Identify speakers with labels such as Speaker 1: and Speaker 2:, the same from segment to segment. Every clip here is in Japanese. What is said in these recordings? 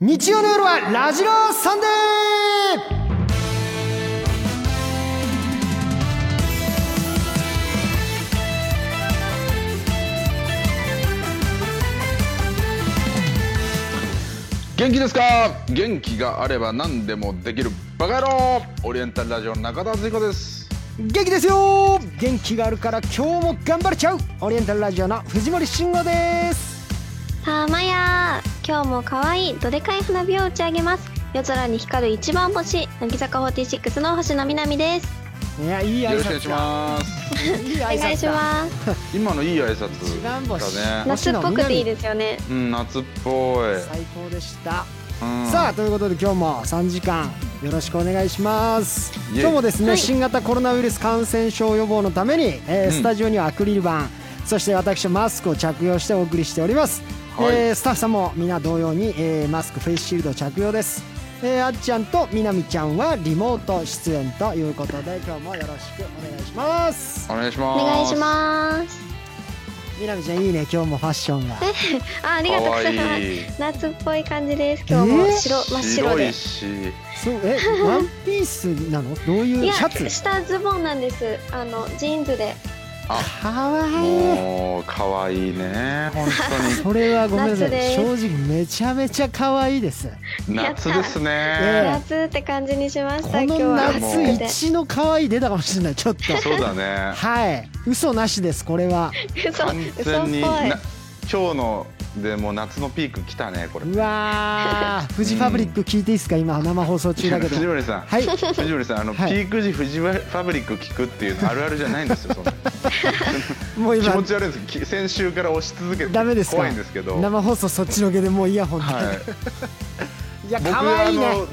Speaker 1: 日曜の夜はラジローサンデー
Speaker 2: 元気ですか元気があれば何でもできるバカ野郎オリエンタルラジオの中田敦彦です
Speaker 1: 元気ですよ元気があるから今日も頑張れちゃうオリエンタルラジオの藤森慎吾です
Speaker 3: さあマヤ今日も可愛いどでかい花火を打ち上げます夜空に光る一番星乃木坂46の星野みなみです
Speaker 1: いやいい
Speaker 2: よ
Speaker 1: 挨
Speaker 2: ろしくお願い
Speaker 1: 拶
Speaker 2: し
Speaker 1: だ
Speaker 2: ます
Speaker 1: いい
Speaker 3: お
Speaker 1: 挨
Speaker 3: 願い
Speaker 1: 拶
Speaker 3: し
Speaker 1: だ
Speaker 3: ます
Speaker 2: 今のいい挨
Speaker 1: 一
Speaker 2: 拶だ
Speaker 1: 番星
Speaker 2: ね
Speaker 1: 星
Speaker 3: 夏
Speaker 1: 野み
Speaker 3: っ
Speaker 1: な
Speaker 3: ぽ
Speaker 1: み
Speaker 3: くていいですよね
Speaker 2: うん夏っぽい、
Speaker 1: 最高でした、
Speaker 2: うん
Speaker 1: さあということで今日も3時間よろしくお願いします
Speaker 2: イエイ
Speaker 1: 今日もですね、
Speaker 3: はい
Speaker 1: 新型コロナウイルス感染症予防のために、えー
Speaker 2: うん
Speaker 1: スタジオにはアクリル板そして私はマスクを着用してお送りしております、
Speaker 2: はい
Speaker 1: えースタッフさんも皆同様に、えーマスクフェイスシールド着用です、えーあっちゃんとみなみちゃんはリモート出演ということで今日もよろしくお願いします
Speaker 2: お願いし
Speaker 3: お
Speaker 2: ます
Speaker 3: 願いします
Speaker 1: みなみちゃんいいね今日もファッションが
Speaker 3: あありがとうござい
Speaker 2: 可
Speaker 3: ま
Speaker 2: 愛い
Speaker 3: す夏っぽい感じです今日も白、真っ白
Speaker 2: 白
Speaker 3: で
Speaker 2: いし
Speaker 1: そうえワンピースなのどう
Speaker 3: い
Speaker 1: いう
Speaker 3: や
Speaker 1: シャツ
Speaker 3: 下ズボンなんですあのジーンズで
Speaker 1: かわいい
Speaker 2: もう可愛いね本
Speaker 1: それはごめんなさ
Speaker 3: 夏で
Speaker 1: い
Speaker 3: す
Speaker 1: 正直めちゃめちゃ可愛いです
Speaker 2: 当に
Speaker 3: やった
Speaker 2: 夏です
Speaker 1: え
Speaker 2: ね
Speaker 3: 夏って感じにしまし
Speaker 1: こ
Speaker 3: た今日
Speaker 1: の夏
Speaker 3: は暑
Speaker 2: もう
Speaker 3: くて
Speaker 1: 一の可愛い出たかもしれないちょっと
Speaker 2: そうだね
Speaker 1: はい嘘なしですこれは
Speaker 3: 嘘
Speaker 2: 完
Speaker 3: 嘘っ
Speaker 2: 全に
Speaker 3: ぽい
Speaker 2: な今日のでもう夏のピーク来たねこれ
Speaker 1: うわーフジファブリック聞いていいですか今生放送中だけど
Speaker 2: 藤森さん
Speaker 1: はい
Speaker 2: 藤森さんあの、
Speaker 1: はい
Speaker 2: ピーク時フジファブリック聞くっていうのあるあるじゃないんですよそんな
Speaker 1: もう
Speaker 2: 気持
Speaker 1: 今
Speaker 2: ち悪いんですき先週から押し続けて
Speaker 1: ダメですか
Speaker 2: 怖いんですけど、はい、
Speaker 1: 生放送そっちのけでもうイヤホンで、 い、や
Speaker 2: 僕
Speaker 1: 可愛い
Speaker 2: あ
Speaker 1: ね
Speaker 2: の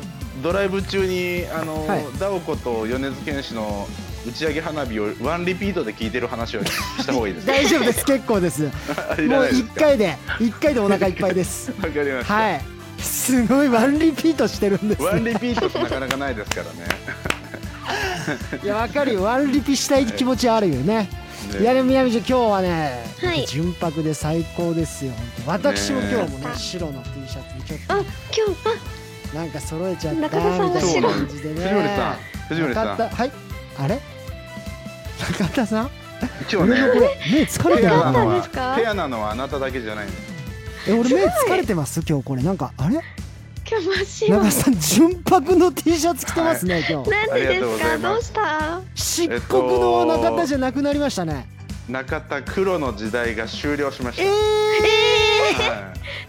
Speaker 2: ドライブ中にあの、
Speaker 1: はい
Speaker 2: ダオコと米津玄師の打ち上げ花火をワンリピートで聞いてる話をした方がいいです
Speaker 1: 大丈夫です結構です
Speaker 2: い
Speaker 1: も
Speaker 2: ら
Speaker 1: う
Speaker 2: ないです
Speaker 1: 一
Speaker 2: か
Speaker 1: 回で一回でお腹いっぱいです
Speaker 2: わかりました、
Speaker 1: はいすごいワンリピートしてるんですね
Speaker 2: ワンリピートってなかなかないですからね
Speaker 1: いやわかるよワンリピしたい気持ちはあるよね
Speaker 2: ね
Speaker 1: い やでもみなみちゃん今日はね、
Speaker 3: はい
Speaker 1: 純白で最高ですよ本当私も今日もね
Speaker 3: ね
Speaker 1: 白の T シャツにちょっ
Speaker 3: あ今
Speaker 1: となんか揃えちゃったみ
Speaker 3: 中
Speaker 1: たい
Speaker 3: 田さん
Speaker 1: な
Speaker 3: は白
Speaker 1: 感じでね
Speaker 2: そうなんです藤森さん藤森さん
Speaker 1: 中田はいあれ中田さん
Speaker 2: 今日
Speaker 1: 俺もこ
Speaker 2: ね
Speaker 1: れ目疲れて
Speaker 2: ペ
Speaker 1: る
Speaker 2: アな
Speaker 1: か
Speaker 2: の
Speaker 1: な
Speaker 3: どう
Speaker 2: は
Speaker 3: したんですか
Speaker 2: ペアなのはあなただけじゃないんです
Speaker 1: え俺目疲れてます今日これなんかあれ
Speaker 3: 今今日真っ
Speaker 1: 中
Speaker 3: 白
Speaker 1: 田さん純白の T シャツ着てますね、今日
Speaker 3: なんで
Speaker 2: ありがとう
Speaker 3: で
Speaker 2: ご
Speaker 3: す
Speaker 2: ざい
Speaker 3: か
Speaker 2: ます
Speaker 3: どうした
Speaker 1: 漆黒の中田じゃなくなりましたね、
Speaker 2: 中田黒の時代が終了しました、
Speaker 1: えー
Speaker 2: はい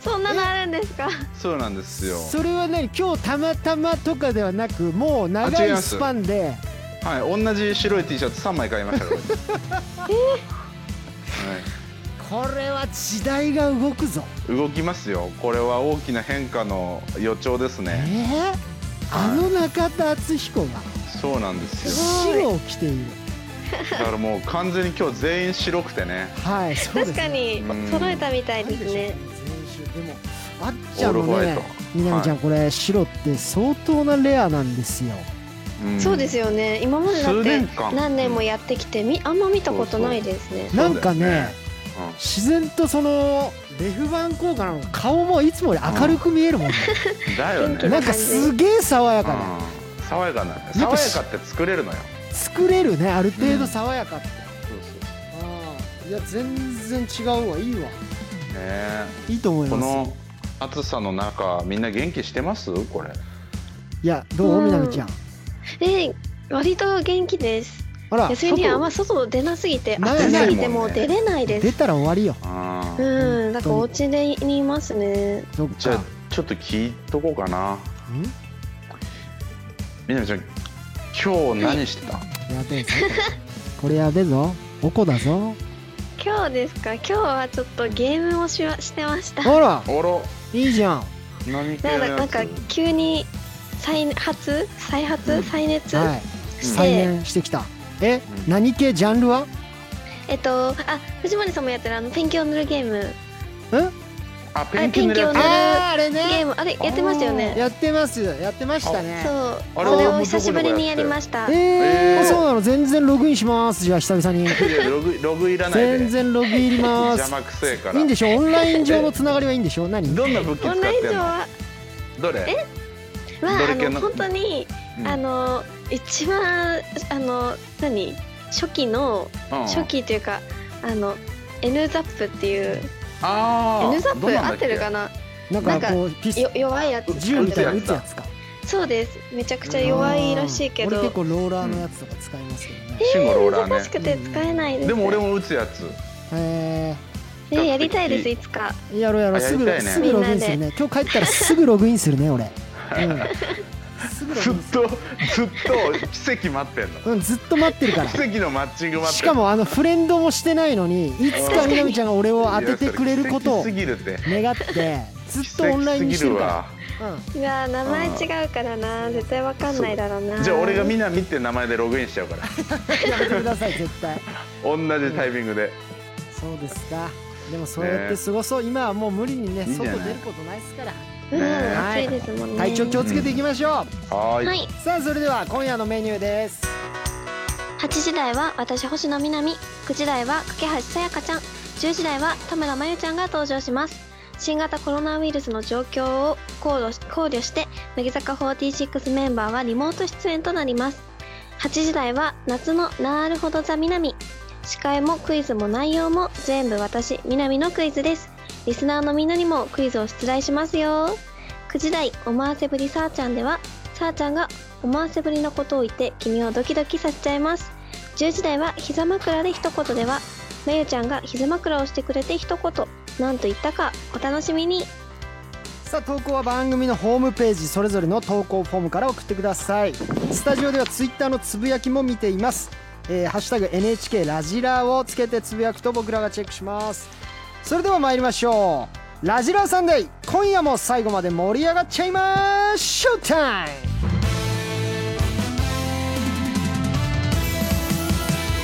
Speaker 3: そんなのあるんですか
Speaker 2: そうなんですよ
Speaker 1: それは何今日たまたまとかではなくもう長
Speaker 2: あ違い
Speaker 1: い
Speaker 2: ます
Speaker 1: スパンで
Speaker 2: はい、同じ白い T シャツ3枚買いましたから。
Speaker 1: これは時代が動くぞ
Speaker 2: はい、動きますよ。これは大きな変化の予兆です
Speaker 1: え
Speaker 2: ね。
Speaker 1: ー、あの中田敦彦が
Speaker 2: そうなんですよ。
Speaker 3: ごい
Speaker 1: 白を着ている
Speaker 2: だからもう完全に今日全員白くてね。
Speaker 1: はいそうです
Speaker 3: 確かに
Speaker 2: うん
Speaker 3: 揃えたみたい
Speaker 1: なん
Speaker 3: で
Speaker 1: ですしょう
Speaker 3: ね
Speaker 1: ね前週でもあっちゃんの
Speaker 2: オールホワイ
Speaker 1: ね
Speaker 2: ト
Speaker 1: みなみちゃんこれ白って相当なレアなんですよ
Speaker 2: ん
Speaker 3: そうですよね今までだっ
Speaker 2: 数年
Speaker 3: て
Speaker 2: 間
Speaker 3: 何年もやってきてみあんま見たことないですね
Speaker 1: なんか
Speaker 2: そう
Speaker 1: ね
Speaker 2: だよねうん
Speaker 1: 自然とそのレフ板効果なのか顔もいつもより明るく見えるもんね
Speaker 2: だよね。
Speaker 3: うん
Speaker 1: なんかすげえ爽やかな
Speaker 2: うん爽やかな。
Speaker 1: やっぱ
Speaker 2: 爽やかって作れるのよ。
Speaker 1: 作れるねある程度爽やかって、
Speaker 2: そうそ
Speaker 1: ああいや全然違うわいいわ
Speaker 2: う。ねえ。
Speaker 1: いいと思い
Speaker 2: こ
Speaker 1: ます
Speaker 2: の暑さの中、みんな元気してます？これ。
Speaker 1: いやどう
Speaker 3: うん
Speaker 1: みなみちゃん
Speaker 3: え割と元気です
Speaker 1: あら
Speaker 3: 休みにはあんま外出なすぎて
Speaker 1: ない
Speaker 3: 暑すぎ
Speaker 2: ない
Speaker 3: て
Speaker 2: も
Speaker 3: も
Speaker 2: ん
Speaker 3: う
Speaker 2: ね
Speaker 3: 出れないで
Speaker 1: 出
Speaker 3: す
Speaker 1: たら終わりよ
Speaker 2: ああ。
Speaker 3: うんだからお家でにいますね
Speaker 1: そっ
Speaker 2: じゃあ
Speaker 1: か
Speaker 2: ちょっと聞いとこうかな。
Speaker 1: ん
Speaker 2: みなみちゃん、今日何してた？
Speaker 1: やべえぞ これやべえぞおこだ ぞ
Speaker 3: 今日ですか今日はちょっとゲームをしましてました
Speaker 1: あら
Speaker 2: おろ
Speaker 1: いいじゃん
Speaker 2: 何系
Speaker 3: な
Speaker 2: の
Speaker 3: んかな
Speaker 2: や
Speaker 3: ん
Speaker 2: つ
Speaker 3: か急に再発再発再熱、
Speaker 1: はい
Speaker 2: して
Speaker 1: 再燃してきたえ
Speaker 2: ん
Speaker 1: 何系ジャンルは
Speaker 3: えっとあ藤森さんもやってるあのペンキを塗るゲーム
Speaker 2: あペンキ塗るやつ
Speaker 3: ペンキを塗る
Speaker 1: あーあれ
Speaker 3: ゲ
Speaker 1: ね
Speaker 3: ームあれやってましたよね
Speaker 1: やってますやってましたね
Speaker 3: そう
Speaker 2: あ
Speaker 3: そ
Speaker 2: れ
Speaker 3: れ
Speaker 2: は
Speaker 3: を久しぶりにやりました
Speaker 1: え
Speaker 2: え
Speaker 1: ー
Speaker 2: ー
Speaker 1: そうなの全然ログインしますじゃあ久々に
Speaker 2: いやログログいらないで
Speaker 1: 全然ログインいります
Speaker 2: 邪魔くせえから
Speaker 1: いいんでしょオンライン上のつながりはいいんでしょ何
Speaker 2: どんな武器使
Speaker 3: オ
Speaker 2: っ
Speaker 3: ンライン
Speaker 2: てん
Speaker 3: 上
Speaker 2: の
Speaker 3: は
Speaker 2: どれ
Speaker 3: は
Speaker 2: どれ
Speaker 3: あ
Speaker 2: 系
Speaker 3: の
Speaker 2: の
Speaker 3: 本当に、
Speaker 2: うん
Speaker 3: あの一番あの何初期の
Speaker 2: うん
Speaker 3: 初期というかあの N ザップっていう
Speaker 2: あー
Speaker 3: N ザッ
Speaker 2: どう
Speaker 3: プ
Speaker 2: なん
Speaker 3: 合
Speaker 2: だ
Speaker 3: っ
Speaker 2: け
Speaker 3: てるかな
Speaker 1: なん
Speaker 3: なん
Speaker 1: か
Speaker 3: か
Speaker 1: こうピス
Speaker 3: よ弱いやつ
Speaker 1: 銃みたいなの撃
Speaker 2: 打つ
Speaker 1: つ
Speaker 2: や
Speaker 1: や
Speaker 2: つ
Speaker 1: つか
Speaker 3: そうですめちゃくちゃ弱いらしいけ
Speaker 1: あー俺
Speaker 3: ど
Speaker 1: 結構ローラーのやつとか使いますけどね、
Speaker 2: 慎吾ローラ
Speaker 3: 難し
Speaker 2: ー
Speaker 3: くて使えないです、
Speaker 2: ねでも俺も打つやつ
Speaker 1: え
Speaker 3: えやりたいですいつか
Speaker 1: ー、やろうやろう
Speaker 2: あ
Speaker 1: すぐ
Speaker 2: やりたいね
Speaker 1: すぐログインするね今日帰ったらすぐログインするね 俺、うん、すぐロ
Speaker 2: ず
Speaker 1: グイ
Speaker 2: っ
Speaker 1: ンする
Speaker 2: とずっと奇跡待ってんの
Speaker 1: うんずっと待ってるから
Speaker 2: 奇跡のマッチング待って
Speaker 1: しかもあのフレンドもしてないのにいつかみなみちゃんが俺を当ててくれることを
Speaker 2: いやそれ奇跡すぎるって
Speaker 1: 願ってずっとオンラインにしてるから、うん、
Speaker 3: うわ名前違うからな絶対わかんないだろうな
Speaker 2: じゃあ俺がみなみって名前でログインしちゃうから
Speaker 1: やめてください絶対
Speaker 2: 同じタイミングで
Speaker 1: そうですかでもそうやって過ごそう、今はもう無理にね
Speaker 2: いいんじゃ
Speaker 1: 外
Speaker 2: ない
Speaker 1: 出ることないですから
Speaker 3: うん、
Speaker 2: ね
Speaker 3: 暑いですもんね
Speaker 1: 体調気をつけていきましょう、
Speaker 2: はーい
Speaker 3: はい
Speaker 1: さあそれでは今夜のメニューです
Speaker 3: 8時台は私星野みなみ9時台は架橋さやかちゃん10時台は田村真由ちゃんが登場します新型コロナウイルスの状況を考慮し考慮して乃木坂46メンバーはリモート出演となります8時台は夏のなるほどザみなみ司会もクイズも内容も全部私みなみのクイズですリスナーのみんなにもクイズを出題しますよ9時台「思わせぶりさーちゃん」ではさーちゃんが思わせぶりなことを言って君をドキドキさせちゃいます10時台は膝枕で一言ではまゆちゃんが膝枕をしてくれて一言なんと言ったかお楽しみに
Speaker 1: さあ投稿は番組のホームページそれぞれの投稿フォームから送ってくださいスタジオではツイッターのつぶやきも見ています「えーハッシュタグ #NHK ラジラ」をつけてつぶやくと僕らがチェックしますそれでは参りましょうラジラーサンデー今夜も最後まで盛り上がっちゃいまーショータイ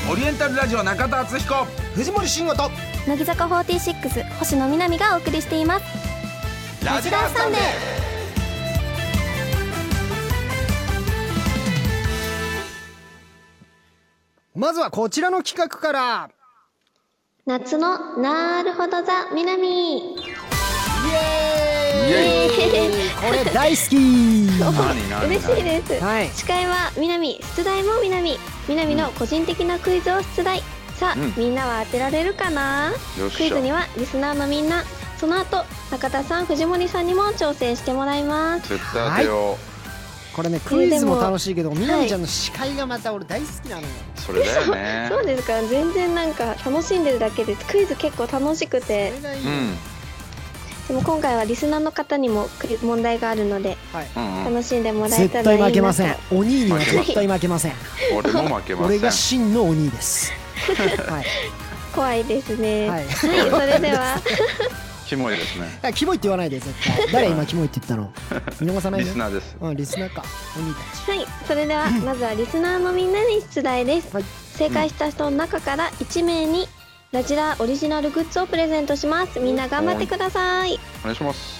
Speaker 1: ム
Speaker 2: オリエンタルラジオ中田敦彦
Speaker 1: 藤森慎吾と
Speaker 3: 乃木坂46星野みなみがお送りしています
Speaker 2: ラジ
Speaker 3: ラーサンデー
Speaker 1: まずはこちらの企画から
Speaker 3: 夏のなるほどザみなみ
Speaker 1: イエーイ
Speaker 2: イエイ
Speaker 1: 俺大好き
Speaker 2: 何何
Speaker 3: 嬉しいです、
Speaker 1: はい
Speaker 3: 司会はみなみ出題もみなみみなみの個人的なクイズを出題さあ、
Speaker 2: うん
Speaker 3: みんなは当てられるかな
Speaker 2: よっしゃ
Speaker 3: クイズにはリスナーのみんなその後中田さん藤森さんにも挑戦してもらいます
Speaker 2: 絶対当てよう
Speaker 1: こ れねクイズも
Speaker 3: でも
Speaker 1: 楽しいけどみなみちゃんの司会がまた俺大好きなのよ
Speaker 2: それだよね
Speaker 3: そうですか全然なんか楽しんでるだけですクイズ結構楽しくて
Speaker 1: それがいい、
Speaker 2: うん
Speaker 3: でも今回はリスナーの方にもクイズ問題があるので
Speaker 1: はい
Speaker 2: うんうん
Speaker 3: 楽しんでもらえた
Speaker 1: 絶
Speaker 3: らい
Speaker 1: 対
Speaker 3: いなと
Speaker 1: 負けませんお兄には絶対負けません
Speaker 2: 俺も 負けません
Speaker 1: 俺が真のお兄です はい、
Speaker 3: 怖いですね
Speaker 1: は
Speaker 3: はいい、それでは
Speaker 2: キモいですね
Speaker 1: あキモいって 言わないで絶対誰今キモいって言った の見逃さない
Speaker 2: リ
Speaker 1: で
Speaker 2: スナーです
Speaker 1: うん、リスナーかお兄たち
Speaker 3: はいそれではまずはリスナーのみんなに出題です、
Speaker 1: はい
Speaker 3: 正解した人の中から1名にラジラオリジナルグッズをプレゼントしますみんな頑張ってください
Speaker 2: お願いします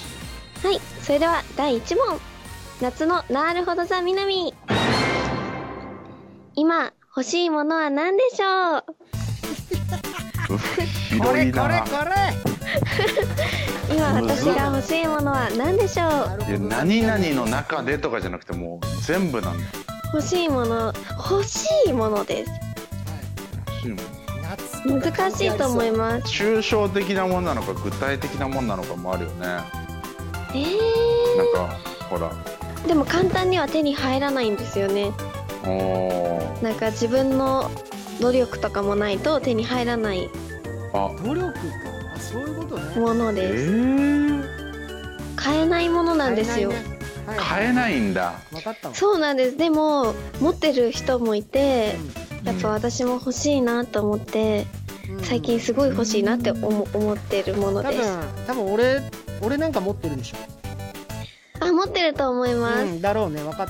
Speaker 3: はいそれでは第1問夏のなるほどザみなみ今欲しいものは何でしょう
Speaker 1: こ
Speaker 2: 広
Speaker 1: れ
Speaker 2: い
Speaker 1: これ
Speaker 2: な
Speaker 1: これ
Speaker 3: 今私が欲しいものは何でしょう
Speaker 2: いや何々の中でとかじゃなくてもう全部なんだよ
Speaker 3: 欲しいもの欲しいものです
Speaker 1: 夏とか
Speaker 3: 難しいと思います
Speaker 2: 抽象的なものなのか具体的なものなのかもあるよねなん
Speaker 3: え
Speaker 2: かほら
Speaker 3: ー、でも簡単には手に入らないんですよね
Speaker 2: おー
Speaker 3: なんか自分の努力とかもないと手に入らない
Speaker 2: あ
Speaker 1: 努力かあそういうことね
Speaker 3: もの
Speaker 2: え
Speaker 3: です
Speaker 2: ー、
Speaker 3: 買えないものなんですよ
Speaker 1: 買えないねはい
Speaker 2: 買えないんだ
Speaker 1: 分かったわ
Speaker 3: そうなんですでも持ってる人もいてやっぱ私も欲しいなと思って
Speaker 1: うん
Speaker 3: 最近すごい欲しいなって思思ってるもの
Speaker 1: 多
Speaker 3: で
Speaker 1: 分
Speaker 3: す
Speaker 1: 多分俺俺なんか持ってるでしょ、
Speaker 3: あ持ってると思います、
Speaker 1: うん、だろうね分かっ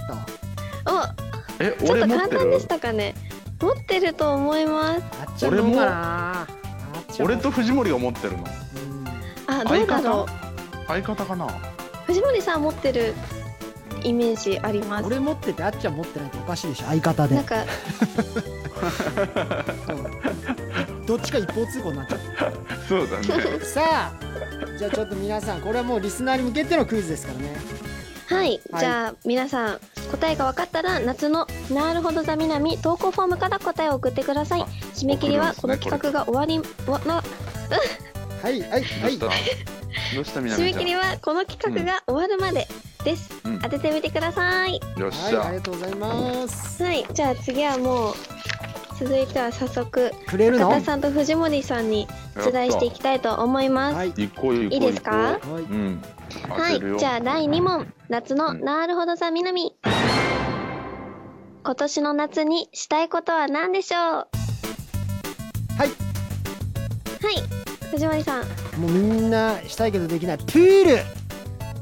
Speaker 1: たわ
Speaker 3: お
Speaker 2: え
Speaker 3: ちょっ
Speaker 2: 俺
Speaker 3: と
Speaker 2: 持っ
Speaker 3: 簡
Speaker 2: て
Speaker 3: 単
Speaker 2: る
Speaker 3: でしたかね持ってると思います
Speaker 1: あっちゃんどうかなあっちゃん
Speaker 2: 俺と藤森が持ってるの
Speaker 1: うん
Speaker 3: あどうだろう
Speaker 2: 相方かな
Speaker 3: 藤森さん持ってるイメージあります
Speaker 1: 俺持っててあっちゃん持ってないとおかしいでしょ相方で
Speaker 3: なんか
Speaker 1: うんどっちか一方通行になっちゃ
Speaker 2: そうだね
Speaker 1: うさあじゃあちょっと皆さんこれはもうリスナーに向けてのクイズですからね
Speaker 3: はい、
Speaker 1: はい
Speaker 3: じゃあ皆さん答えが分かったら夏の「なるほどザミナミ」投稿フォームから答えを送ってください
Speaker 2: あ
Speaker 3: 締め切りはこの企画が終わりわな
Speaker 1: はいはいは
Speaker 2: どう
Speaker 1: い
Speaker 2: したどうしたみな
Speaker 3: 締
Speaker 2: み
Speaker 3: め
Speaker 2: ちゃ
Speaker 3: 切
Speaker 2: ん
Speaker 3: り
Speaker 2: よ
Speaker 3: はこの企画が終わるまでです、
Speaker 2: うん
Speaker 3: 当ててみてください
Speaker 2: っ
Speaker 1: は
Speaker 2: し
Speaker 1: いあり
Speaker 2: ゃ
Speaker 1: がとうございます
Speaker 3: はいじゃあ次はもう続いては早速
Speaker 1: くれる
Speaker 3: 深
Speaker 1: の
Speaker 3: 田さんと藤森さんに出題していきたいと思います、
Speaker 1: はい
Speaker 2: 行こう行こう行こう
Speaker 3: いいですか
Speaker 1: はい
Speaker 2: うん
Speaker 3: はい、じゃあ第2問夏のなるほどさ南今年の夏にしたいことは何でしょう
Speaker 1: はい
Speaker 3: はい藤森さん
Speaker 1: もうみんなしたいけどできないプール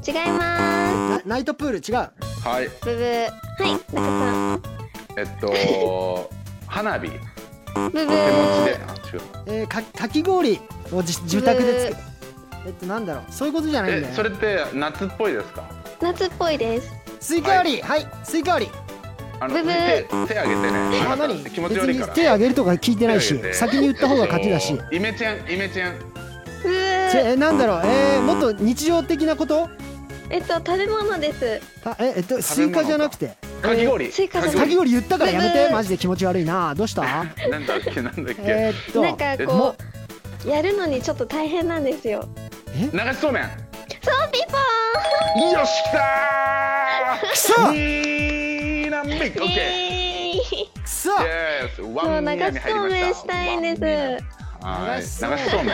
Speaker 3: 違いま
Speaker 1: なナイトプール違う
Speaker 2: あはい
Speaker 3: すブブーはい中さん
Speaker 2: えっ と花火手持ち
Speaker 3: ブブ
Speaker 2: であ
Speaker 3: ー
Speaker 2: 違う
Speaker 1: えー、かかき氷をじ住宅で作るえっとなんだろうそういうことじゃないんだ
Speaker 2: えそ
Speaker 1: よ
Speaker 2: れって夏っぽいですか
Speaker 3: 夏っぽいです
Speaker 1: スイカ割りはいスイカ割り
Speaker 2: あの
Speaker 3: ブブ
Speaker 2: 手
Speaker 3: ー
Speaker 2: 手挙げてね
Speaker 1: あ
Speaker 2: あなた
Speaker 1: 何
Speaker 2: 気持ち悪いから
Speaker 1: 別に手あげるとか聞いてないし
Speaker 2: 手挙げて
Speaker 1: 先に言った方が勝ちだし
Speaker 2: えっとイメチェンイメチェン
Speaker 3: ブブ
Speaker 1: ち
Speaker 3: ー
Speaker 1: えなんだろうえー、もっと日常的なこと
Speaker 3: えっと食べ物です
Speaker 1: たええっとス
Speaker 2: 食べ
Speaker 1: イ
Speaker 2: 物か
Speaker 1: カじゃなくて
Speaker 2: かき
Speaker 3: え
Speaker 2: 氷
Speaker 3: ースイカじゃ
Speaker 1: か
Speaker 3: な
Speaker 1: き氷言ったからやめ
Speaker 3: ブ
Speaker 1: て
Speaker 3: ブー
Speaker 1: マジで気持ち悪いなどうした
Speaker 2: なんだっけなんだっけ、
Speaker 1: えーっと
Speaker 3: なんかこうやるのにちょっと大変なんですよ
Speaker 2: 流しそうめんよ
Speaker 3: そうピンポ
Speaker 2: っしゃ
Speaker 1: くそ
Speaker 2: ーみーなみオッ
Speaker 3: ーン
Speaker 2: ケ
Speaker 3: イエーイ
Speaker 1: くそ
Speaker 2: ーイエー
Speaker 3: そ
Speaker 2: ワ
Speaker 3: う
Speaker 2: ンミナミ
Speaker 3: 流し
Speaker 2: 入り
Speaker 3: そう
Speaker 2: ま
Speaker 3: めん
Speaker 2: し
Speaker 3: したたいんです
Speaker 2: すはい流しそうめ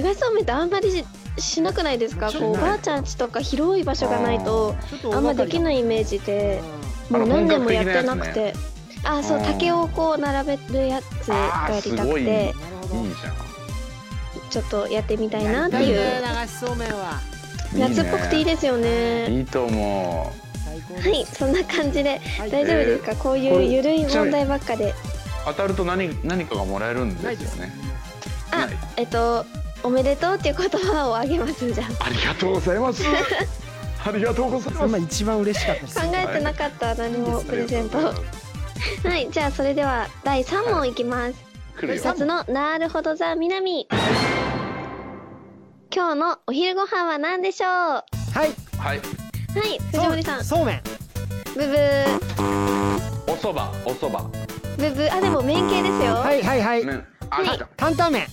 Speaker 2: ん
Speaker 3: 流しそうめんってあんまりししなくないですか
Speaker 1: し
Speaker 2: ない
Speaker 3: こうおばあちゃん家とか広い場所がないとあんまできないいイメージでも
Speaker 2: あ
Speaker 3: う
Speaker 2: の
Speaker 3: 何年もやってな
Speaker 2: 本
Speaker 3: く
Speaker 2: 格的な
Speaker 3: てあそう
Speaker 2: うん
Speaker 3: 竹をこう並べるやつがやりたくて
Speaker 2: あ
Speaker 1: なるほど
Speaker 2: いいじゃん
Speaker 3: ちょっとやってみたいなって
Speaker 1: やり
Speaker 3: い
Speaker 1: た
Speaker 3: う
Speaker 1: ね流しそうめんは
Speaker 3: 夏っぽくていいですよね
Speaker 2: いいと思う
Speaker 1: 最高
Speaker 3: はいそんな感じで
Speaker 1: は
Speaker 3: 大
Speaker 1: い
Speaker 3: 丈夫ですかこういうゆるい問題ばっかで
Speaker 2: 当たると何何かがもらえるんですよね
Speaker 3: あ
Speaker 2: ない
Speaker 3: えっとおめでとうっていう言葉をあげますじゃ
Speaker 2: ありがとうございます ありがとうござい
Speaker 1: そ
Speaker 2: ま
Speaker 1: ん
Speaker 2: す
Speaker 1: な一番嬉しかったです
Speaker 3: あ考えてなかった何もプレゼントはいじゃあそれでは第3問いきます
Speaker 2: 来るよ
Speaker 3: 夏のなるほどザ南今日のお昼ご飯は何でしょうは
Speaker 1: はい
Speaker 2: はい
Speaker 3: い藤森さん
Speaker 1: そうそうめん
Speaker 3: ブブー
Speaker 2: おそばおそば
Speaker 3: ブブーあでも麺系ですよ、
Speaker 1: はいはいはい
Speaker 2: 麺あ
Speaker 3: はい
Speaker 2: 来た
Speaker 1: 担々麺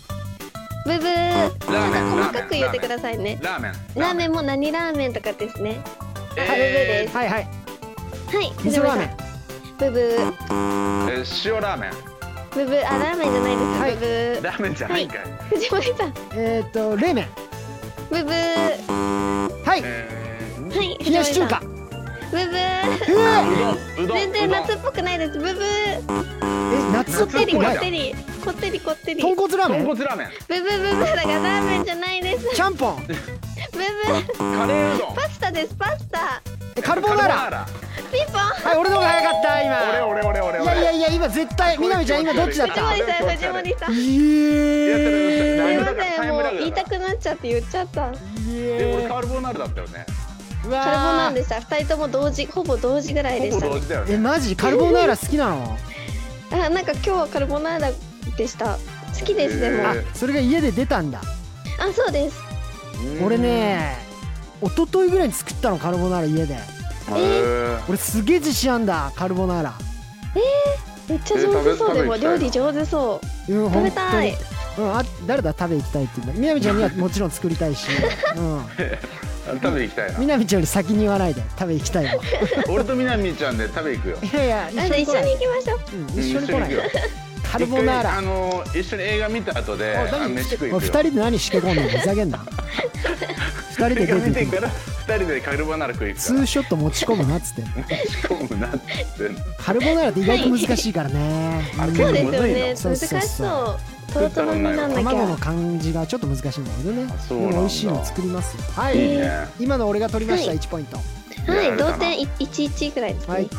Speaker 3: ブブー
Speaker 2: ラーメン
Speaker 3: 細かく言ってくださいね
Speaker 2: ラーメン
Speaker 3: ラーメンも何ラーメンとかですね
Speaker 2: えー
Speaker 3: 食べるです
Speaker 1: はいはい
Speaker 3: はい
Speaker 1: 味
Speaker 3: 藤
Speaker 1: 噌
Speaker 3: 森
Speaker 1: ラー
Speaker 3: さ
Speaker 1: メ
Speaker 3: ん
Speaker 1: ン
Speaker 3: ブブー
Speaker 2: えー塩ラーメン
Speaker 3: ブブーあラーメンじゃないです、
Speaker 1: はい
Speaker 3: ブブー
Speaker 2: ラーメンじゃないんかい
Speaker 3: 藤森さん
Speaker 1: えーっと冷麺
Speaker 3: ブブー
Speaker 1: はい
Speaker 2: えー
Speaker 3: はい
Speaker 1: 冷やし中華
Speaker 3: 藤森さんブブー
Speaker 1: うわ
Speaker 2: うどんうどん
Speaker 3: 全然
Speaker 2: うどん
Speaker 3: 夏っぽくないですブブー
Speaker 1: え夏
Speaker 3: こ
Speaker 1: っ
Speaker 3: っ
Speaker 1: ぽ
Speaker 3: てり
Speaker 1: く
Speaker 3: こ
Speaker 1: な
Speaker 3: っ
Speaker 1: い
Speaker 3: てりこってりこってり
Speaker 1: 豚骨ラーメ
Speaker 2: 豚
Speaker 1: ン
Speaker 2: 骨ラーメン
Speaker 3: ブブブブだからラーメンじゃないです
Speaker 1: ちゃんぽん
Speaker 3: ブブ
Speaker 2: カレーうどん
Speaker 3: パスタですパスタ
Speaker 1: えカルボナーラ
Speaker 2: ラ
Speaker 3: ピンポン
Speaker 1: はい俺の方が早かった
Speaker 2: 俺
Speaker 1: 今
Speaker 2: 俺俺俺
Speaker 1: いやいや
Speaker 2: 俺
Speaker 1: いや今絶対みなみちゃん今どっちだっ
Speaker 3: 藤
Speaker 1: た
Speaker 3: 森
Speaker 1: え
Speaker 3: さん藤森さんす
Speaker 1: ー
Speaker 2: タイムラグタイ
Speaker 3: いませんも
Speaker 2: ムラ
Speaker 3: う
Speaker 2: グ
Speaker 3: 言いたくなっちゃって言っちゃったカル
Speaker 2: え
Speaker 1: え
Speaker 2: 俺カルボナーラだったよね
Speaker 1: ーう
Speaker 3: ボナ
Speaker 1: わ
Speaker 3: ーで
Speaker 1: ー
Speaker 3: した二人とも同時ほぼ同時ぐらいで
Speaker 2: ほ
Speaker 3: し
Speaker 2: ぼ同時だよ
Speaker 1: え
Speaker 2: ね
Speaker 1: マジカルボナーラ好きなの
Speaker 3: たあなんか今日はカルボナーラでした好きですでも
Speaker 1: あ
Speaker 2: え
Speaker 1: それが家で出たんだ
Speaker 3: あそうです
Speaker 1: 俺ね一昨日ぐらいに作ったのカルボナーラ家で
Speaker 2: へー
Speaker 1: 俺すげえ自信あんだカルボナーラ
Speaker 3: めっちゃ上手そう
Speaker 2: え
Speaker 3: で
Speaker 2: ー食べ
Speaker 3: も
Speaker 2: 食べ行
Speaker 3: 料
Speaker 2: きたいな
Speaker 3: 理上手そう
Speaker 1: うん
Speaker 3: 食べ
Speaker 1: 本当
Speaker 3: た
Speaker 1: に
Speaker 3: い
Speaker 1: うんあ誰だ食べ行きたいって言うんだみなみちゃんにはもちろん作りたいし、う
Speaker 2: 食べ行きたい
Speaker 1: ん、み
Speaker 2: な
Speaker 1: なみちゃんより先に言わないで食べ行きたいわ
Speaker 2: 俺とみなみちゃんで食べ行くよ
Speaker 1: いやいや
Speaker 3: あ
Speaker 1: 一緒
Speaker 3: で
Speaker 1: に
Speaker 3: 一
Speaker 1: 来
Speaker 3: 緒
Speaker 1: な
Speaker 3: に行
Speaker 1: い、
Speaker 3: きましょう
Speaker 1: うん、一緒に来ない
Speaker 2: 一緒行くよ
Speaker 1: カルボナー
Speaker 2: 一回あ
Speaker 1: ラ
Speaker 2: の一緒に映画見た後
Speaker 1: お
Speaker 2: で
Speaker 1: い何
Speaker 2: あの飯食い
Speaker 1: お
Speaker 2: 行
Speaker 1: い二
Speaker 2: くよ
Speaker 1: 人で何しけ込んでるふざけ んな二人で
Speaker 2: 映
Speaker 1: 出
Speaker 2: 画見
Speaker 1: て
Speaker 2: て
Speaker 1: いく
Speaker 2: から二人でカルボナーラ食い行
Speaker 1: ツー
Speaker 2: く
Speaker 1: ショット持ち込むなっつって
Speaker 2: から持ち込むなって
Speaker 1: カルボナーラって意外と難しいからね、
Speaker 2: はい
Speaker 1: う
Speaker 2: あ
Speaker 1: ん
Speaker 2: 結
Speaker 3: そう
Speaker 2: 構
Speaker 3: ですよね
Speaker 1: そうそう
Speaker 3: 難
Speaker 1: そう
Speaker 3: しそうトロトロになんなき
Speaker 1: 卵の
Speaker 3: ゃ
Speaker 1: 感じがちょっと難しいんだけどね
Speaker 2: あそう
Speaker 1: で
Speaker 2: なんだ
Speaker 1: も美味しいの作りますよはい、
Speaker 2: いいね
Speaker 1: 今の俺が取りました、
Speaker 3: はい
Speaker 1: 1ポイント
Speaker 3: はい同点い11ぐらいですね、
Speaker 1: はい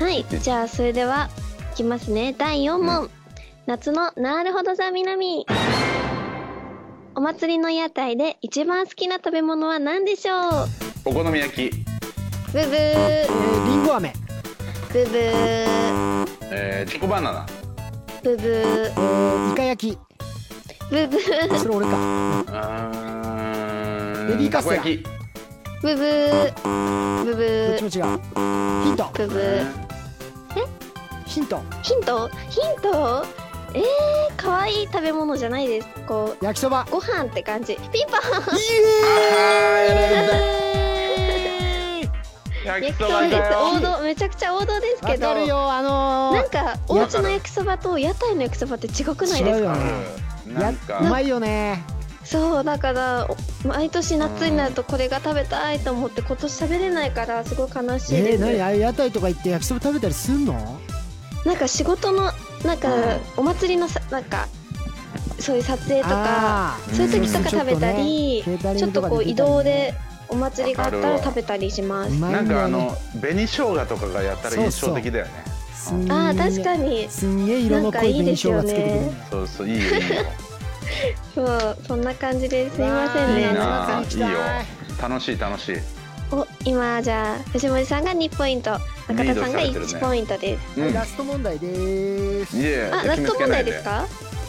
Speaker 2: はい
Speaker 3: はい、じゃあそれではいきますね。第4問。夏のなるほどザ南。お祭りの屋台で一番好きな食べ物は何でしょう
Speaker 2: お好み焼き
Speaker 3: ブブー、
Speaker 1: えーリンゴ飴
Speaker 3: ブブー、
Speaker 2: えーチョコバナナ
Speaker 3: ブブー、
Speaker 1: えーイカ焼き
Speaker 3: ブブー、
Speaker 1: それ俺か
Speaker 2: うーん
Speaker 1: ベビーカステラ
Speaker 2: たこ焼き
Speaker 3: ブブーブブ
Speaker 1: どっち
Speaker 3: ー
Speaker 1: も違うヒント
Speaker 3: ブブー
Speaker 1: ヒント
Speaker 3: ヒントヒントえー、かわいい食べ物じゃないですこ
Speaker 1: 焼きそば
Speaker 3: うご飯って感じピンポン
Speaker 1: イエーイ
Speaker 2: 焼
Speaker 3: 焼
Speaker 2: き
Speaker 3: き
Speaker 2: そ
Speaker 3: そ
Speaker 2: ば
Speaker 3: ばで
Speaker 2: だ
Speaker 3: す
Speaker 2: よ
Speaker 3: 王道めちゃくちゃ王道ですけ
Speaker 1: わ
Speaker 3: ど
Speaker 1: かるよあ
Speaker 3: な
Speaker 1: の
Speaker 3: んかお家の焼きそばと屋台の焼きそばって違くないで
Speaker 1: 違
Speaker 3: す
Speaker 1: うよ
Speaker 2: う
Speaker 3: か
Speaker 1: ー
Speaker 2: んな
Speaker 1: や
Speaker 2: ん
Speaker 1: う
Speaker 2: か
Speaker 1: まいよね
Speaker 3: そうだからお毎年夏になるとこれが食べたいと思って今年食べれないからすごい悲しい
Speaker 1: え
Speaker 3: で
Speaker 1: ー、
Speaker 3: す、
Speaker 1: 何ああいう屋台とか行って焼きそば食べたりすんの
Speaker 3: なんか仕事のなんか
Speaker 2: うん
Speaker 3: お祭りのさなんかそういう撮影とか
Speaker 1: あ
Speaker 2: ー
Speaker 3: そういう時とか食べたり、
Speaker 1: うんちょっとねケータリ
Speaker 3: ち
Speaker 1: ン
Speaker 3: ょ
Speaker 1: グ
Speaker 3: っ
Speaker 1: と
Speaker 3: と
Speaker 1: か
Speaker 3: こう
Speaker 1: で出たり
Speaker 3: 移
Speaker 1: ね
Speaker 3: 動でお祭りがあったら食べたりしま
Speaker 1: ー
Speaker 3: す
Speaker 1: うまい
Speaker 2: なん
Speaker 1: だ
Speaker 2: か
Speaker 1: よ
Speaker 2: あ
Speaker 1: ね
Speaker 2: の紅生姜とかがやったら印象的だよね
Speaker 1: すんげ
Speaker 3: あー
Speaker 1: ー
Speaker 3: 確かに
Speaker 1: すんげえ色の濃い紅生姜つけてくる
Speaker 3: なんかいいですよ
Speaker 1: ね
Speaker 3: ね
Speaker 2: そうそういいよいいよ
Speaker 3: そうそんな感じですすいません
Speaker 2: いい
Speaker 3: ね
Speaker 2: な
Speaker 1: 夏に行きた
Speaker 2: いいよ楽しい楽しい
Speaker 3: お今じゃあ藤森さんが2ポイント中田さんが1ポイントです、
Speaker 2: うん
Speaker 1: はいラスト問題でーす
Speaker 2: いえ
Speaker 3: あラスト問題ですか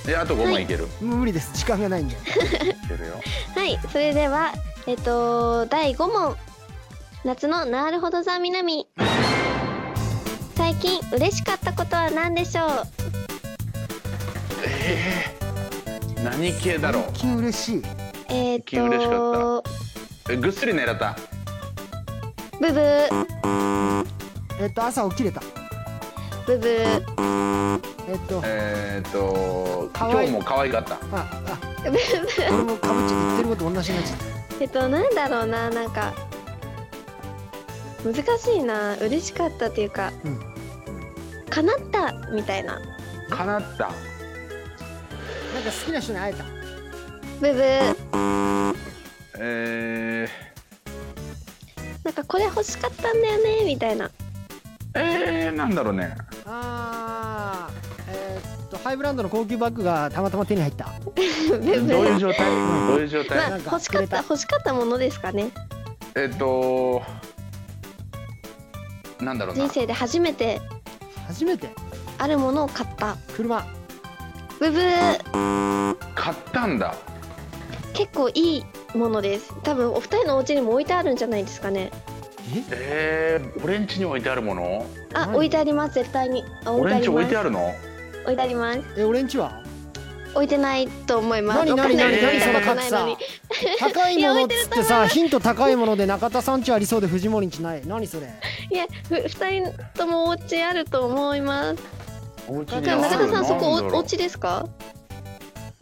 Speaker 2: いやあと5問いける、
Speaker 1: もう無理です時間がないんで
Speaker 2: いけるよ
Speaker 3: はい、それでは、えっと、第5問。夏のなるほどザ南。最近嬉しかったことは何でしょう。
Speaker 2: 何系だろう
Speaker 1: 最近嬉しい
Speaker 3: えっ
Speaker 2: 最近嬉しか
Speaker 3: と、
Speaker 2: えぐっすり狙った
Speaker 3: ブブー、
Speaker 1: えっと朝起きれた
Speaker 3: ブブー、
Speaker 1: えっと
Speaker 2: えーっと
Speaker 1: か
Speaker 2: 今
Speaker 1: わいい
Speaker 2: 日も可愛かった
Speaker 1: あ
Speaker 3: ブブー。
Speaker 1: あ俺もかぶっちゃって言ってること同じになっちゃっ
Speaker 3: えっと、なんだろうな、なんか。難しいな、嬉しかったっていうか。
Speaker 1: うん
Speaker 3: 叶ったみたいな。
Speaker 2: 叶った
Speaker 1: たなんか好きな人に会えた
Speaker 3: ブブー。
Speaker 2: え
Speaker 3: なんかこれ欲しかったんだよねみたいな。
Speaker 2: ー、えー、なんだろうね
Speaker 1: あーえーっとハイブランドの高級バッグがたまたま手に入った
Speaker 3: ブブ
Speaker 2: どういう
Speaker 3: ー。
Speaker 2: 状態どういう状態、
Speaker 3: まあ、欲しかった、欲しかったものですかね。
Speaker 2: えーっとなんだろうな
Speaker 3: 人生で初めて
Speaker 1: 初めて
Speaker 3: あるものを買った
Speaker 1: 車
Speaker 3: ブブー
Speaker 2: 買ったんだ
Speaker 3: 結構いいものです多分お二人のお家にも置いてあるんじゃないですかね
Speaker 1: え
Speaker 2: えー、俺ん家に置いてあるもの
Speaker 3: あ
Speaker 1: 何
Speaker 3: 置いてあります絶対にあ置いて
Speaker 2: 俺
Speaker 3: あ
Speaker 2: ん家
Speaker 3: り
Speaker 2: 置
Speaker 3: ま
Speaker 2: い
Speaker 3: す
Speaker 2: てあるの
Speaker 3: 置いてあります
Speaker 1: え俺んちは
Speaker 3: 置いてないと思います
Speaker 1: 何
Speaker 3: わか
Speaker 1: 何
Speaker 3: んない
Speaker 1: 何何
Speaker 3: です
Speaker 1: その
Speaker 3: わか
Speaker 1: 格
Speaker 3: んない
Speaker 1: 差
Speaker 3: のに
Speaker 1: 高いものっつってさヒント高いもので中田さんちありそうで藤森んちない何それ
Speaker 3: いやふ二人ともお家あると思います
Speaker 2: お家
Speaker 1: に
Speaker 3: でも
Speaker 1: ある
Speaker 3: 中田さんそこ
Speaker 2: なんだ
Speaker 3: お
Speaker 2: ろ
Speaker 3: お
Speaker 2: う
Speaker 3: 家ですか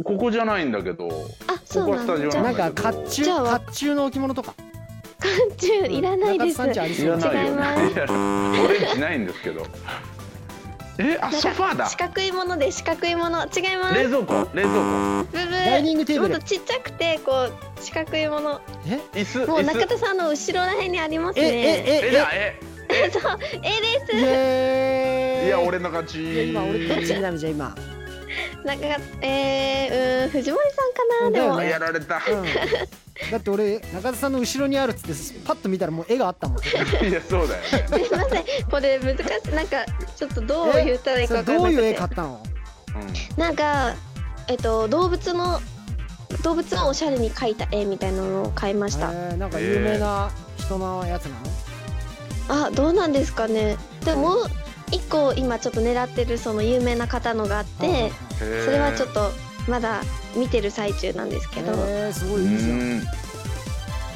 Speaker 2: ここじゃないんだけど
Speaker 3: あそうな
Speaker 2: こ
Speaker 3: ん
Speaker 2: こはスタジオ
Speaker 3: だじゃ
Speaker 1: な
Speaker 3: あ
Speaker 1: んか甲冑
Speaker 3: じゃ
Speaker 1: 甲
Speaker 3: あ
Speaker 1: 冑の置物とか
Speaker 3: 缶中いらないです
Speaker 1: 中田さんちあり
Speaker 2: い
Speaker 1: そ
Speaker 2: ら
Speaker 1: う
Speaker 2: ない
Speaker 3: 違い
Speaker 2: よ
Speaker 3: ま
Speaker 2: ねいら ない俺ん家ないんですけどえあ
Speaker 3: なん
Speaker 2: ソ
Speaker 3: か
Speaker 2: ファーだ
Speaker 3: 四角いもので四角いもの違います
Speaker 2: 冷蔵庫冷蔵
Speaker 3: ブブー
Speaker 1: ダイニングテーブル
Speaker 3: もっとちっちゃくてこう四角いもの
Speaker 1: え
Speaker 2: 庫椅子
Speaker 3: もう
Speaker 2: 椅
Speaker 3: 中
Speaker 2: 子
Speaker 3: 田さんの後ろらへんにあります
Speaker 1: ええ
Speaker 3: ね。
Speaker 1: え
Speaker 2: え
Speaker 1: え
Speaker 2: だえ
Speaker 3: そう、えで
Speaker 1: イエー
Speaker 2: え
Speaker 1: イ
Speaker 2: いや俺の勝
Speaker 1: いや
Speaker 2: ち
Speaker 1: 今俺どっちになるじゃん今
Speaker 3: す。なんか、えー、うん、藤森さんかな、で
Speaker 1: だよ
Speaker 3: も、
Speaker 1: ね
Speaker 2: やられた
Speaker 1: うんだって俺中田さんの後ろにあるっつってパッと見たらもう絵があったもん
Speaker 2: いやそうだよね
Speaker 3: すみません、これ難しい、なんか、ちょっとどう言ったらいい
Speaker 1: それ
Speaker 3: か分から
Speaker 1: ど
Speaker 3: な
Speaker 1: う
Speaker 3: く
Speaker 1: いう絵
Speaker 3: て
Speaker 1: 買。ったの
Speaker 3: なんか、えっと、動物の、動物をおしゃれに描いた絵みたいなのを買いました。
Speaker 1: えーなんか有名な人のやつなの
Speaker 3: あ、どうなんですかね。でも、もう一個、今ちょっと狙ってる、その有名な方のがあって、
Speaker 2: うん
Speaker 3: それはちょっと、まだ見てる最中なんですけど。
Speaker 1: えーすご
Speaker 2: う
Speaker 1: いいいじゃん
Speaker 2: ん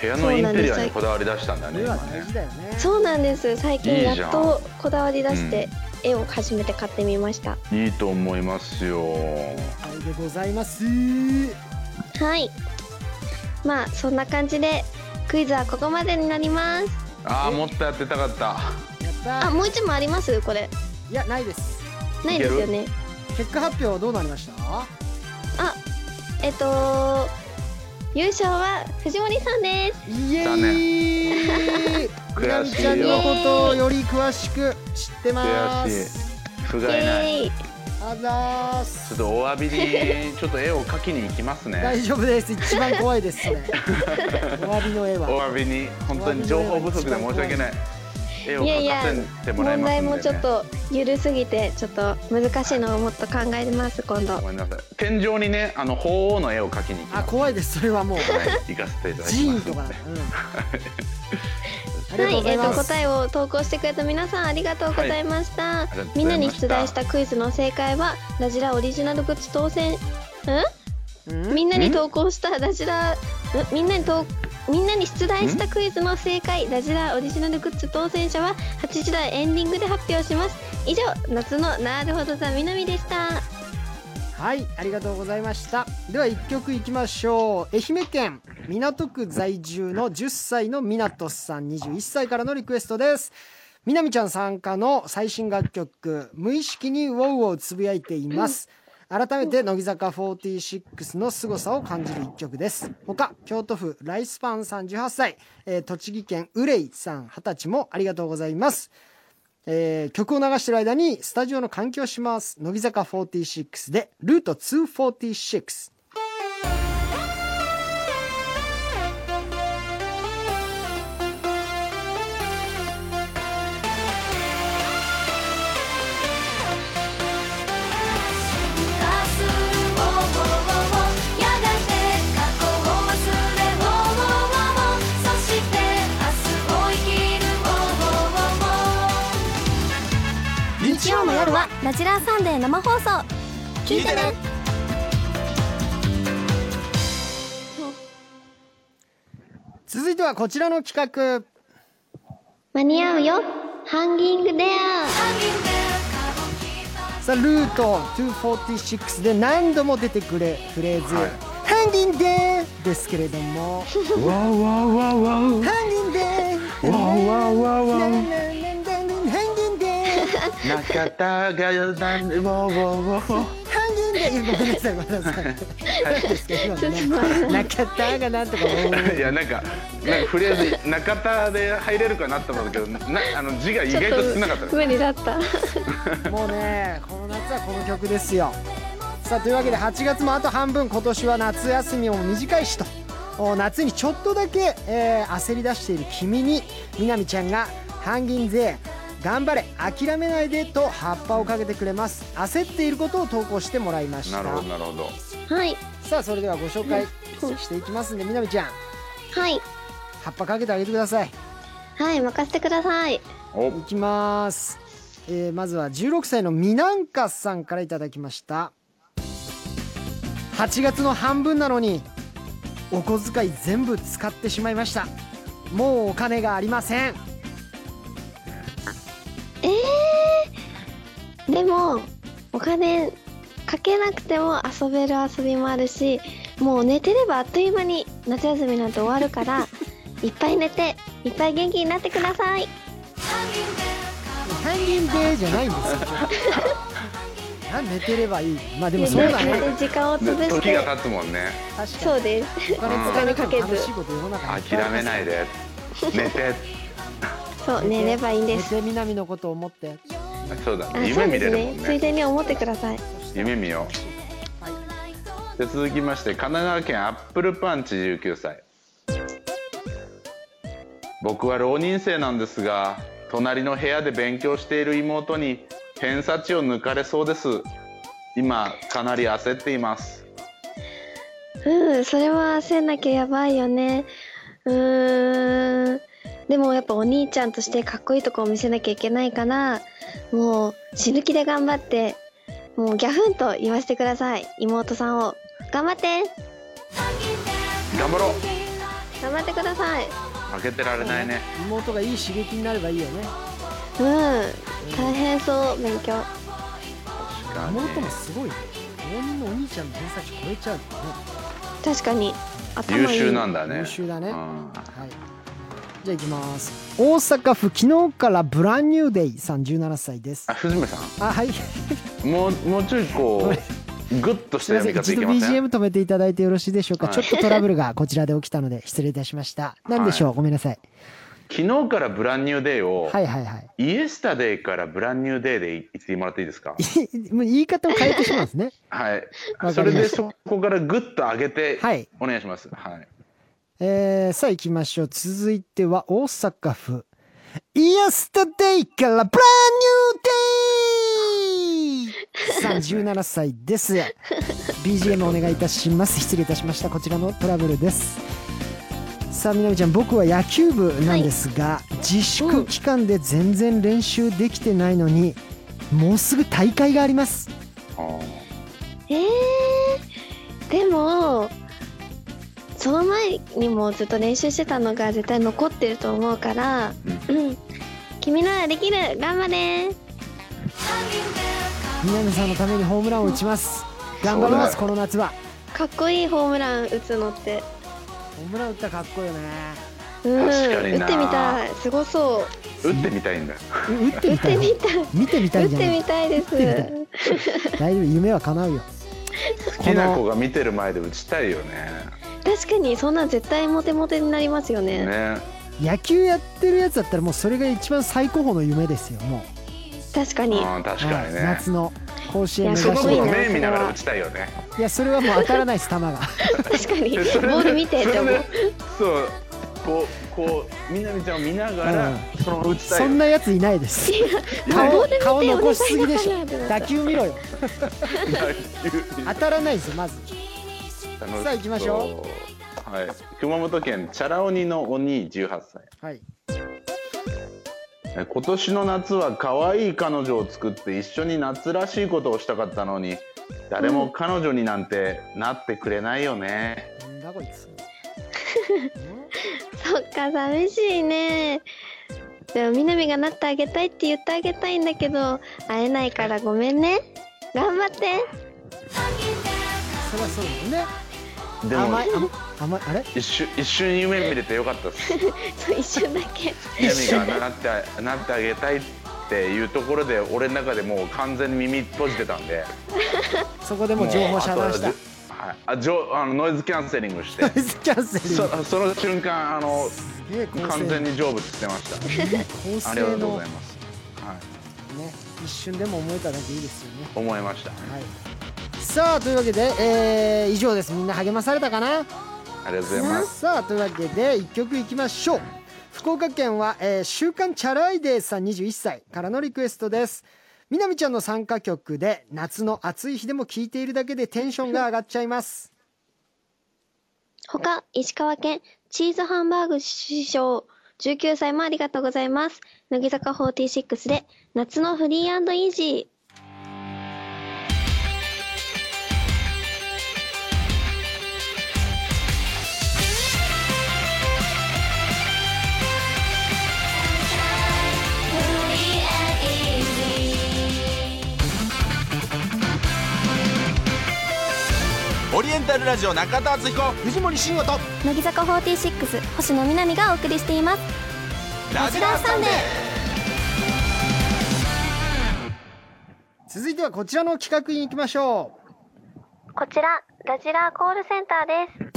Speaker 2: 部屋のインテリアにこだわり出したんだね
Speaker 1: 絵は
Speaker 2: 今
Speaker 1: 大
Speaker 2: ね
Speaker 1: 事だよね
Speaker 3: そうなんです最
Speaker 2: い
Speaker 3: 近
Speaker 2: いじゃ
Speaker 3: や
Speaker 2: ん
Speaker 3: っとこだわり出して絵を初めて買ってみました
Speaker 2: いいと思いますよ
Speaker 1: はいでございます
Speaker 3: はいまあそんな感じでクイズはここまでになります
Speaker 2: あーもっとやってたかった
Speaker 1: やった
Speaker 3: あ
Speaker 1: ー
Speaker 3: もう一問ありますこれ
Speaker 1: いやないです
Speaker 3: ないですよね
Speaker 1: 結果発表どうなりました
Speaker 3: えっと優勝は藤森さんです
Speaker 1: イエ
Speaker 2: だ
Speaker 1: ーイみな
Speaker 2: 悔
Speaker 1: み
Speaker 2: しい
Speaker 1: ちゃ
Speaker 2: よ
Speaker 1: んのことをより詳しく知ってま
Speaker 2: 悔
Speaker 1: す
Speaker 2: しい不
Speaker 3: イ
Speaker 2: 甲斐ない
Speaker 3: エーイ
Speaker 1: あざー
Speaker 2: ちょっ
Speaker 1: す
Speaker 2: とお詫びにちょっと絵を描きに行きますね
Speaker 1: 大丈夫です一番怖 いですそれお詫びの絵は
Speaker 2: お詫びに本当に情報不足で申し訳ない絵を描かせてもらいますんで、
Speaker 3: 問
Speaker 2: ね、
Speaker 3: 題もちょっと緩すぎてちょっと難しいのをもっと考えます今度
Speaker 2: ごめんなさい天井にねあの鳳凰の絵を描きに行き
Speaker 1: あ
Speaker 2: ます
Speaker 1: 怖いですそれはもう
Speaker 2: はい行かせていただ
Speaker 1: 寺
Speaker 2: きま
Speaker 1: 院
Speaker 2: す
Speaker 1: とかだ、うん、ありが
Speaker 3: は
Speaker 1: とうご
Speaker 3: い、
Speaker 1: ざい
Speaker 3: えっ、
Speaker 1: ま
Speaker 3: と
Speaker 1: す、
Speaker 3: 答えを投稿してくれた皆さんありがとうございました。
Speaker 2: りがとうございました
Speaker 3: みんなに出題したクイズの正解はラジラオリジナルグッズ当選。ん？
Speaker 1: うん
Speaker 3: みんなに投稿したラジラんみんなに投みんなに出題したクイズの正解ラジラオリジナルグッズ当選者は8時台エンディングで発表します。以上夏のなるほどさみなみでした。
Speaker 1: はいありがとうございましたでは1曲いきましょう愛媛県港区在住の10歳のみなとさん21歳からのリクエストですみなみちゃん参加の最新楽曲「無意識にウォウウォウ」つぶやいています改めて乃木坂46の凄さを感じる一曲です他京都府ライスパン38歳、えー栃木県うれいさん20歳もありがとうございますえー曲を流してる間にスタジオの換気をします乃木坂46でルート246
Speaker 4: 「やがて過去を忘れおう」「そして明日を生きる
Speaker 3: 日曜の夜はラジラサンデー生放送。聞いてね。
Speaker 1: 続いてはこちらの企画
Speaker 3: 間に合うよ。ハンギングデア。
Speaker 1: さあルート246で何度も出てくるフレーズ「
Speaker 2: はい
Speaker 1: ハンディンデー」ですけれども
Speaker 2: わーわーわーわ
Speaker 1: 「ハンディンデー」
Speaker 2: ーわーわーわーわ
Speaker 1: ランラ
Speaker 2: ー
Speaker 1: ンランランハンディンデー
Speaker 2: 中田がなんでわーわーわ
Speaker 1: ハンディンデーいやごめんなさいごめんなさいなんですけどね中田がなんとか思う
Speaker 2: ーいやなんかなんかフレーズ中田で入れるかなと思ったけどなあの字が意
Speaker 3: ちょっ
Speaker 2: 外と少なかった
Speaker 3: と無理だった。
Speaker 1: もうねこの夏はこの曲ですよさあというわけで8月もあと半分今年は夏休みも短いしとお夏にちょっとだけ、えー焦り出している君にみなみちゃんが「ハンギンゼ頑張れ諦めないで」と葉っぱをかけてくれます焦っていることを投稿してもらいました
Speaker 2: なるほどなるほど
Speaker 3: はい
Speaker 1: さあそれではご紹介していきますんでみなみちゃん
Speaker 3: はい
Speaker 1: 葉っぱかけてあげてください
Speaker 3: はい任せてください。
Speaker 2: お
Speaker 1: いきます、えーまずは16歳のミナンカさんからいただきました8月の半分なのにお小遣い全部使ってしまいましたもうお金がありません
Speaker 3: えー、でもお金かけなくても遊べる遊びもあるしもう寝てればあっという間に夏休みなんて終わるから いっぱい寝ていっぱい元気になってください
Speaker 1: 単元でじゃないんですよな寝てればいいまあでもそうだ
Speaker 3: 寝て
Speaker 1: ね
Speaker 3: 寝て時間を
Speaker 2: で
Speaker 3: 潰し
Speaker 2: 時が
Speaker 3: て
Speaker 2: 経つもんね
Speaker 1: 確か
Speaker 3: そ
Speaker 1: に
Speaker 3: うです
Speaker 1: お金使いなくても楽しいこと世の中にいっぱいあり
Speaker 2: 諦
Speaker 1: ま
Speaker 2: め
Speaker 1: す
Speaker 2: ない で寝て
Speaker 3: そう寝ればいいんです
Speaker 1: 寝て南のことを思って
Speaker 2: そうだ
Speaker 3: あ
Speaker 2: ね夢見れるもん
Speaker 3: そうですねつい
Speaker 2: ね
Speaker 3: でに思ってください
Speaker 2: 夢見よ
Speaker 1: はい、
Speaker 2: うで続きまして神奈川県アップルパンチ19歳僕は浪人生なんですが隣の部屋で勉強している妹に偏差値を抜かれそうです今かなり焦っています
Speaker 3: うん、それは焦んなきゃやばいよね。うーん。でもやっぱお兄ちゃんとしてかっこいいとこを見せなきゃいけないから、もう死ぬ気で頑張って、もうギャフンと言わせてください。妹さんを。頑張って
Speaker 2: 頑張ろう
Speaker 3: 頑張ってください。う
Speaker 2: 負けてられないね
Speaker 1: 妹がいい刺激になればいいよね
Speaker 3: ん。大変そう、勉強。
Speaker 2: 確かに
Speaker 1: 妹もすごいね浪人のお兄ちゃんの偏差値超えちゃうからね
Speaker 3: 確かに。頭いい
Speaker 2: 優秀なんだね
Speaker 1: 優秀だね
Speaker 2: うん
Speaker 1: はいじゃあ行きます大阪府昨日からブランニューデイさん17歳です
Speaker 2: あ藤村さん
Speaker 1: あはい
Speaker 2: もうもうちょいこうグッとし
Speaker 1: す
Speaker 2: た
Speaker 1: みま
Speaker 2: 読
Speaker 1: せ
Speaker 2: み
Speaker 1: ん一度
Speaker 2: 方いけません
Speaker 1: BGM 止めていただいてよろしいでしょうか、
Speaker 2: はい
Speaker 1: ちょっとトラブルがこちらで起きたので失礼いたしました何でしょう、ごめんなさい
Speaker 2: 昨日からブランニューデーを、
Speaker 1: はいはい はい
Speaker 2: イエスタデイからブランニューデーでい言ってもらっていいですか
Speaker 1: もう言い 方を変えてしまうんですね
Speaker 2: はい
Speaker 1: ました
Speaker 2: それでそこからグッと上げて
Speaker 1: はい
Speaker 2: お願いしますはい、
Speaker 1: えー、さあ行きましょう続いては大阪府 Yesterday から Brand New Day さあ17歳です BGM お願いいたします失礼いたしましたこちらのトラブルですさあみなみちゃん僕は野球部なんですが、自粛期間で全然練習できてないのに、もうすぐ大会があります
Speaker 2: あ
Speaker 3: えー、でもその前にもずっと練習してたのが絶対残ってると思うからうん君ならできる頑張れ
Speaker 1: 南さんのためにホームランを打ちます頑張ります
Speaker 2: そ
Speaker 1: この夏は
Speaker 3: かっこいいホームラン打つのって
Speaker 1: ホームラン打ったらかっこいいよね
Speaker 3: うん
Speaker 2: 確かにな
Speaker 3: 打ってみたいすごそ
Speaker 2: ー打ってみたいんだ
Speaker 1: え打って
Speaker 3: う打
Speaker 1: み
Speaker 3: ったて
Speaker 1: い
Speaker 3: みたい
Speaker 1: 見てみた
Speaker 3: 打
Speaker 1: い
Speaker 3: っ
Speaker 1: じゃ
Speaker 3: て
Speaker 1: な
Speaker 3: み
Speaker 1: い
Speaker 3: たいです
Speaker 1: 打って 大丈夫夢は叶うよ
Speaker 2: 好きな子が見てる前で打ちたいよね
Speaker 3: 確かにそんなん絶対モテモテになりますよね
Speaker 2: ね
Speaker 1: 野球やってるやつだったらもうそれが一番最高峰の夢ですよも
Speaker 3: 確か
Speaker 2: う
Speaker 3: に
Speaker 2: ん確
Speaker 1: う、
Speaker 2: かに
Speaker 1: はい
Speaker 2: ね
Speaker 1: 夏の甲子園目
Speaker 3: い
Speaker 1: 指
Speaker 2: その
Speaker 3: や
Speaker 1: し
Speaker 2: 子
Speaker 1: てい
Speaker 2: の
Speaker 1: や
Speaker 2: 目見ながら打ちたいよね
Speaker 1: いやそれはもう当たらないです球 が
Speaker 3: 確かにボ
Speaker 2: でそれで
Speaker 3: ール見てって思
Speaker 2: そ
Speaker 3: う
Speaker 2: れでそうこうこうみなみちゃんを見ながら、
Speaker 1: う
Speaker 2: その打ちたい
Speaker 1: そ
Speaker 2: よね
Speaker 1: んなやついないです
Speaker 3: ボ
Speaker 1: 顔
Speaker 3: ール見て
Speaker 1: 顔残しすぎでし
Speaker 3: お願いだ
Speaker 1: ょ
Speaker 3: から
Speaker 1: 打球見ろよ
Speaker 2: 野球
Speaker 1: 当たらないですよまずさあ行きましょ
Speaker 2: う。はい。熊本県チャラ鬼の鬼18歳。
Speaker 1: はい
Speaker 2: え今年の夏は可愛い彼女を作って一緒に夏らしいことをしたかったのに、誰も彼女になんてなってくれないよね。
Speaker 1: なんだこい つ
Speaker 3: そっか寂しいねでもみなみがなってあげたいって言ってあげたいんだけど会えないからごめんね頑張って
Speaker 1: そりゃそうだよね
Speaker 2: でも
Speaker 1: 甘い甘いあれ
Speaker 2: 一瞬一瞬夢見れてよかった です。
Speaker 3: そう一瞬だけ
Speaker 2: みなみがなってなってあげたいっていうところで、俺の中でもう完全に耳閉じてたんで。
Speaker 1: そこでもう情報遮断した
Speaker 2: もうあとはじゅはいあ、じょあのノイズキャンセリン グして。
Speaker 1: キャンセリン
Speaker 2: そ
Speaker 1: グ
Speaker 2: その瞬間あの
Speaker 1: すげえ構
Speaker 2: 完
Speaker 1: 成
Speaker 2: 全に成仏して まし
Speaker 1: 構
Speaker 2: たあり
Speaker 1: 成
Speaker 2: がとうご
Speaker 1: の
Speaker 2: ざい
Speaker 1: ね
Speaker 2: ます、はい、
Speaker 1: 一瞬でも思えただけいいですよね
Speaker 2: 思いました
Speaker 1: はいさあというわけで、えー以上ですみんな励まされたかな
Speaker 2: ありがとうございます
Speaker 1: さあというわけで1曲いきましょう福岡県は、えー週刊チャライデーさん21歳からのリクエストですみなみちゃんの参加曲で夏の暑い日でも聴いているだけでテンションが上がっちゃいます
Speaker 3: 他石川県チーズハンバーグ師匠19歳もありがとうございます乃木坂46で夏のフリーイージ
Speaker 5: オリエンタルラジオ中田敦彦
Speaker 1: 藤森慎吾と
Speaker 3: ー乃木坂46星野みなみがお送りしています
Speaker 5: ラジラーサンデー
Speaker 1: 続いてはこちらの企画に行きましょ
Speaker 3: こちらラジラーコールセンターで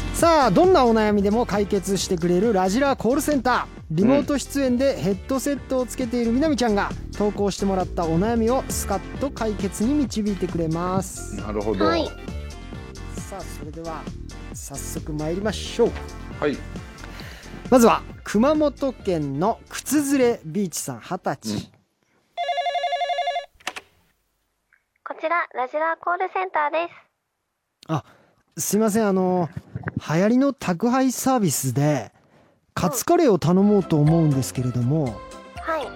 Speaker 3: す
Speaker 1: うさあどんなお悩みでも解決してくれるラジラーコールセンターリモート出演でヘッドセットをつけているみなみちゃんが投稿してもらったお悩みをスカッと解決に導いてくれます
Speaker 2: なるほど
Speaker 3: は
Speaker 2: はいい、
Speaker 1: さあそれでは早速参りましょうまずは熊本県の靴ずれビーチさん二十歳、
Speaker 3: こちらラジラーコールセンターです
Speaker 1: あすいませんあの流行りの宅配サービスでカツカレーを頼もうと思うんですけれども
Speaker 3: はい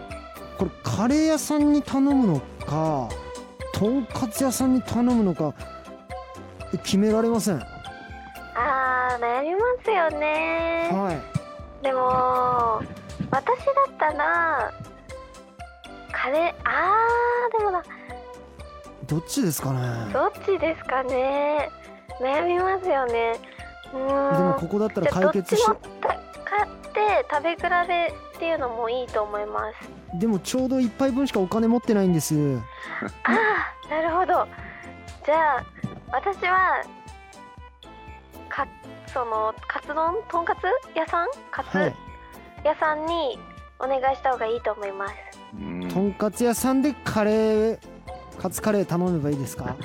Speaker 1: これカレー屋さんに頼むのかとんかつ屋さんに頼むのか決められませんは
Speaker 3: あー悩みますよね
Speaker 1: い
Speaker 3: でも私だったらカレーあーでもな
Speaker 1: どっちですかね
Speaker 3: どっちですかね悩みますよねう
Speaker 1: でも
Speaker 3: ーん
Speaker 1: ここだった
Speaker 3: じ
Speaker 1: ら
Speaker 3: ゃあど
Speaker 1: 解
Speaker 3: っち
Speaker 1: 決し
Speaker 3: もた買って食べ比べっていうのもいいと思います
Speaker 1: でもちょうど1杯分しかお金持ってないんです
Speaker 3: ああなるほどじゃあ私はかそのカツ丼とんかつ屋さんカツ
Speaker 1: はい
Speaker 3: 屋さんにお願いした方がいいと思います
Speaker 2: うん
Speaker 1: とんかつ屋さんでカレーカツカレー頼めばいいですか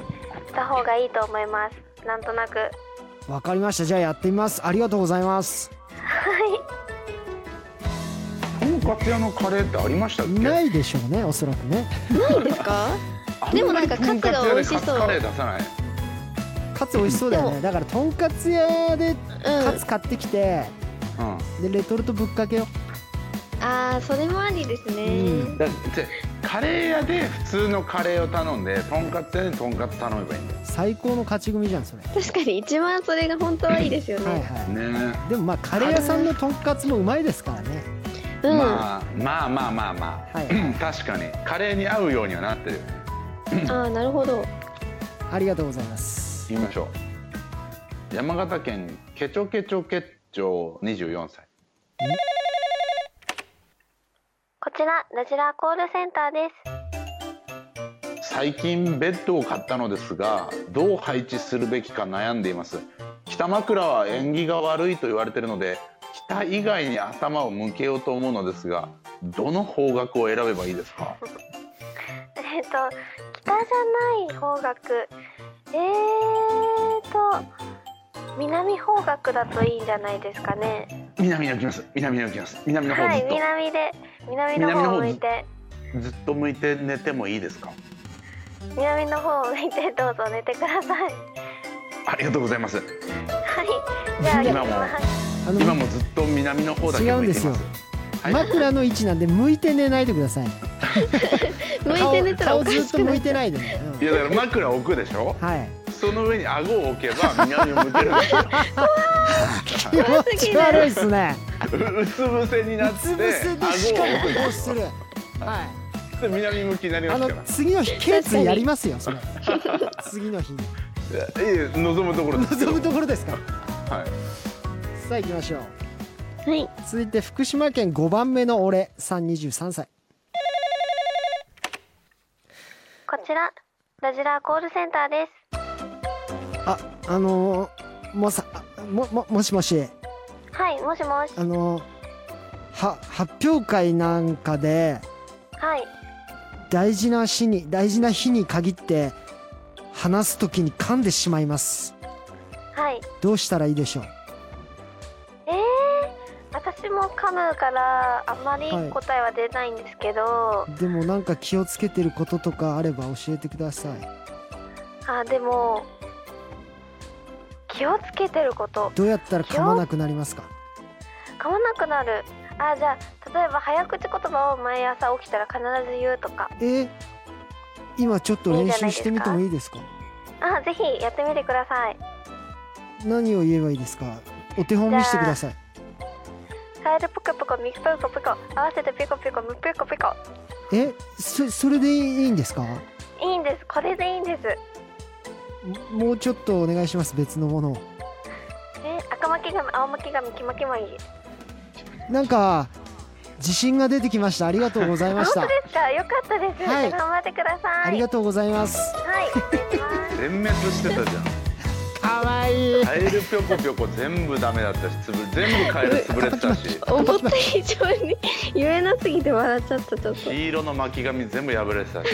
Speaker 3: した方がいいと思いますなんとなくは
Speaker 1: わかりましたじゃあやってみますありがとうございます
Speaker 3: い
Speaker 2: の活用のカレーってありましたっけ
Speaker 1: ないでしょうねおそらくね
Speaker 3: ないんですかでもなんかカツが美味しそう
Speaker 2: あんまりとんかつ屋でカツカレー出さない
Speaker 1: カツ美味しそうだよ
Speaker 3: で
Speaker 1: ねだからとんかつ屋でカ
Speaker 3: う
Speaker 1: ツ買ってきて、
Speaker 2: うん
Speaker 1: でレトルトぶっかけよ
Speaker 3: んああそれもありですね、
Speaker 1: うん
Speaker 2: だってカレー屋で普通のカレーを頼んでとんかつ屋でとんかつ頼めばいいんだ
Speaker 1: 最高の勝ち組じゃんそれは
Speaker 3: 確かに一番それが本当はいいですよね、
Speaker 1: いはい、
Speaker 2: よね
Speaker 1: でもまあカレー屋さんのとんかつもうまいですからね
Speaker 2: え、
Speaker 3: うん、あ
Speaker 2: まあ、まあまあまあまあ、
Speaker 1: はい
Speaker 2: 確かにカレーに合うようにはなってる
Speaker 3: あなるほど
Speaker 1: ありがとうございます
Speaker 2: 言いましょう山形県ケチョケチョケッチョ24歳
Speaker 3: こちらラジラーコールセンターです
Speaker 2: 最近ベッドを買ったのですがどう配置するべきか悩んでいます北枕は縁起が悪いと言われているので北以外に頭を向けようと思うのですがどの方角を選べばいいですか
Speaker 3: えっと北じゃない方角えーと南方角だといいんじゃないですかね
Speaker 2: 南に行きます南に行きます南の方
Speaker 3: は
Speaker 2: ず
Speaker 3: い
Speaker 2: っと、
Speaker 3: 南で南の方を向いて
Speaker 2: ずっと向いて寝てもいいですか
Speaker 3: 南の方を向いてどうぞ寝てください
Speaker 2: ありがとうございます
Speaker 3: はいじゃあ
Speaker 2: 今も
Speaker 1: あの
Speaker 2: 今もずっと南の方だけ向いています
Speaker 1: 違うんです
Speaker 2: はい、
Speaker 1: 枕の位置なんで向いて寝ないでくださいね
Speaker 3: 向いて寝たら
Speaker 1: 顔
Speaker 3: お
Speaker 1: 顔ず
Speaker 3: か
Speaker 1: っ
Speaker 3: し
Speaker 1: と
Speaker 3: くな
Speaker 1: 向
Speaker 3: い
Speaker 1: いてないでね、うん
Speaker 2: いやだから枕置くでしょ
Speaker 1: はい
Speaker 2: その上に顎を置けば南を向けるでしょ
Speaker 1: 気持ち悪いっすね
Speaker 2: ううつ伏せにな
Speaker 1: う
Speaker 2: って
Speaker 1: つ伏せでし
Speaker 2: 顎
Speaker 1: か
Speaker 2: を置く
Speaker 1: も
Speaker 2: で
Speaker 1: こう
Speaker 2: し
Speaker 1: す
Speaker 2: ょ
Speaker 1: るはい
Speaker 2: で南向きになりま
Speaker 1: あ
Speaker 2: す
Speaker 1: の
Speaker 2: から
Speaker 1: 次の日頸椎やりますよそれ次の日に
Speaker 2: いえいえ望むところですけ
Speaker 1: 望
Speaker 2: ど
Speaker 1: むところですか
Speaker 2: はい
Speaker 1: さあ行きましょう
Speaker 3: はい
Speaker 1: 続いて福島県5番目の俺さん23歳
Speaker 3: こちらラジラーコールセンターです
Speaker 1: ああのー、もうさあもももしもし
Speaker 3: はいもしもし
Speaker 1: あのー、は発表会なんかで
Speaker 3: はい
Speaker 1: 大事な日に大事な日に限って話すときに噛んでしまいます
Speaker 3: はい
Speaker 1: どうしたらいいでしょう
Speaker 3: えー、私も噛むからあんまり
Speaker 1: はい
Speaker 3: 答えは出ないんですけど、
Speaker 1: でもなんか気をつけてることとかあれば教えてください
Speaker 3: あでも気をつけてること
Speaker 1: どうやったら噛まなくなりますか
Speaker 3: 噛まなくなるあじゃあ例えば早口言葉を毎朝起きたら必ず言うとか
Speaker 1: えー今ちょっと練習してみてもいいですか
Speaker 3: あぜひやってみてください
Speaker 1: 何を言えばいいですかお手本見してください
Speaker 3: カエルポコポコミキポコポコ合わせてピコピコムピコピコ
Speaker 1: えそそれでいいんですか
Speaker 3: いいんですこれでいいんです
Speaker 1: ももうちょっとお願いします別のものを
Speaker 3: え赤巻紙青巻紙黄巻紙
Speaker 1: なんか自信が出てきましたありがとうござい
Speaker 3: あ
Speaker 1: まし
Speaker 3: 本
Speaker 1: た
Speaker 3: 当ですかよかったです、
Speaker 1: はい
Speaker 3: 頑張ってください
Speaker 1: ありがとうございます
Speaker 3: はいお願いします
Speaker 2: 全滅してたじゃん
Speaker 1: かわいい
Speaker 2: カエルぴょこぴょこ全部ダメだったしつぶ全部カエル潰れてたし
Speaker 3: 思った以上に言えなすぎて笑っちゃったちょっと
Speaker 2: 黄色の巻き髪全部破れてたし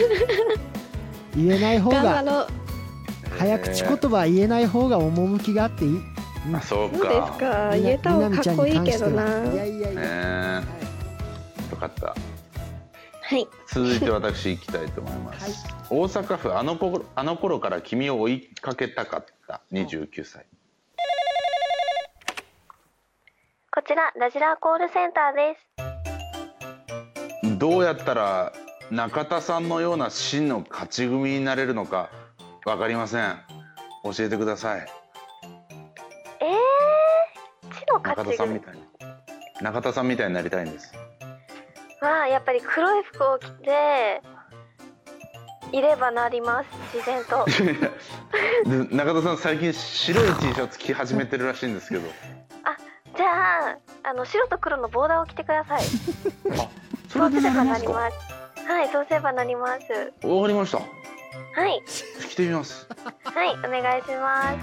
Speaker 1: 言えない方
Speaker 3: 頑張
Speaker 1: が
Speaker 3: ろう
Speaker 1: 早口言葉は言えない方が趣があっていい
Speaker 2: あそう
Speaker 3: どうです
Speaker 2: か
Speaker 3: か
Speaker 1: みな
Speaker 3: 言えた方がかっこいいけどな
Speaker 1: みなみちゃんに関してはい
Speaker 3: は
Speaker 1: やいやいや、
Speaker 2: ね
Speaker 1: はい
Speaker 2: えよかった
Speaker 3: い
Speaker 2: 続いて私行きたいと思います、大阪府あの頃あの頃から君を追いかけたかった29歳
Speaker 3: こちらラジラーコールセンターです
Speaker 2: どうやったら中田さんのような真の勝ち組になれるのかわかりません教えてください
Speaker 3: えー、地の
Speaker 2: 中
Speaker 3: 勝
Speaker 2: 田
Speaker 3: ち
Speaker 2: さんみ
Speaker 3: 組
Speaker 2: たいに中田さんみたいになりたい んです
Speaker 3: はやっぱり黒い服を着ていればなります自然と
Speaker 2: で中田さん最近白い T シャツ着始めてるらしいんですけど
Speaker 3: じゃああの白と黒のボーダーを着てくださ
Speaker 2: あ
Speaker 3: い
Speaker 2: そ
Speaker 3: そう
Speaker 2: れ
Speaker 3: す
Speaker 2: で
Speaker 3: れ
Speaker 2: なり
Speaker 3: ばな
Speaker 2: ます
Speaker 3: り
Speaker 2: かわか
Speaker 3: ますはいそうすればなります
Speaker 2: りました
Speaker 3: はい
Speaker 2: 着てみます
Speaker 3: はいお願いしま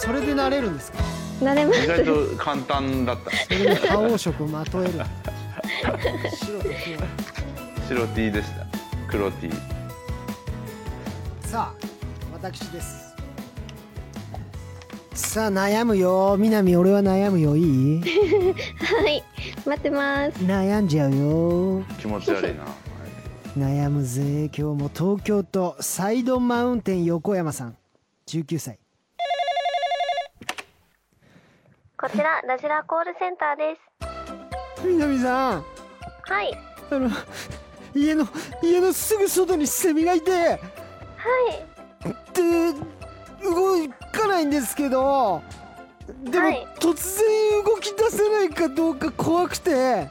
Speaker 1: それでなれるんですか
Speaker 3: すなれます
Speaker 2: 意外と簡単だった
Speaker 1: それで覇王色をまとえる白と
Speaker 2: 白 T でした黒 T
Speaker 1: 黒さあ私ですさあ悩むよ南俺は悩むよいい
Speaker 3: はい待ってます
Speaker 1: 悩んじゃうよ
Speaker 2: 気持ち悪いなはい
Speaker 1: 悩むぜ今日も東京都サイドマウンテン横山さん19歳
Speaker 3: こちらラジラコールセンターです
Speaker 1: 南さん
Speaker 3: はいは
Speaker 1: あの家の家のすぐ外にセミがいて
Speaker 3: い
Speaker 1: で動かないんですけどでも、
Speaker 3: はい
Speaker 1: 突然動き出せないかどうか怖くて
Speaker 3: あ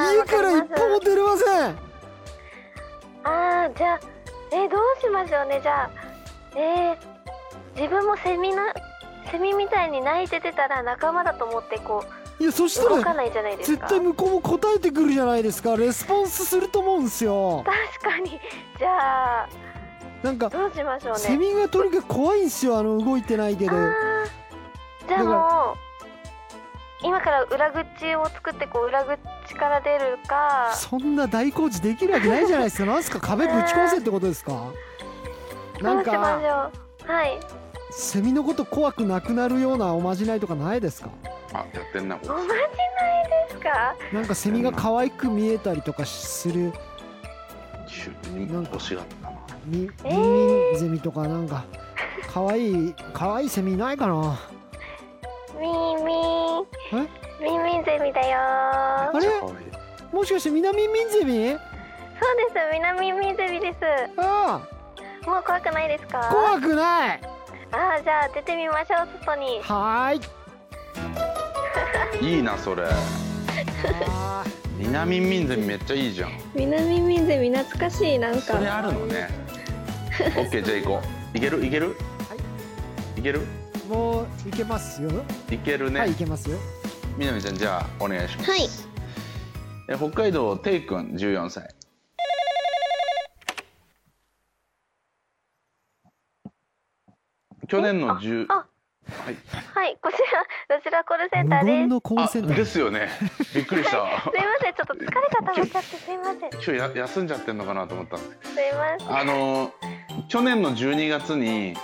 Speaker 3: ー
Speaker 1: 家から
Speaker 3: わ
Speaker 1: 一
Speaker 3: か
Speaker 1: 歩
Speaker 3: りま
Speaker 1: も
Speaker 3: す
Speaker 1: 出れません
Speaker 3: あーじゃあえどうしましょうねじゃあえー、自分もセミなセミみたいに泣いててたら仲間だと思ってこ
Speaker 1: いやそし
Speaker 3: う動
Speaker 1: た
Speaker 3: からないじゃないです
Speaker 1: 絶
Speaker 3: か
Speaker 1: 対向こうも答えてくるじゃないですかレスポンスすると思うんですよ
Speaker 3: 確かにじゃあ
Speaker 1: なんか
Speaker 3: どうしましょうね
Speaker 1: セミがとにかく怖いんですよあの動いてないけど
Speaker 3: あーじゃあ
Speaker 1: だから
Speaker 3: もう今から裏口を作ってこう裏口から出るか
Speaker 1: そんな大工事できるわけないじゃないですかなんす か壁ぶち壊せってことですかなん
Speaker 3: どうし
Speaker 1: か
Speaker 3: ましょうはい
Speaker 1: セミのこと怖くなくなるようなおまじないとかないですか
Speaker 2: あやってんなこ
Speaker 3: お
Speaker 2: れ
Speaker 3: まじないですか
Speaker 1: なんかセミが可愛く見えたりとかする
Speaker 2: 急に
Speaker 1: なんか
Speaker 2: 欲しがったな
Speaker 1: ミミ
Speaker 3: え
Speaker 1: ンミンゼミとかなんか可愛い可愛いセミいないかな
Speaker 3: ミーミー
Speaker 1: え
Speaker 3: ミーミーゼミだよー
Speaker 1: あれ
Speaker 2: めっちゃ可愛い
Speaker 1: もしかして南ミンゼミ
Speaker 3: そうです南ミーゼミです
Speaker 1: あ
Speaker 3: もう怖くないですか
Speaker 1: あ怖くない
Speaker 3: あーじゃあ出てみましょう外に
Speaker 1: はーい
Speaker 2: いいなそれ
Speaker 1: あー
Speaker 2: 南民ゼミめっちゃいいじゃん
Speaker 3: 南ミーゼミ懐かしいなん
Speaker 2: それあるの ねオッケーじゃあ行こういけるいける、い、ける
Speaker 1: もういけますよ
Speaker 2: いけるね、
Speaker 1: はいいけますよ
Speaker 2: みなみちゃんじゃあお願いします
Speaker 3: はい
Speaker 2: え北海道ていくん14歳去年の10
Speaker 3: あ
Speaker 2: はい
Speaker 3: はいこちらどちらコールセンター
Speaker 1: 無
Speaker 3: です
Speaker 1: 言のコー
Speaker 2: あ
Speaker 1: ルセンター
Speaker 2: ですよ ねびっくりした
Speaker 3: すいません、ちょっと疲れが溜まっちゃって、すいません、すい
Speaker 2: 今日や休んじゃってんのかなと思ったんです
Speaker 3: ません。
Speaker 2: あの去年の12月に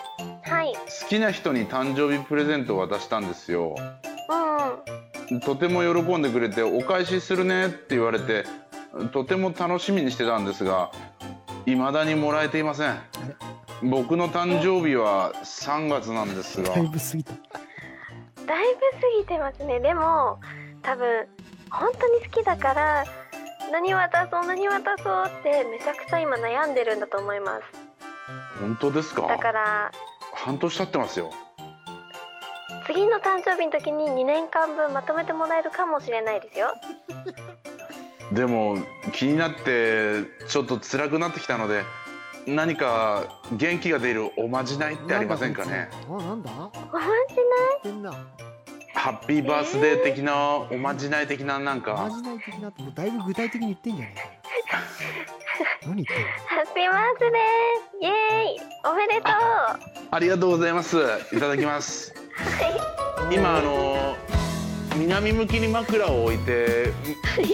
Speaker 3: はい、
Speaker 2: 好きな人に誕生日プレゼントを渡したんですよ
Speaker 3: う
Speaker 2: とても喜んでくれて「お返しするね」って言われてとても楽しみにしてたんですが未だにもらえていません僕の誕生日は3月なんですが
Speaker 1: だいぶ過ぎた
Speaker 3: ん、だいぶ過ぎてますね。でも、多分、本当に好きだから。何渡そう、何渡そうって、めちゃくちゃ今悩んでるんだと思います。
Speaker 2: 本当ですか
Speaker 3: だから、
Speaker 2: 半年経ってますよ
Speaker 3: 次の誕生日の時に、2年間分まとめてもらえるかもしれないですよ。
Speaker 2: でも気になってちょっと辛くなってきたので何か元気が出るおまじないってありませんかね
Speaker 1: あなんだ言
Speaker 3: おまじない。
Speaker 1: ってんな
Speaker 2: ハッピーバースデー的なおまじない的ななん
Speaker 1: マ
Speaker 2: か
Speaker 1: ジない的なってもうだいぶ具体的に言ってんじゃねえか何言ってんの
Speaker 3: ハッピーバースデー。イエーイ、おめでとう。
Speaker 2: ありがとうございますいただきます今あの南向きに枕を置いて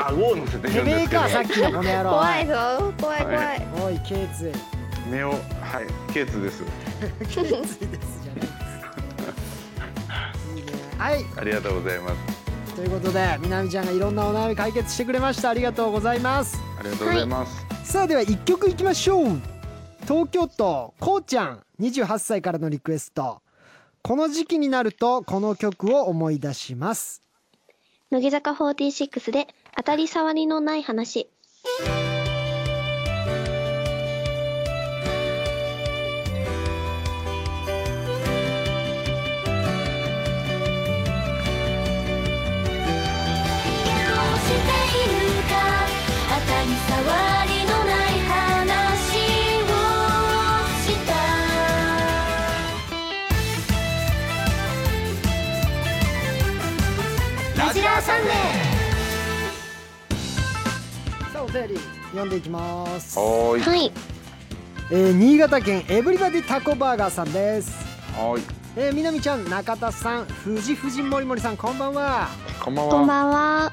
Speaker 2: 顎を乗せてい
Speaker 1: て
Speaker 2: るん
Speaker 1: め
Speaker 2: で
Speaker 1: え
Speaker 2: すけど
Speaker 1: かさっきのこの野郎
Speaker 3: ぞ、 怖い
Speaker 2: は
Speaker 1: おいケイツイ
Speaker 2: 目をはいケーツです
Speaker 1: ケイツイですじゃないですいいねはい
Speaker 2: ありがとうございます
Speaker 1: ということでみなみちゃんがいろんなお悩み解決してくれましたありがとうございます
Speaker 2: ありがとうございます、
Speaker 1: さあでは1曲いきましょう東京都こうちゃん28歳からのリクエストこの時期になるとこの曲を思い出します
Speaker 3: 乃木坂46で、当たり障りのない話。
Speaker 4: 「結婚しているか当たり障りのない話をした」
Speaker 5: ラジラーサンデ
Speaker 1: さあお便り読んでいきます
Speaker 2: はーい
Speaker 3: はい、
Speaker 1: えー新潟県エブリバディタコバーガーさんです
Speaker 2: はーい
Speaker 1: えー、みなみちゃん中田さん藤藤森森さんこんばんは
Speaker 2: こんばんは
Speaker 3: こんばんは。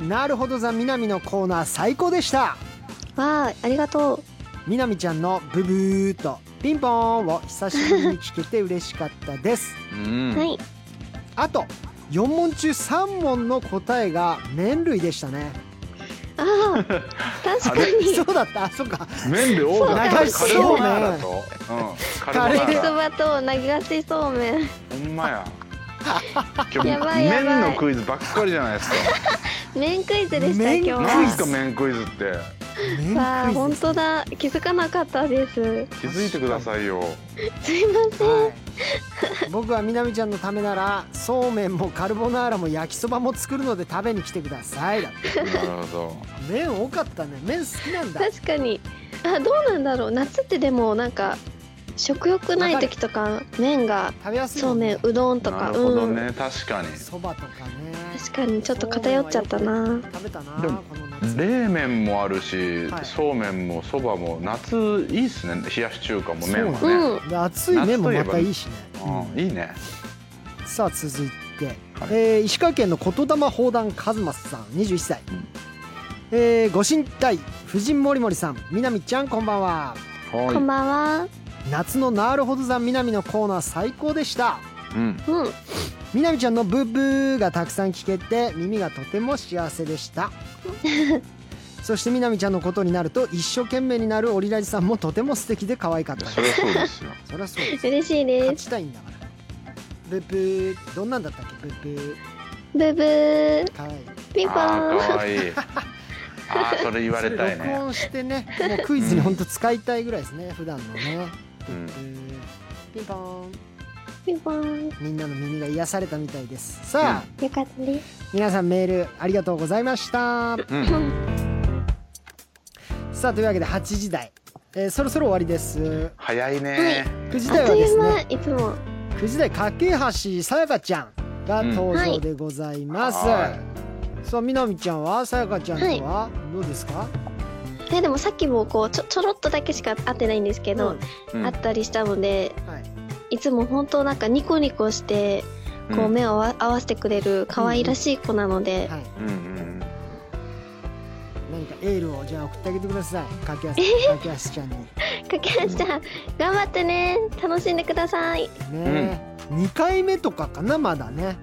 Speaker 1: なるほどザみなみのコーナー最高でした
Speaker 3: わあ、ありがとう。
Speaker 1: みなみちゃんのブブーとピンポーンを久しぶりに聞けて嬉しかったです
Speaker 2: うん
Speaker 3: はい、
Speaker 1: あと4問中3問の答えが麺類でした ね
Speaker 3: ああ確かに
Speaker 1: そうだったあそっか
Speaker 2: 麺で多かった
Speaker 1: そう
Speaker 2: カルボナーラと、うん、カルボナ
Speaker 1: カ
Speaker 2: ー
Speaker 1: レ
Speaker 3: 焼
Speaker 1: ー
Speaker 3: き
Speaker 2: ラ
Speaker 3: そばと流しそうめん
Speaker 2: ほんま や。今日
Speaker 3: やばいやばい
Speaker 2: 麺のクイズばっかりじゃないですか。
Speaker 3: 麺クイズでした
Speaker 1: 麺
Speaker 3: 今
Speaker 1: クイ
Speaker 3: 日
Speaker 1: ズ
Speaker 2: なん
Speaker 3: は
Speaker 2: すか麺クイズって
Speaker 1: 麺
Speaker 3: わあ
Speaker 1: クイズ
Speaker 3: 本
Speaker 1: です
Speaker 3: 当だ気づかなかったです
Speaker 2: 気づいてくださいよ。
Speaker 3: すいません
Speaker 1: はい、僕はみなみちゃんのためならそうめんもカルボナーラも焼きそばも作るので食べに来てくださいだって
Speaker 2: なるほ
Speaker 1: 麺多かったね麺好きなんだ
Speaker 3: 確かにあどうなんだろう夏ってでもなんか食欲ない時とか麺が
Speaker 1: 食べやすい
Speaker 3: そ
Speaker 1: も
Speaker 3: うん
Speaker 1: ね
Speaker 3: めんうどんと
Speaker 2: ど。な
Speaker 3: か
Speaker 2: るほど
Speaker 3: うん
Speaker 2: ね確かに。
Speaker 1: そばとかね
Speaker 3: 確かにちょっと偏っちゃったな
Speaker 1: 食べたな
Speaker 2: でも
Speaker 1: この夏
Speaker 2: 冷麺もあるし
Speaker 1: はい、
Speaker 2: そうめんもそばも夏いいっすね。冷やし中華も麺
Speaker 1: そ
Speaker 3: うん
Speaker 2: もね。
Speaker 1: で熱い麺もまたいいしね、
Speaker 2: うんいいね。
Speaker 1: うんさあ続いて、
Speaker 2: はい
Speaker 1: えー石川県の言霊砲弾和正さん21歳、えーご神体藤森森さん南ちゃんこんばんは
Speaker 3: こん
Speaker 2: は
Speaker 3: ばんは
Speaker 1: 夏のなるほど山南のコーナー最高でした
Speaker 2: い。うん。
Speaker 3: うん
Speaker 1: みなみちゃんのブーブーがたくさん聞けて耳がとても幸せでした そしてみなみちゃんのことになると一生懸命になるオリラジさんもとても素敵で可愛かった
Speaker 2: そりゃそうです よ。
Speaker 1: そりゃそうです
Speaker 3: 嬉しいで
Speaker 1: 勝
Speaker 3: す
Speaker 1: ちたいんだからブーブーどんなんだったっけブーブー
Speaker 3: ブブー
Speaker 1: 可愛い
Speaker 3: ピンポ
Speaker 2: あー
Speaker 3: ーン
Speaker 2: 可愛 い。あーそれ言われたい
Speaker 1: それ録
Speaker 2: ね。
Speaker 1: 音してねもうクイズに本当使いたいぐらいですね普段のね
Speaker 2: うん
Speaker 1: ブーピンポーン
Speaker 3: ピンポー
Speaker 1: みんなの耳が癒されたみたいですさあ、
Speaker 3: ンよかったです
Speaker 1: 皆さんメールありがとうございました
Speaker 2: うん。
Speaker 1: さあというわけで8時台、えーそろそろ終わりです
Speaker 2: 早いね。
Speaker 1: 9時
Speaker 3: あ
Speaker 1: 台
Speaker 3: っ
Speaker 1: は
Speaker 3: と
Speaker 1: で
Speaker 3: い
Speaker 1: す
Speaker 3: う間
Speaker 1: ね
Speaker 3: いつも
Speaker 1: 9時台架橋さやかちゃんが登場でございます、
Speaker 2: は
Speaker 1: さあみなみちゃんはさやかちゃんとはどうですか、
Speaker 3: えでもさっきもこうちょちょろっとだけしか会ってないんですけ
Speaker 1: うん
Speaker 3: ど、
Speaker 2: うん
Speaker 3: あったりしたので
Speaker 1: はい、
Speaker 3: いつも本当なんかニコニコしてこう目をわ合わせてくれる可愛らしい子なので、
Speaker 1: はい、
Speaker 2: うんうん
Speaker 1: 何かエールをじゃあ送ってあげてください架橋架橋ちゃんにね
Speaker 3: かけはしちゃん頑張ってね楽しんでください
Speaker 1: え、2回目とかかなまだね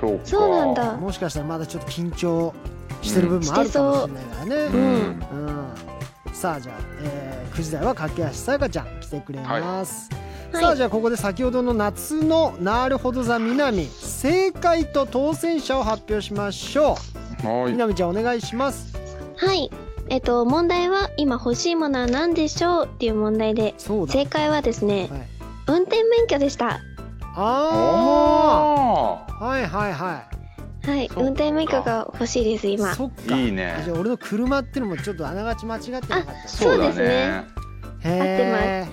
Speaker 2: そうか。
Speaker 3: そうなんだ
Speaker 1: もしかしたらまだちょっと緊張してる部分もあるかもしれないからね、
Speaker 2: う
Speaker 3: うん
Speaker 2: ん。
Speaker 1: うん、さあじゃあ、えー、9時台は駆け足さやかちゃん来てくれます、
Speaker 3: はい
Speaker 1: さ
Speaker 3: は
Speaker 1: あ
Speaker 3: い
Speaker 1: じゃあここで先ほどの夏のなるほど座南正解と当選者を発表しましょ
Speaker 2: は
Speaker 1: う
Speaker 2: い。
Speaker 1: 南ちゃんお願いします
Speaker 3: はいえっと問題は今欲しいものは何でしょうっていう問題で
Speaker 1: そうだ、は
Speaker 3: 正
Speaker 1: い、
Speaker 3: 解はですね運転免許でした
Speaker 1: あ
Speaker 2: あ
Speaker 1: ーはいはいは
Speaker 3: はい
Speaker 2: そっか
Speaker 3: 運転免許が欲しいです
Speaker 1: い、
Speaker 3: 今
Speaker 1: そっか
Speaker 2: いいね
Speaker 1: じゃあ俺の車ってのもちょっとあながち間違ってなかった
Speaker 2: あ。
Speaker 3: そうですね。
Speaker 1: へ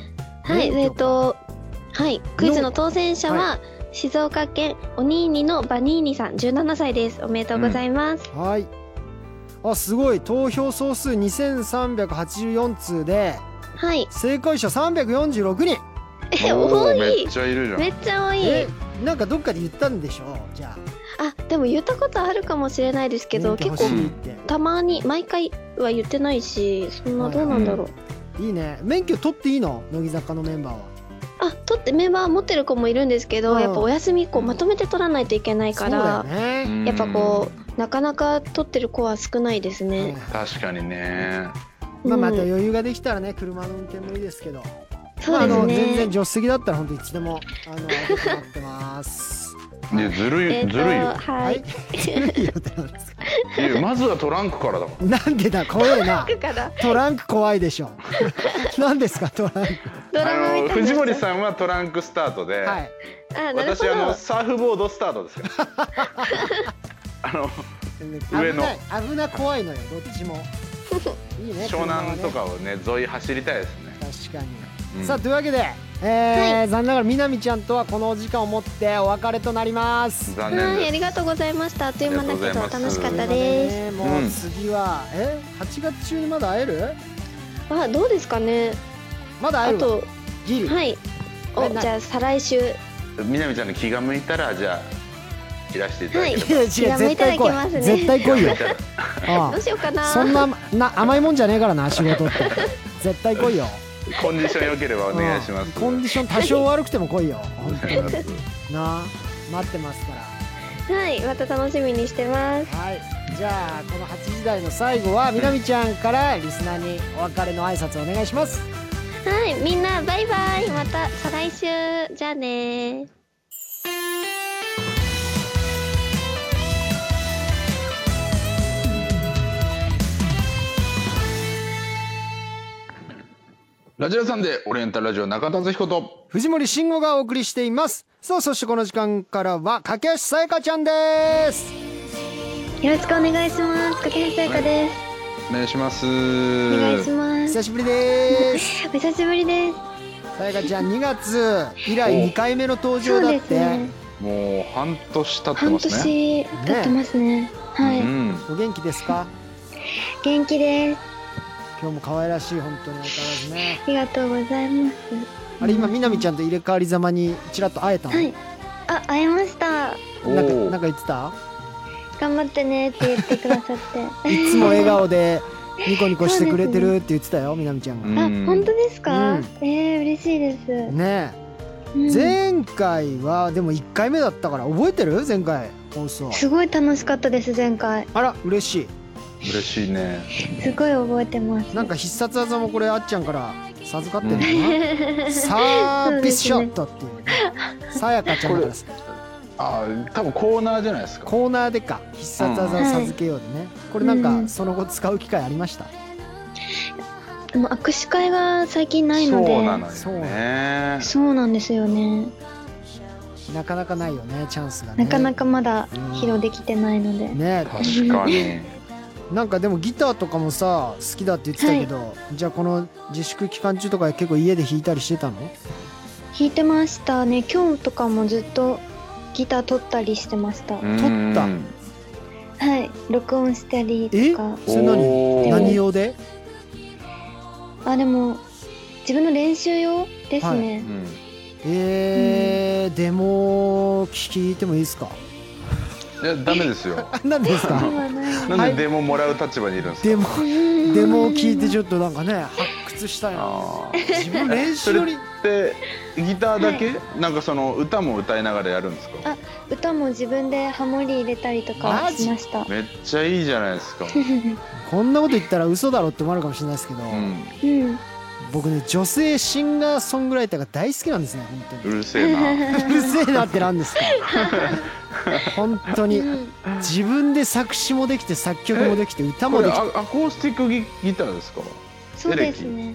Speaker 1: ー
Speaker 3: は
Speaker 1: 免
Speaker 3: い
Speaker 1: 許
Speaker 3: えっとはいクイズの当選者
Speaker 1: は
Speaker 3: は静岡県おにいにのバニーニさん17歳ですおめでとうございます、
Speaker 1: はいあすごい投票総数2384通で
Speaker 3: はい
Speaker 1: 正解者346人
Speaker 3: え
Speaker 2: お
Speaker 3: 多
Speaker 2: ーめ
Speaker 3: い
Speaker 2: っちゃいるじゃん
Speaker 3: め。っちゃ多い
Speaker 1: えなんかどっかで言ったんでしょうじゃあ
Speaker 3: あでも言ったことあるかもしれないですけど
Speaker 1: 免許
Speaker 3: 結
Speaker 1: 欲
Speaker 3: 構
Speaker 1: しいって
Speaker 3: たまに毎回は言ってないしそんなどうなんだろう、
Speaker 1: いいね免許取っていいの乃木坂のメンバーは
Speaker 3: あ取ってメンバー持ってる子もいるんですけど、
Speaker 1: うん
Speaker 3: やっぱお休みこうまとめて取らないといけないから
Speaker 1: そうだよね、
Speaker 3: やっぱこうなかなか取ってる子は少ないですね、
Speaker 2: うん。確かにね。
Speaker 1: まあ、ま
Speaker 3: う
Speaker 1: た
Speaker 3: ん
Speaker 1: 余裕ができたらね車の運転もいいですけど、ま
Speaker 3: そ
Speaker 1: あ、あ
Speaker 3: うで
Speaker 1: の
Speaker 3: すね、
Speaker 1: 全然助手席だったら本当いつでもあの開けて待ってます
Speaker 2: いやずる
Speaker 3: えっ、
Speaker 2: い
Speaker 3: と
Speaker 2: ずるいよ
Speaker 3: はい、
Speaker 1: ずるいよ ってなんですか
Speaker 2: いや。まずはトランクからだもん。
Speaker 1: なんでだ怖いな
Speaker 3: 行くから
Speaker 1: トランク怖いでしょ 何ですかトラン
Speaker 3: ドラマ
Speaker 2: あ
Speaker 3: み
Speaker 2: の
Speaker 3: たいな
Speaker 2: 藤森さんはトランクスタートで、
Speaker 1: クはい
Speaker 3: あなるほ
Speaker 2: 私あの
Speaker 3: ど
Speaker 2: サーフボードスタートですよ。あの上の
Speaker 1: 危ない危な怖いのよどっちもいいね
Speaker 2: 湘南と
Speaker 1: 車は
Speaker 2: かをね沿い走りたいですね。
Speaker 1: ね確かに、
Speaker 2: うん
Speaker 1: さあというわけで、えー残念ながらみなみちゃんとはこのお時間をもってお別れとなります
Speaker 2: 残念
Speaker 3: はいあ
Speaker 2: で
Speaker 3: りがとうございましたあっという間だ
Speaker 2: あり
Speaker 3: け
Speaker 2: が
Speaker 3: ど
Speaker 2: とうございま
Speaker 3: 楽
Speaker 2: す
Speaker 3: しかったです
Speaker 1: ねもううん次は、え8月中にまだ会える
Speaker 3: あどうですかね
Speaker 1: まだ会
Speaker 3: あ
Speaker 1: えるわ
Speaker 3: と
Speaker 1: ギリ、
Speaker 3: はい
Speaker 1: は
Speaker 3: お
Speaker 1: い
Speaker 3: じゃあ再来週
Speaker 2: す。みなみちゃんの気が向いたらじゃあいらしていただけれ
Speaker 1: いや違う
Speaker 3: いや
Speaker 1: 絶対来
Speaker 3: 向いてはい
Speaker 1: い
Speaker 3: けますね
Speaker 1: 絶対来 いよ
Speaker 2: ば。
Speaker 1: あ
Speaker 3: どうしようかな
Speaker 1: あそんなな甘いもんじゃねえからな仕事って絶対来いよ
Speaker 2: コンディション良けれ ばお願いします。
Speaker 1: うんコンディション多少悪くても来いよ本
Speaker 2: お願いします
Speaker 1: 当になあ待ってますから
Speaker 3: はいまた楽しみにしてます
Speaker 1: はいじゃあこの8時台の最後はみなみちゃんからリスナーにお別れの挨拶をお願いします
Speaker 3: はいみんなバイバイまた再来週じゃあねー
Speaker 2: ラジラさんでオリエンタルラジオ中田敦彦と
Speaker 1: 藤森慎吾がお送りしていますさあそしてこの時間からは掛橋さやかちゃんです
Speaker 3: よろしくお願いします。かけはさやかです。
Speaker 2: お願いします
Speaker 3: お願いします。
Speaker 1: 久しぶりです
Speaker 3: お久しぶりです。
Speaker 1: さやかちゃん2月以来2回目の登
Speaker 3: そ
Speaker 1: 場
Speaker 3: う
Speaker 1: だっ
Speaker 3: で
Speaker 1: て
Speaker 3: すね。
Speaker 2: もう半年経って
Speaker 3: 半
Speaker 2: ますね
Speaker 3: 年経ってますね。はい、
Speaker 2: うん、
Speaker 1: お元気ですか
Speaker 3: 元気です。
Speaker 1: 今日も可愛らしい本当に相変わらずね
Speaker 3: ありがとうございます。
Speaker 1: あれ今みなみちゃんと入れ替わりざまにちらっと会えたの、
Speaker 3: はい。あ、会えました。
Speaker 2: お
Speaker 1: なんかなん
Speaker 2: お
Speaker 1: か言ってた
Speaker 3: 頑張ってねって言ってくださっ て。
Speaker 1: いつも笑顔 でニコニコしてくれてるって言ってたよみなみちゃんが
Speaker 2: う
Speaker 1: ね
Speaker 2: ん
Speaker 3: あ、本当ですか、
Speaker 1: うん
Speaker 3: えー、嬉しいです。
Speaker 1: え
Speaker 3: うん
Speaker 1: 前回はでも1回目だったから覚えてる前回放送
Speaker 3: すごい楽しかったです、前回。
Speaker 1: あら嬉し
Speaker 2: 嬉しいね
Speaker 3: すごい覚えてます。
Speaker 1: いなんか必殺技もこれあっちゃんから授かってるのかなサービスショットっていうねさやかちゃんからです
Speaker 2: あ多分コーナーじゃないですか
Speaker 1: コーナーでか必殺技を授けようでねこれなんかその後使う機会ありました
Speaker 3: で も握手会が最近ないので。
Speaker 2: そうなの
Speaker 1: そう
Speaker 2: よね
Speaker 3: そうなんですよね。
Speaker 1: なかなかないよねチャンスがね
Speaker 3: なかなかまだ披露できてないので。
Speaker 1: ね
Speaker 2: 確かに
Speaker 1: なんかでもギターとかもさ好きだって言ってたけど、じゃあこの自粛期間中とか結構家で弾いたりしてたの
Speaker 3: 弾いてましたね。今日とかもずっとギター取ったりしてまし
Speaker 1: 撮
Speaker 3: た。
Speaker 1: った
Speaker 2: うん
Speaker 3: はい、録音したり
Speaker 1: え
Speaker 3: とか。
Speaker 1: それ何
Speaker 2: おー
Speaker 1: 何用で
Speaker 3: あ、でも自分の練習用です
Speaker 2: う
Speaker 3: ね。
Speaker 2: ん
Speaker 1: えー、デモ聞いてもいいですか
Speaker 2: いやダメですよ
Speaker 1: 何です
Speaker 3: で
Speaker 1: か
Speaker 3: はない。
Speaker 2: なんでデモもらう立場にいるんですか
Speaker 1: デモデ
Speaker 3: で
Speaker 1: モを聞いてちょっとなんかね発掘したいな
Speaker 2: あ
Speaker 1: 自分練習より
Speaker 2: ーでギターだけなんかその歌も歌いながらやるんですか
Speaker 3: 歌も自分でハモリ入れたりとか
Speaker 1: マジ
Speaker 3: しました。
Speaker 2: めっちゃいいじゃないですか
Speaker 1: こんなこと言ったら嘘だろって思われるかもしれないですけど、
Speaker 2: うん
Speaker 3: うん。
Speaker 1: 僕ね女性シンガーソングライターが大好きなんですね本当に
Speaker 2: うるせえな
Speaker 1: うるせえなってなん ですか本当に
Speaker 3: うん
Speaker 1: 自分で作詞もできて作曲もできて歌
Speaker 2: こ
Speaker 1: も
Speaker 2: れ
Speaker 1: で
Speaker 2: ア
Speaker 1: きて
Speaker 2: アコースティックギギターですか
Speaker 3: そうですね。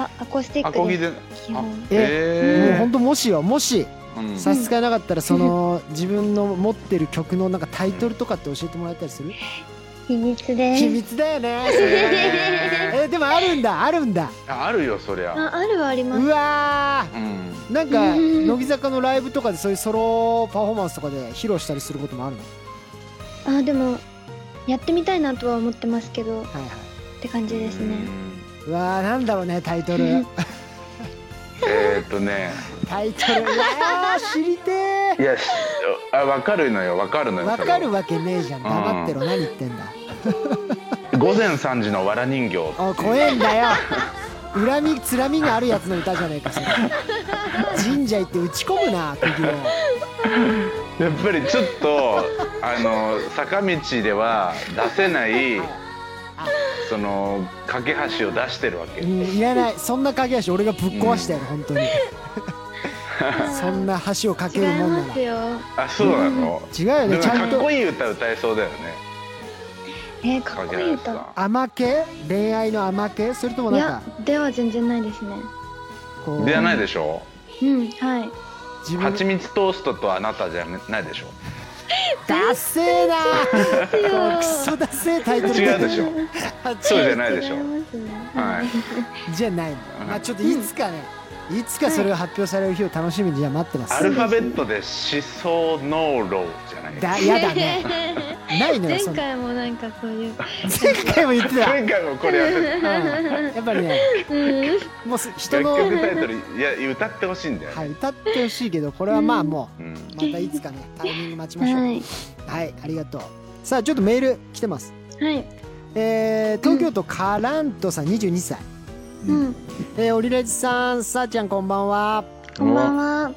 Speaker 3: あ、アコースティッ
Speaker 2: ア
Speaker 3: ク
Speaker 2: コギ
Speaker 3: です。
Speaker 2: で
Speaker 3: 基本。
Speaker 1: えもう
Speaker 2: え
Speaker 1: 本当もしよもし
Speaker 2: えうん
Speaker 1: 差し支えなかったらその自分の持ってる曲のなんかタイトルとかって教えてもらえたりする
Speaker 3: 秘密で
Speaker 1: 秘
Speaker 3: す。
Speaker 1: 密だよね
Speaker 2: え
Speaker 1: えでもあるんだあるんだ
Speaker 2: ーあるよそりゃ
Speaker 3: あ、あるはあります
Speaker 1: う。わ
Speaker 2: う
Speaker 1: ー
Speaker 2: ん
Speaker 1: なんか
Speaker 3: うん
Speaker 1: 乃木坂のライブとかでそういうソロパフォーマンスとかで披露したりすることもあるの
Speaker 3: あでもやってみたいなとは思ってますけど
Speaker 1: は
Speaker 3: っ
Speaker 1: いは
Speaker 3: て感じですね
Speaker 1: いうわーなんだろうねタイト ル
Speaker 2: えーっとね
Speaker 1: タイトルうわー知りてー
Speaker 2: いやしあ分かるのよ分かるのよ
Speaker 1: わ
Speaker 2: それ
Speaker 1: か
Speaker 2: は
Speaker 1: るわけねえじゃん黙ってろ何言ってんだ
Speaker 2: 午前3時のわら人形
Speaker 1: おい怖えんだよ恨みつらみがあるやつの歌じゃないかそれ神社行って打ち込むな釘を
Speaker 2: やっぱりちょっとあの坂道では出せないその架け橋を出してるわけ
Speaker 1: うんいらないそんな駆け橋俺がぶっ壊したよ、本 当にそんな橋を架
Speaker 3: 違
Speaker 1: け
Speaker 3: い
Speaker 1: るもんな
Speaker 3: ま
Speaker 1: ら
Speaker 3: す
Speaker 1: 違う
Speaker 3: よ
Speaker 2: あそうなの、
Speaker 1: よ
Speaker 2: で
Speaker 1: ね
Speaker 2: も
Speaker 1: ちゃ
Speaker 2: か
Speaker 1: ん
Speaker 2: っこといい歌歌えそうだよね
Speaker 3: えー、かっ
Speaker 2: 架
Speaker 3: こ
Speaker 2: け
Speaker 3: いい
Speaker 2: 橋
Speaker 3: 歌
Speaker 2: さ
Speaker 1: 甘系恋愛の甘系それとも
Speaker 3: い
Speaker 1: なん
Speaker 3: や
Speaker 1: か
Speaker 3: では全然ないですね
Speaker 1: こ
Speaker 2: ん
Speaker 1: う
Speaker 2: じゃないでしょ
Speaker 3: うんはい
Speaker 1: 自分
Speaker 2: 蜂蜜トーストとあなたじゃないでしょ
Speaker 1: ダッセーな
Speaker 3: よ
Speaker 1: クソダッセータイトル
Speaker 2: 違うでしょそうじゃないでしょ
Speaker 3: 違いますね
Speaker 2: はい
Speaker 1: じゃないの、まあ、ちょっといつかね、いつかそれを発表される日を楽しみにじゃあ待ってます、
Speaker 2: アルファベットで思想ノーロじゃない
Speaker 1: だやだねないのよ
Speaker 3: 前
Speaker 1: そんな
Speaker 3: 回もなんかそういう
Speaker 1: 前回も言ってた、うん
Speaker 2: 前回もこれやって
Speaker 1: やっぱりねもうす
Speaker 2: た
Speaker 1: 人の、
Speaker 2: 楽曲タイ
Speaker 1: は
Speaker 2: トルいや歌ってほしいんだよ、ね
Speaker 1: い、歌ってほしいけどこれはまあも
Speaker 2: うん、
Speaker 1: うまたいつかねタイミング待ちましょう
Speaker 3: は
Speaker 1: はいい、ありがとうさあちょっとメール来てます
Speaker 3: はい
Speaker 1: えー、東京都カラントさん22歳、
Speaker 3: うん
Speaker 1: えー、オリレジさんさあちゃんこんばんは
Speaker 3: こんばんは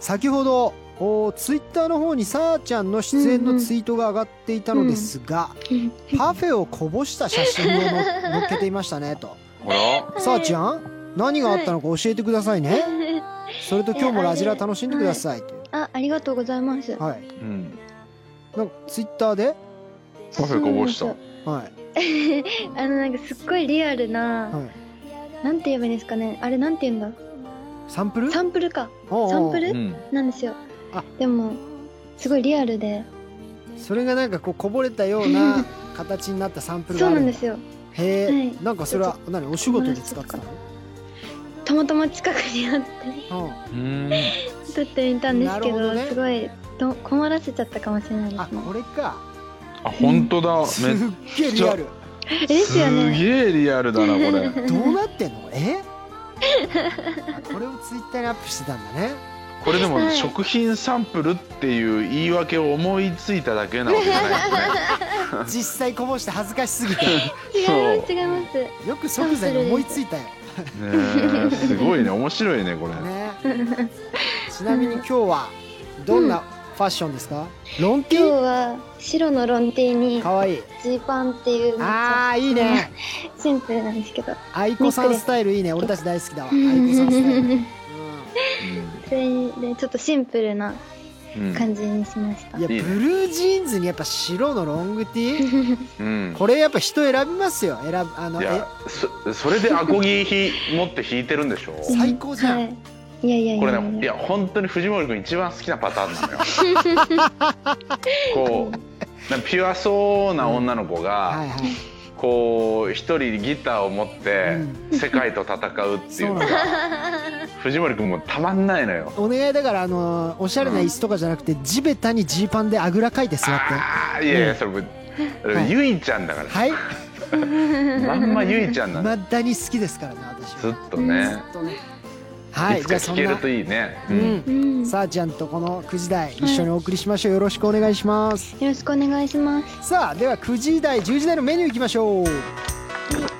Speaker 1: 先ほどおツイッター Twitter の方にさーちゃんの出演のツイートが上がっていたのですが、パフェをこぼした写真を の載っけていましたねと
Speaker 2: ほら
Speaker 1: さーちゃん何があったのか教えてくださいね、それと今日もラジラ楽しんでくださいという
Speaker 3: あありがとうございます
Speaker 1: はい
Speaker 2: うん
Speaker 1: なんかツイッターで
Speaker 2: パフェこぼした
Speaker 3: そう
Speaker 1: はい
Speaker 3: あのなんかすっごいリアルな、
Speaker 1: はい
Speaker 3: なんて言えばいいんですかねあれなんて言うんだ
Speaker 1: サンプル
Speaker 3: サンプルか
Speaker 1: おうおう
Speaker 3: サンプ
Speaker 2: う
Speaker 3: ル
Speaker 2: ん
Speaker 3: なんですよ
Speaker 1: あ
Speaker 3: でもすごいリアルで
Speaker 1: それがなんかこうこぼれたような形になったサンプル
Speaker 3: そ
Speaker 1: があ
Speaker 3: う
Speaker 1: る
Speaker 3: なん
Speaker 1: だ
Speaker 3: んですよ
Speaker 1: へえ、
Speaker 3: はい
Speaker 1: なんかそれは何お仕事で使ってたの
Speaker 3: たまたま近くにあって
Speaker 2: うん
Speaker 3: 撮ってみたんですけ
Speaker 1: なるほ
Speaker 3: ど
Speaker 1: どね
Speaker 3: すごいど困らせちゃったかもしれないで
Speaker 1: うんあ
Speaker 3: すね
Speaker 1: これか
Speaker 2: あ本当だ
Speaker 1: す
Speaker 2: め
Speaker 1: っ
Speaker 2: っ
Speaker 1: げえリアル
Speaker 3: えですよ
Speaker 2: す
Speaker 3: ね
Speaker 2: げえリアルだなこれ
Speaker 1: どうなってんのえ あこれをツイッターにアップしてたんだね
Speaker 2: これでも
Speaker 3: はい
Speaker 2: 食品サンプルっていう言い訳を思いついただけなわけじゃないよね
Speaker 1: 実際こぼして恥ずかしすぎて
Speaker 3: 違いま
Speaker 2: そ
Speaker 3: す違います
Speaker 1: よく即座に思いついたよ
Speaker 2: うねえすごいね面白いねこれ
Speaker 1: ねちなみに今日はどんなファッションですか、ロンテ
Speaker 3: 今日
Speaker 1: ィ
Speaker 3: は白のロンティに
Speaker 1: ーかわいい
Speaker 3: ジーパンっていうめっちゃ
Speaker 1: あーいいね
Speaker 3: シンプルなんですけど
Speaker 1: 愛子さんスタイルいいね俺たち大好きだわ愛子さん スタイル、うん、
Speaker 3: それでちょっとシンプルな
Speaker 2: うん
Speaker 3: 感じにしました
Speaker 1: いやブ
Speaker 2: いいね
Speaker 1: ルージーンズにやっぱ白のロングティー
Speaker 2: うん
Speaker 1: これやっぱ人選びますよ選ぶあの
Speaker 2: い
Speaker 1: え
Speaker 2: やそそれでアコギひ持って弾いてるんでしょ
Speaker 1: 最高じゃん、
Speaker 3: はいいやいやいやいや
Speaker 2: これねいや本当に藤森君一番好きなパターンなのよ こうなんかピュアそうな女の子
Speaker 1: はい
Speaker 2: が
Speaker 1: はい
Speaker 2: こう一人ギターを持って世界と戦うっていうの
Speaker 1: そう
Speaker 2: が 藤森君もたまんないのよ
Speaker 1: お願いだからあのおしゃれな椅子とかじゃなくて地べたにジーパンであぐらかいて座って
Speaker 2: ああいやいやそれもう
Speaker 1: はい
Speaker 2: ゆいちゃんだか
Speaker 1: はい
Speaker 2: らまんまゆいちゃんなんだ
Speaker 1: まだに好きですからね私
Speaker 2: ずっ
Speaker 1: は
Speaker 2: とね
Speaker 1: とねはいい
Speaker 2: つ
Speaker 1: じ
Speaker 2: か
Speaker 1: ゃあそ
Speaker 2: 聞
Speaker 1: ん
Speaker 2: け
Speaker 1: な
Speaker 2: るといいねう
Speaker 1: うんん
Speaker 3: うんよ
Speaker 1: さあちゃんとこの9時台一緒にお送りしましょうよろしくお願いします
Speaker 3: ろしくお願いします
Speaker 1: さあでは9時台10時台のメニューいきましょう、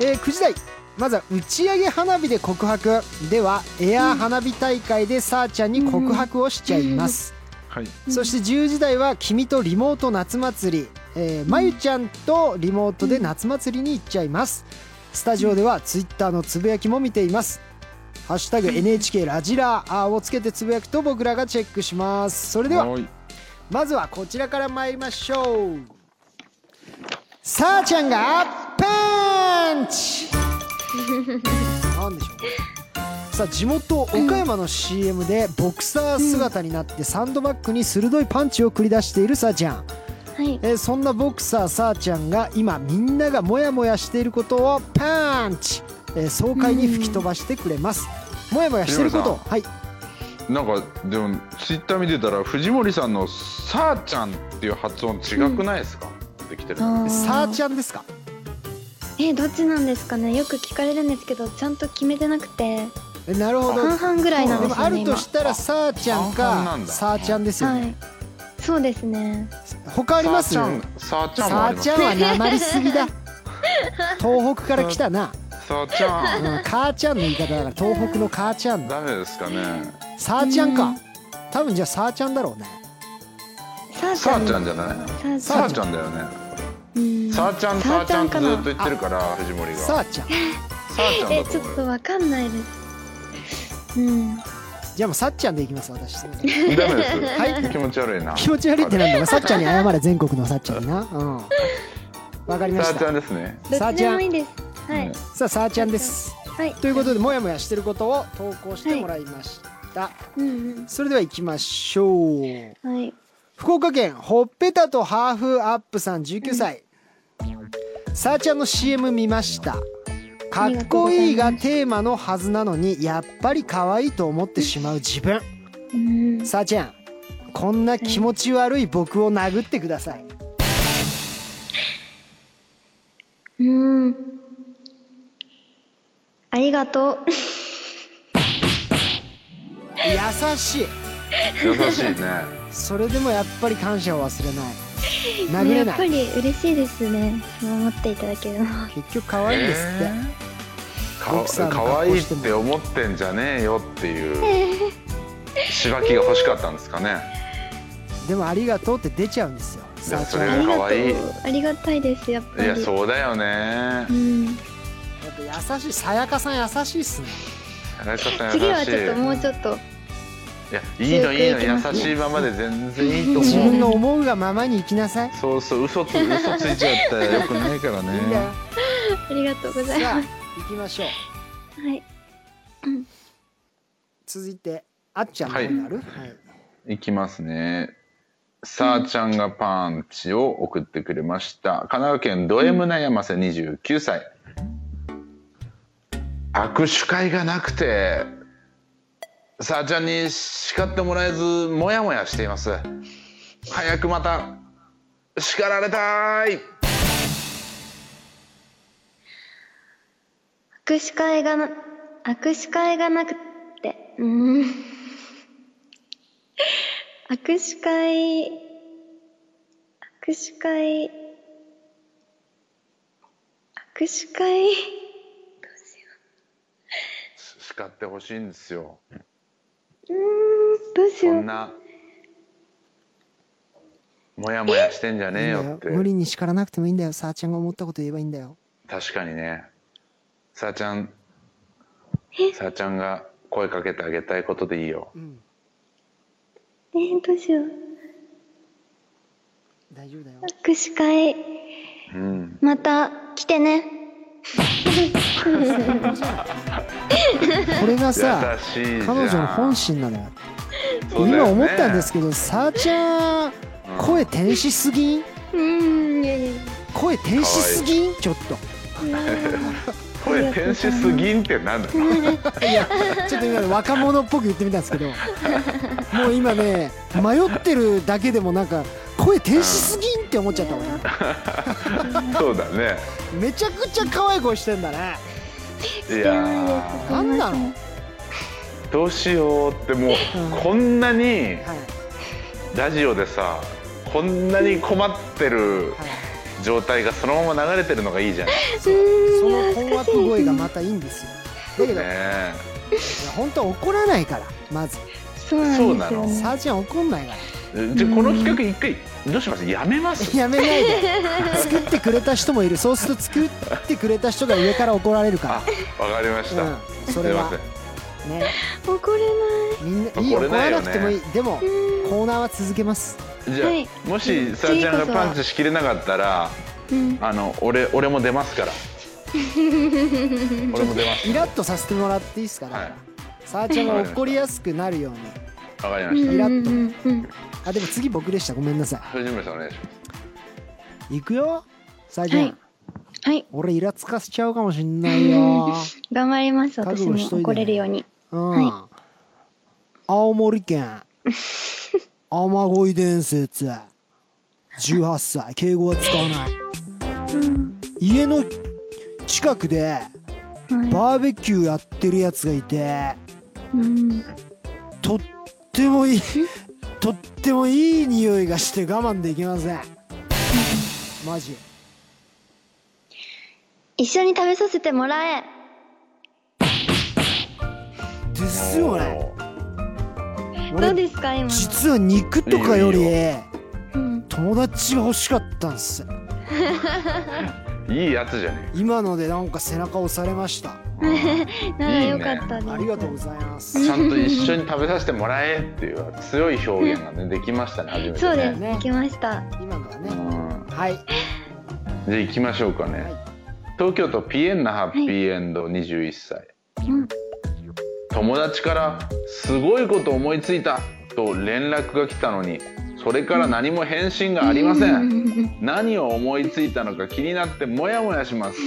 Speaker 1: えー9時台まずは打ち上げ花火で告白ではエアー花火大会でさあちゃんに告白をしちゃいます、
Speaker 2: はい
Speaker 1: そして10時台は君とリモート夏祭り、えーまゆちゃんとリモートで夏祭りに行っちゃいますスタジオではツイッターのつぶやきも見ていますハッシュタグ NHK ラジラーをつけてつぶやくと僕らがチェックしますそれでは
Speaker 2: はい
Speaker 1: まずはこちらから参りましょうさあちゃんがパン チなんでしょうこれさあ地元岡山の CM でボクサー姿になってサンドバッグに鋭いパンチを繰り出しているさあちゃん、
Speaker 3: はい
Speaker 1: えーそんなボクサーさあちゃんが今みんながモヤモヤしていることをパンチ、えー爽快に吹き飛ばしてくれますモヤモヤしていることをはい
Speaker 2: なんかでもツイッター見てたら藤森さんの「さあちゃん」っていう発音違くないですか、できてる
Speaker 3: あー
Speaker 1: さあちゃんですか
Speaker 3: えどっちなんですかねよく聞かれるんですけどちゃんと決めてなくて
Speaker 1: えなるほど
Speaker 3: 半々ぐらいなん
Speaker 1: で
Speaker 3: です
Speaker 1: も
Speaker 3: よ
Speaker 1: あ
Speaker 3: ね
Speaker 1: ると
Speaker 3: 今
Speaker 1: したらさあちゃん
Speaker 2: 半々な
Speaker 1: か
Speaker 2: んだ
Speaker 1: さあちゃんですよ
Speaker 3: は
Speaker 1: ね、
Speaker 3: いそうですね
Speaker 1: 他あります
Speaker 2: さ
Speaker 1: よ
Speaker 2: あちゃんさあちゃんも
Speaker 1: さ
Speaker 2: あ
Speaker 1: あちゃん
Speaker 2: ります
Speaker 1: はなまりすぎだ東北から来たな、
Speaker 2: さあちゃ
Speaker 1: うんん、かあちゃんの言い方だから東北のかあちゃんだ
Speaker 2: ダメですかね
Speaker 1: さあちゃんか多分じゃあさあちゃんだろうね
Speaker 3: さあち
Speaker 2: さ
Speaker 3: ゃ
Speaker 2: あ
Speaker 3: ん
Speaker 2: ちゃんじゃない
Speaker 3: ゃん
Speaker 2: さ
Speaker 3: さ
Speaker 2: あ
Speaker 3: あ
Speaker 2: ち
Speaker 3: ちゃ
Speaker 2: ゃ
Speaker 3: ん
Speaker 2: んだよね
Speaker 3: うん
Speaker 2: さあちゃんさ
Speaker 3: さ
Speaker 2: あ
Speaker 3: あ
Speaker 2: ち
Speaker 3: ち
Speaker 2: ゃ
Speaker 3: ゃ
Speaker 2: ん
Speaker 3: ん
Speaker 2: って
Speaker 3: か
Speaker 2: ず
Speaker 3: な
Speaker 2: っと言ってるから藤森が
Speaker 1: さ
Speaker 2: さあ
Speaker 1: あちゃん
Speaker 2: ちゃん
Speaker 3: え
Speaker 2: だと
Speaker 3: ちょっ
Speaker 2: 思う
Speaker 3: と
Speaker 2: よ
Speaker 3: わかんないですうん
Speaker 1: じゃあもうさっちゃんでいきます私すいません
Speaker 2: ダメです、
Speaker 1: はい
Speaker 2: 気持ち悪いな
Speaker 1: 気持ち悪いってなんだよさっちゃんに謝れ全国のさっちゃんになうんわかりま
Speaker 2: さ
Speaker 1: し
Speaker 2: あちゃ
Speaker 1: た
Speaker 2: んですね
Speaker 1: さ
Speaker 3: ど
Speaker 1: あ
Speaker 3: っち
Speaker 1: ち
Speaker 3: で
Speaker 1: ゃん
Speaker 3: もいいですはい
Speaker 2: ね
Speaker 1: さあさあちゃんです
Speaker 3: はい
Speaker 1: ということでもやもやしてることを投稿してもらいました、
Speaker 3: うん
Speaker 1: それでは行きましょう
Speaker 3: うんはい
Speaker 1: 福岡県ほっぺたとハーフアップさん19歳、さあちゃんの CM 見ましたかっこいいがテーマのはずなのにやっぱり可愛いと思ってしまう自分
Speaker 3: うん
Speaker 1: さあちゃんこんな気持ち悪い僕を殴ってください
Speaker 3: うんありがとう
Speaker 1: 優しい
Speaker 2: 優しいね
Speaker 1: それでもやっぱり感謝を忘れない殴
Speaker 3: や
Speaker 1: れ
Speaker 3: っ
Speaker 1: な
Speaker 3: ぱ
Speaker 1: い
Speaker 3: り嬉しいですねそう思っていただけるのは
Speaker 1: 結局可愛いんですって、ボクサー
Speaker 2: か
Speaker 1: の
Speaker 2: か
Speaker 1: 格好
Speaker 2: わいいっ
Speaker 1: しても
Speaker 2: て思ってんじゃねえよっていうしばきが欲しかったんですかね
Speaker 1: でも「ありがとう」って出ちゃうんですよ
Speaker 2: で
Speaker 1: さ
Speaker 2: も
Speaker 1: あち
Speaker 2: そ
Speaker 1: ゃ
Speaker 2: れ
Speaker 1: ん
Speaker 2: が
Speaker 1: や
Speaker 2: 可
Speaker 3: ありがと
Speaker 2: 愛いう
Speaker 3: ありがたいですやっぱ
Speaker 2: い
Speaker 3: り
Speaker 2: やそうだよね
Speaker 3: うん、
Speaker 1: っぱ優しいさやかさん優しいっすね
Speaker 2: 田中さん優しい
Speaker 3: 次はちょっともうちょっと
Speaker 2: いやいいのいいの
Speaker 3: 強くいき
Speaker 2: 優しい
Speaker 3: ますね
Speaker 2: ままで全然いいと
Speaker 1: 自
Speaker 2: 思う
Speaker 1: 分の思うがままに生きなさい
Speaker 2: そうそう嘘つ嘘ついちゃったらよくないから
Speaker 1: いいんだよ
Speaker 2: ね
Speaker 3: ありがとうござい
Speaker 1: さあ
Speaker 3: ます
Speaker 1: 行きましょう
Speaker 3: はい
Speaker 1: 続いてあっちゃんの
Speaker 2: はい
Speaker 1: 方にある、はい
Speaker 2: いきますねさあちゃんがパンチを送ってくれました神奈川県ド M 悩ませ29歳、握手会がなくてさあちゃんに叱ってもらえずモヤモヤしています早くまた叱られたい
Speaker 3: 握手会がな握手会がなくてうーん握手会握手会握手会
Speaker 2: 叱ってほしいんですよ
Speaker 3: どうし
Speaker 2: そ
Speaker 3: よ
Speaker 2: ん
Speaker 3: う
Speaker 2: なモヤモヤしてんじゃねえ
Speaker 1: いいんだ
Speaker 2: よ
Speaker 1: よ
Speaker 2: って
Speaker 1: 無理に叱らなくてもいいんだよさあちゃんが思ったこと言えばいいんだよ
Speaker 2: 確かにねさあちゃんさあちゃんが声かけてあげたいことでいいよ
Speaker 3: えーどうしよう
Speaker 1: 大丈夫だよ
Speaker 3: 握手会
Speaker 2: うん
Speaker 3: また来てね
Speaker 1: これが
Speaker 2: 優
Speaker 1: さ
Speaker 2: しいじゃん
Speaker 1: 彼女の本心なのよ
Speaker 2: そう
Speaker 1: 今
Speaker 2: だよね
Speaker 1: 思ったんですけどさあちゃん
Speaker 2: うん
Speaker 1: 声天使すぎん
Speaker 3: うーんいやいやいや
Speaker 1: 声天使すぎんちょっと
Speaker 2: 声天使すぎんってなんだよ
Speaker 1: いやちょっと今ね若者っぽく言ってみたんですけどもう今ね迷ってるだけでもなんか声天使すぎんって思っちゃった俺
Speaker 2: そうだね
Speaker 1: めちゃくちゃ可愛い声してんだね
Speaker 2: いや
Speaker 1: なんなの、はい、
Speaker 2: ーどうしようってもうこんなに
Speaker 1: はい
Speaker 2: ラジオでさこんなに困ってる状態がそのまま流れてるのがいいじゃんね
Speaker 1: その困惑声がまたいいんですよだけどいや
Speaker 2: え
Speaker 1: 本当は怒らないからまず
Speaker 3: そうなんです
Speaker 2: そうな
Speaker 3: よ
Speaker 2: の
Speaker 3: ね
Speaker 1: さあちゃん怒んない から
Speaker 2: じゃあこの企画一回どうしますやめます
Speaker 1: やめないで作ってくれた人もいるそうすると作ってくれた人が上から怒られる
Speaker 2: あ
Speaker 1: か
Speaker 2: わかりました、
Speaker 1: うんそれは
Speaker 2: す
Speaker 1: ら
Speaker 2: い
Speaker 1: ね
Speaker 3: 怒れない
Speaker 1: みんないいよ
Speaker 2: 怒れ
Speaker 1: 怒
Speaker 2: ない
Speaker 1: ら
Speaker 2: よね
Speaker 1: なくてもいいでもコーナーは続けます
Speaker 2: ませんじゃあ、
Speaker 3: はい
Speaker 2: もしさあちゃんがパンチしきれなかったら
Speaker 3: うん
Speaker 2: あの俺俺も出ますから俺も出ます
Speaker 1: イラッとさせてもらっていいですかだから、
Speaker 2: はい
Speaker 1: さあちゃんが怒りやすくなるように
Speaker 2: わかりま
Speaker 3: うん
Speaker 2: し
Speaker 3: う
Speaker 2: た、
Speaker 1: イラッ
Speaker 3: ん
Speaker 1: と
Speaker 3: うんうん
Speaker 1: あでも次僕でしたごめんなさ
Speaker 2: 藤村さんお願いします
Speaker 1: いいくよさあちゃん、
Speaker 3: はいはい
Speaker 1: 俺イラつかせちゃうかもしんない よ、
Speaker 3: 頑張ります
Speaker 1: 覚
Speaker 3: 私
Speaker 1: 悟
Speaker 3: も
Speaker 1: しといてね
Speaker 3: 怒れるように
Speaker 1: うん
Speaker 3: は
Speaker 1: 青森県雨乞い伝説18歳敬語は使わない、家の近くで
Speaker 3: は
Speaker 1: バーベキューやってるやつがいて
Speaker 3: いうん
Speaker 1: とってもいいとってもいい匂いがして我慢できませんマジ
Speaker 3: 一緒に食べさせてもらえ
Speaker 1: ですよね
Speaker 2: おー
Speaker 3: どう
Speaker 1: 俺
Speaker 3: ですか今の
Speaker 1: 実は肉とかより
Speaker 2: いいよ
Speaker 3: うん
Speaker 1: 友達が欲しかったんです
Speaker 2: いいやつじゃね
Speaker 1: 今のでなんか背中押されました
Speaker 3: ならよかったです
Speaker 1: ありがとうございます
Speaker 2: ちゃんと一緒に食べさせてもらえっていう強い表現がねできましたね初めてね
Speaker 3: そうです
Speaker 1: ね
Speaker 3: できました
Speaker 1: 今のは
Speaker 2: う
Speaker 1: ね
Speaker 2: ん
Speaker 1: はい
Speaker 2: じゃあ行きましょうかね、
Speaker 1: はい
Speaker 2: 東京都ピエンナハッピーエンド21歳、
Speaker 3: うん
Speaker 2: 友達から「すごいこと思いついた」と連絡が来たのにそれから何も返信がありません何を思いついたのか気になってモヤモヤします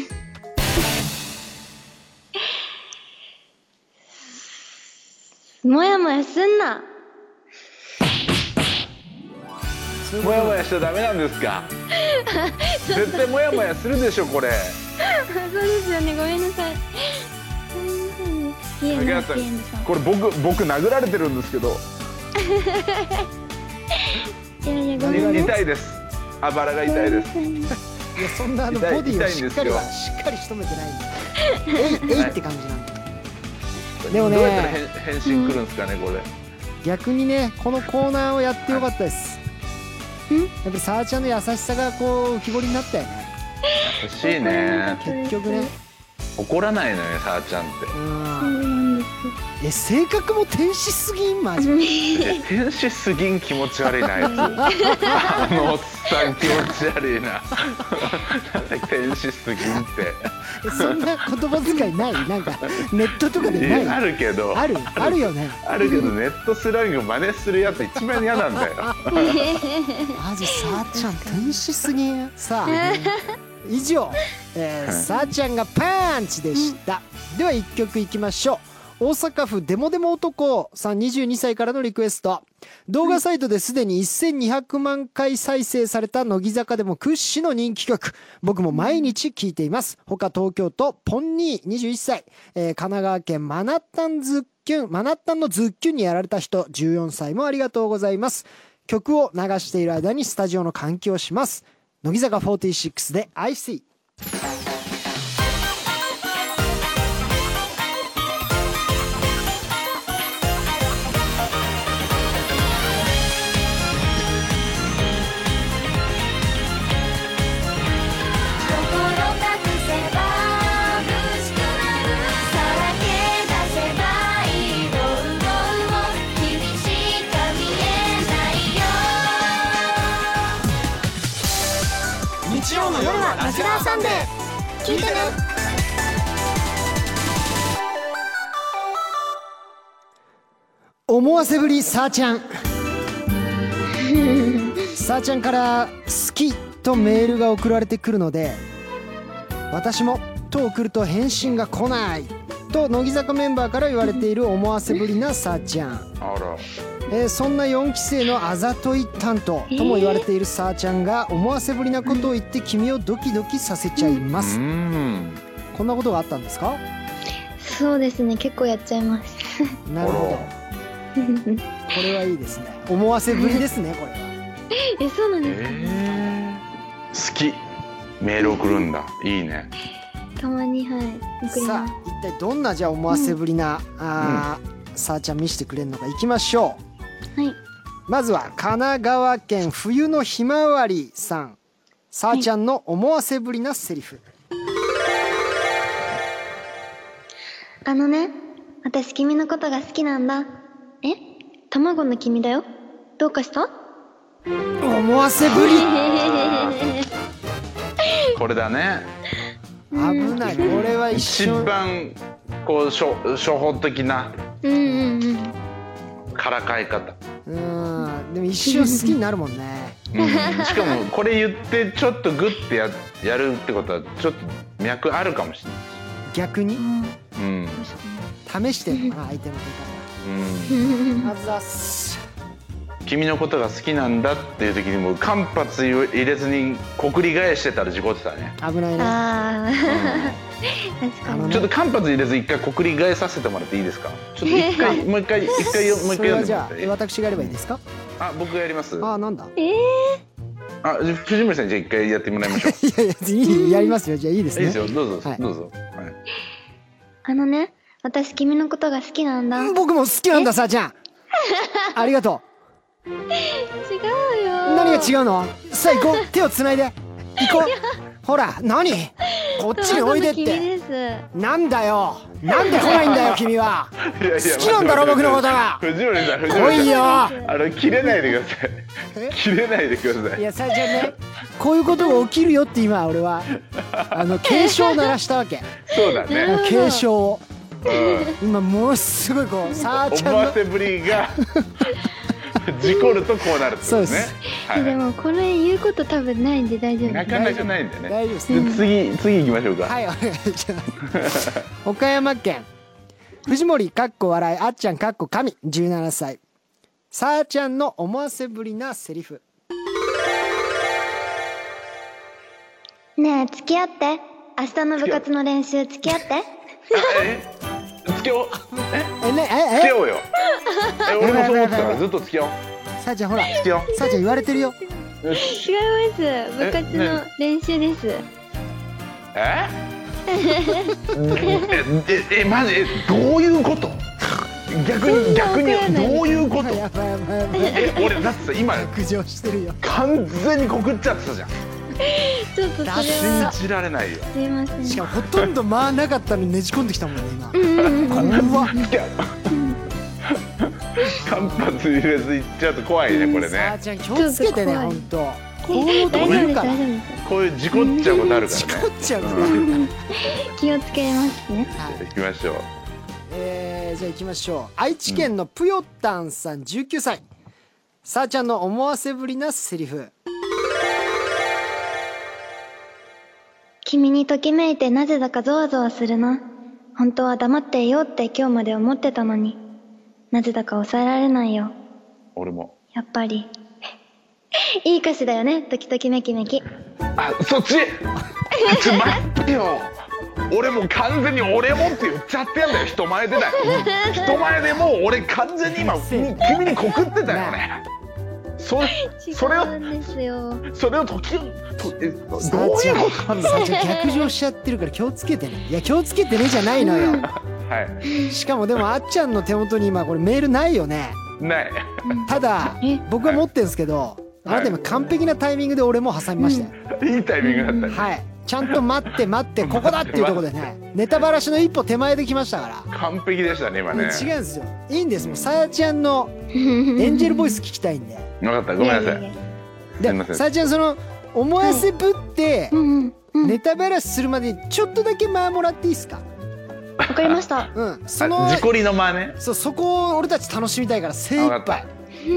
Speaker 3: もやもやすんな
Speaker 1: そういうこ
Speaker 2: モ
Speaker 1: と
Speaker 2: ヤモヤしちゃダメなんですか絶対モヤモヤするでしょこれ
Speaker 3: そうですよねごめんなさいごめんなさい
Speaker 2: 竹原
Speaker 3: ねピエナピ
Speaker 2: さ
Speaker 3: エナさ
Speaker 2: んこれ僕僕殴られてるんですけど
Speaker 3: んいやいやごめんな
Speaker 2: 痛いですあばらが痛いです
Speaker 3: さいね
Speaker 1: いやそんなあのボ
Speaker 2: 痛い
Speaker 1: ディを
Speaker 2: 痛いん
Speaker 1: し
Speaker 2: で
Speaker 1: っ
Speaker 2: す
Speaker 1: か
Speaker 2: よ
Speaker 1: りはしっかり仕留めてない んでえいえいって感じなんでで
Speaker 2: ど
Speaker 1: も
Speaker 2: う
Speaker 1: ね
Speaker 2: やったら返返信来るんですかねこれ
Speaker 1: 逆にねこのコーナーをやってよかったです、やっぱりさあちゃんの優しさがこう浮き彫りになったよね
Speaker 2: 優しいね
Speaker 1: 結局ね
Speaker 2: 怒らないのよさあちゃんっ
Speaker 1: うん
Speaker 3: うん
Speaker 1: え性格も天使すぎんマジ
Speaker 2: ていや天使すぎん気持ち悪いなあいつあのおっさん気持ち悪いななんだっけ天使すぎんっ
Speaker 1: えそんな言葉遣いないなんかネットとか
Speaker 2: て
Speaker 1: で
Speaker 2: い や
Speaker 1: な
Speaker 2: あ
Speaker 1: い
Speaker 2: るけど
Speaker 1: あるあるよね
Speaker 2: あるけどネットスラング真似するやつ一番嫌なんだよ
Speaker 1: マジさあちゃん天使すぎんさあ 以上、えーさあちゃんがパンチでした、では1曲いきましょう大阪府デモデモ男さん22歳からのリクエスト動画サイトですでに1200万回再生された乃木坂でも屈指の人気曲僕も毎日聴いています他東京都ポンニー21歳、えー神奈川県マナッタンズッキュンマナッタンのズッキュンにやられた人14歳もありがとうございます曲を流している間にスタジオの換気をします乃木坂46で I see
Speaker 4: 心託せば苦しくなるさらけ出せばいいゴウゴウを君しか見えないよ
Speaker 5: 日曜の夜はラジラーサンデー聞いてね
Speaker 1: 思わせぶりさあち ゃんさあちゃんから「好き」とメールが送られてくるので「私も」と送ると返信が来ないと乃木坂メンバーから言われている思わせぶりなさあちゃん
Speaker 2: あら
Speaker 1: えーそんな4期生のあざとい担当とも言われているさあちゃんが思わせぶりなことを言って君をドキドキさせちゃいま
Speaker 2: う
Speaker 1: す
Speaker 2: ん
Speaker 1: こんなことがあったんですか
Speaker 3: そうですね結構やっちゃいます
Speaker 1: なるほどこれはいいですね思わせぶりですねこれは
Speaker 3: えそうなんですか、
Speaker 2: えー、好きメール送るんだいいね
Speaker 3: たまにはい送り
Speaker 1: さ
Speaker 3: ま
Speaker 1: あ
Speaker 3: す
Speaker 1: 一体どんなじゃあ思わせぶりな、あーさあちゃん見せてくれるのかいきましょう
Speaker 3: はい
Speaker 1: まずは神奈川県冬のひまわりさんさあちゃんの思わせぶりなセリフ、
Speaker 3: あのね私君のことが好きなんだえ卵の君だよどうかした
Speaker 1: 思わせぶり
Speaker 2: これだね
Speaker 1: 危ないこれは一
Speaker 2: 一
Speaker 1: 瞬
Speaker 2: 番こう初初歩的な
Speaker 3: うんうんうん
Speaker 2: からかい方、
Speaker 1: うんでも一瞬好きになるもんね
Speaker 2: うん、 しかもこれ言ってちょっとグッてややるってことはちょっと脈あるかもしれな
Speaker 1: 逆に
Speaker 2: いうん、
Speaker 1: 試してるのかな相手の手からあざっす
Speaker 2: うん、君のことが好きなんだっていう時にもう間髪入れずに告り返してたら事故ってたね
Speaker 1: 危ないね
Speaker 3: ああ 確か
Speaker 1: あの
Speaker 3: に
Speaker 2: ちょっ
Speaker 1: ね
Speaker 2: と間髪入れず一回告り返させてもらっていいですかちょっと一回もう一回一回よもう
Speaker 1: そ
Speaker 2: 一
Speaker 1: れ
Speaker 2: 回読
Speaker 1: は
Speaker 2: んで
Speaker 1: じ
Speaker 2: も
Speaker 1: ゃ
Speaker 2: らっ
Speaker 1: あ
Speaker 2: ていい
Speaker 1: 私がやればいいですか
Speaker 2: あ僕やります
Speaker 1: ああなんだ
Speaker 2: あ、じゃあ藤森さんじゃあ一回やってもらいましょう。
Speaker 1: いやいやいいやりますよじゃあいいです
Speaker 2: い
Speaker 1: ね
Speaker 2: いですよ、どうぞ、
Speaker 1: はい
Speaker 2: どうぞ。はい
Speaker 3: あのね私君のことが好きなんだ違うよ
Speaker 1: 僕も好きなんださあちゃんありがとう何が違うのさあ行こう手をつないで行こうほら何こっちにおいでっ
Speaker 3: 卵の
Speaker 1: て
Speaker 3: 君です
Speaker 1: なんだよなんで来ないんだよ君は
Speaker 2: いやいや
Speaker 1: 好きなんだろ僕のことが
Speaker 2: 藤森さん、藤
Speaker 1: 来
Speaker 2: 森
Speaker 1: い
Speaker 2: さん。
Speaker 1: よ
Speaker 2: あの、切れないでくださ
Speaker 1: え
Speaker 2: い。切れないでくださ
Speaker 1: い
Speaker 2: い。
Speaker 1: やさあちゃんねこういうことが起きるよって今俺はあの警鐘を鳴らしたわけ
Speaker 2: そうだね。
Speaker 1: 警鐘を
Speaker 2: うん
Speaker 1: 今ものすごいこうさあちゃ
Speaker 2: 思
Speaker 1: ん
Speaker 2: わ
Speaker 1: の
Speaker 2: せぶり が。事故るとこうなるってこと
Speaker 1: そうで
Speaker 2: ね
Speaker 1: す。
Speaker 2: は
Speaker 3: で
Speaker 2: い。
Speaker 3: もこれ言うこと多分ないんで大丈夫
Speaker 2: な
Speaker 3: です
Speaker 2: かなかないんだね。
Speaker 1: 大丈夫です
Speaker 2: で次、次行きましょうか。
Speaker 1: はい、お願いします。岡山県。藤森かっこ笑い、あっちゃんかっこ神、17歳。さあちゃんの思わせぶりなセリフ。
Speaker 3: ねえ付き合って明日の部活の練習付き合って
Speaker 2: え、つけよう。
Speaker 1: え、ね、
Speaker 2: つ
Speaker 1: え、
Speaker 2: けようよ。え、俺もそう思ってたから、ずっとつけよ
Speaker 1: え、さあちゃんほら、
Speaker 2: う。つけよ
Speaker 1: さあちゃん言われてるよ。
Speaker 2: う。よし。
Speaker 3: 違います部活の練習です、
Speaker 2: ええええマジえどういうこと逆に逆にどういうこと
Speaker 1: やばいやばいやばい
Speaker 2: え俺だってさ今
Speaker 1: 苦情してるよ
Speaker 2: 完全に告っちゃってたじゃん
Speaker 3: ちょっとそれ
Speaker 2: 信
Speaker 3: は
Speaker 2: じられないよ
Speaker 3: すいません
Speaker 1: しかもほとんど間なかったのにねじ込んできたもんね今
Speaker 3: うんうんうん
Speaker 1: うわ
Speaker 2: いや 間髪入れずいっちゃうと怖いねこれ
Speaker 1: さあ
Speaker 2: ね
Speaker 1: ちゃん気をつけてね
Speaker 3: ちょっと怖い
Speaker 1: 本当こういうとこ
Speaker 3: 大
Speaker 1: い
Speaker 3: 丈夫
Speaker 1: る
Speaker 3: で
Speaker 1: から
Speaker 3: す大丈夫です
Speaker 2: こういう事故っちゃうことあるか
Speaker 1: 事
Speaker 2: ら
Speaker 1: 故
Speaker 2: ね
Speaker 1: っちゃうから、
Speaker 3: 気をつけますね
Speaker 2: 行きましょう
Speaker 1: えーじゃあ行きましょう愛知県のぷよたんさん19歳、さあちゃんの思わせぶりなセリフ
Speaker 3: 君にときめいてなぜだかゾワゾワするな。本当は黙っていようって今日まで思ってたのに。なぜだか抑えられないよ。
Speaker 2: 俺も
Speaker 3: やっぱり。 いい歌詞だよね、ときときめき めき。
Speaker 2: あそっち ちょ待ってよ俺もう完全に俺もって言っちゃってやんだよ人 前でだよ人前でもう俺完全に今君に告ってたよね そそれを
Speaker 3: 違うんですよ。
Speaker 2: それを時をとえどういうこと なんだ
Speaker 1: さあちゃん逆上しちゃってるから気をつけてねいや気をつけてねじゃないのよ
Speaker 2: はい
Speaker 1: しかもでもあっちゃんの手元に今これメールないよね
Speaker 2: ない
Speaker 1: ただ
Speaker 3: え
Speaker 1: 僕は持ってるんですけどあなた今完璧なタイミングで俺も挟みましたよ、
Speaker 2: いいタイミングだった
Speaker 1: はいちゃんと待って待ってここだっていうところでねネタバラシの一歩手前で来ましたから
Speaker 2: 完璧でしたね今
Speaker 1: 違うん
Speaker 2: ね
Speaker 1: ですよいいんですもうさやちゃんのエ
Speaker 3: エ
Speaker 1: ンジェルボイス聞きたいんで
Speaker 2: 分かったごめんなさいすいませ
Speaker 1: で
Speaker 2: ん
Speaker 1: さやちゃんその思わせぶって
Speaker 3: うんうん。うん
Speaker 1: ネタバラシするまでにちょっとだけ間もらっていいですか
Speaker 3: わかりました。
Speaker 1: うんその
Speaker 2: あ自己りの真似
Speaker 1: そうそこを俺たち楽しみたいから精一
Speaker 2: わ
Speaker 1: 杯
Speaker 2: か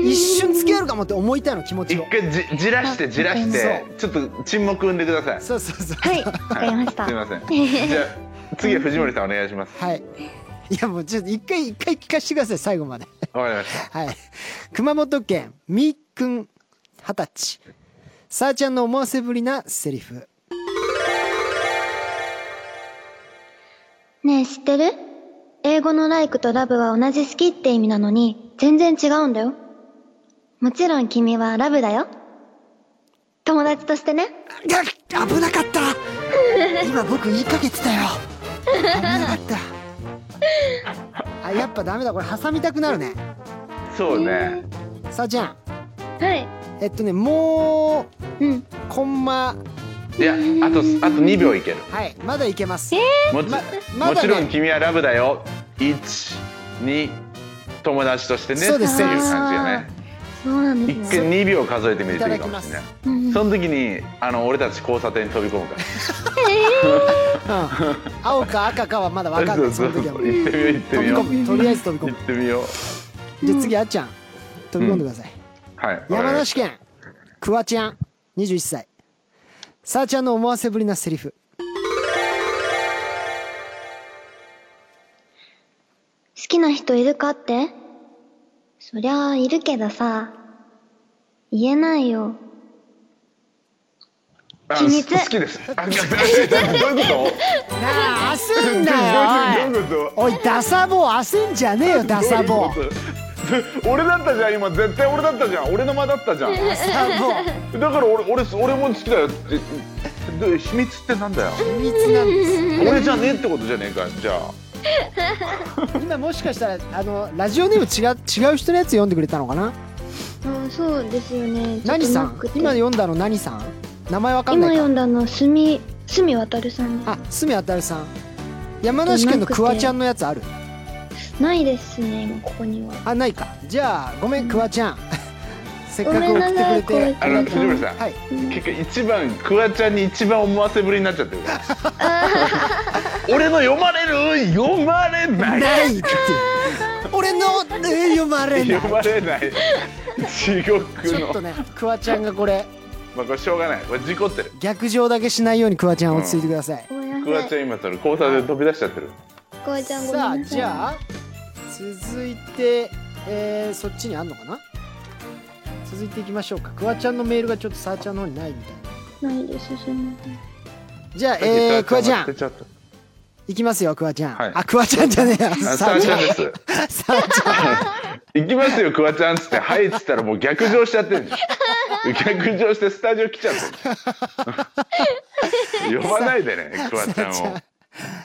Speaker 1: 一瞬付き合えるかもって思いたいの気持ち
Speaker 2: 一
Speaker 1: を
Speaker 2: 回じじらしてじらしてちょっと沈黙生んでください
Speaker 1: そうそうそう
Speaker 3: はい、わかりま した。
Speaker 2: すいませんじゃあ次は藤森さんお願いします
Speaker 1: はいいやもうちょっと一回一回聞かせてください最後まで
Speaker 2: わかりました
Speaker 1: はい熊本県みっくん二十歳さあちゃんの思わせぶりなセリフ
Speaker 3: ねえ、知ってる英語の like と love は同じ好きって意味なのに、全然違うんだよ。もちろん君は love だよ。友達としてね。
Speaker 1: が危なかった今僕言いかけてたよ危なかったあやっぱダメだこれ挟みたくなるね
Speaker 2: そうね
Speaker 1: さあちゃん
Speaker 3: はい。
Speaker 1: えっとねもう
Speaker 3: うん。
Speaker 1: コンマ
Speaker 2: いやあとあと2秒いける
Speaker 1: はいまだいけます
Speaker 2: もち,、
Speaker 1: ままだね
Speaker 2: もちろん君はラブだよ12友達としてね
Speaker 1: そうです
Speaker 2: っていう感じがね
Speaker 3: そうなんで
Speaker 2: 一
Speaker 3: す
Speaker 2: 回
Speaker 3: ね。
Speaker 2: 2秒数えてみるといい
Speaker 1: いただき
Speaker 2: か
Speaker 1: ま
Speaker 2: も
Speaker 1: す
Speaker 2: しれない
Speaker 3: うん
Speaker 2: その時にあの俺たち交差点に飛び込むか
Speaker 1: うん、青か赤かはまだ
Speaker 2: ら
Speaker 1: 分かんないそ
Speaker 2: そう
Speaker 1: の
Speaker 2: そう
Speaker 1: 時
Speaker 2: そ
Speaker 1: はも
Speaker 2: う
Speaker 1: う
Speaker 2: 行ってみよう行って
Speaker 1: 飛び込
Speaker 2: みよう
Speaker 1: むとりあえず飛び込
Speaker 2: 行
Speaker 1: む
Speaker 2: ってみよう
Speaker 1: じゃあ次あっちゃん飛び込んでください、
Speaker 2: はい
Speaker 1: 山梨県クワちゃん21歳さあちゃんの思わせぶりなセリ フ
Speaker 3: 好きな人いるかってそりゃあいるけどさ、言えないよ。
Speaker 2: あ
Speaker 3: 秘密
Speaker 2: 好きですあどういうこ
Speaker 1: なあ焦
Speaker 2: と
Speaker 1: ん なよ
Speaker 2: どういうこと
Speaker 1: おいおいダサボー焦んじゃねえ よダサボー
Speaker 2: 俺だったじゃん今絶対俺だったじゃん俺の間だったじゃん
Speaker 1: ダサボー
Speaker 2: だから俺俺俺も好きだよえで秘密ってなんだよ
Speaker 1: 秘密なんです
Speaker 2: 俺じゃねえってことじゃねえかじゃあ
Speaker 1: 今もしかしたらあのラジオネーム違う違う人のやつ読んでくれたのかな
Speaker 3: あそうですよね。
Speaker 1: 何さん今
Speaker 3: 今
Speaker 1: 読んだの何さん名前わかんないか
Speaker 3: 読んだの、すみ、すみわたるさん。
Speaker 1: あ、すみあたるさん。山梨県のクワちゃんのやつある。
Speaker 3: ないですね、今ここには。
Speaker 1: あ、ないか。じゃあ、ごめん、クワちゃん。せっか
Speaker 3: ご
Speaker 1: く
Speaker 3: めん
Speaker 1: 送
Speaker 3: なさ
Speaker 1: っ
Speaker 3: い、
Speaker 1: てくれて。
Speaker 2: あの藤森さん、
Speaker 1: はい。
Speaker 2: 結局一番クワちゃんに一番思わせぶりになっちゃってるから 俺の読まれる読まれない
Speaker 1: ないっていう。俺の、えー読まれない。
Speaker 2: 読まれ ない地獄
Speaker 1: ちょっ
Speaker 2: の
Speaker 1: とね、クワちゃんがこれ、
Speaker 2: まあこれしょうがないこれ事故ってる
Speaker 1: 逆上だけしないようにクワちゃん落ち着いてください。
Speaker 3: ごめん
Speaker 2: ク
Speaker 3: な
Speaker 2: ワ
Speaker 3: さい
Speaker 2: ち。ゃん今それ交差点飛び出しちゃってる
Speaker 3: こえちゃんごめんな
Speaker 1: さ
Speaker 3: さ
Speaker 1: あ、
Speaker 3: い。
Speaker 1: じゃあ、続いて、えーそっちにあんのかな続いていきましょうか。クワちゃんのメールがちょっとさーちゃんの方にないみたいな。
Speaker 3: ないです、すみません。
Speaker 1: じゃあ、えー、クワちゃ
Speaker 2: 忘れ
Speaker 1: ん、
Speaker 2: ちゃった
Speaker 1: いきますよ、クワちゃん。
Speaker 2: はい
Speaker 1: あ、クワちゃんじゃねえや。
Speaker 2: あ
Speaker 1: さ
Speaker 2: さ
Speaker 1: ー
Speaker 2: あ
Speaker 1: ち
Speaker 2: ち
Speaker 1: ゃ
Speaker 2: ゃ
Speaker 1: ん
Speaker 2: ん。です
Speaker 1: さあちゃん。
Speaker 2: 行きますよ、クワちゃんっつって、はいっつったらもう逆上しちゃってんじゃん。逆上してスタジオ来ち ゃってんじゃん呼ばないでね、クワちゃんを。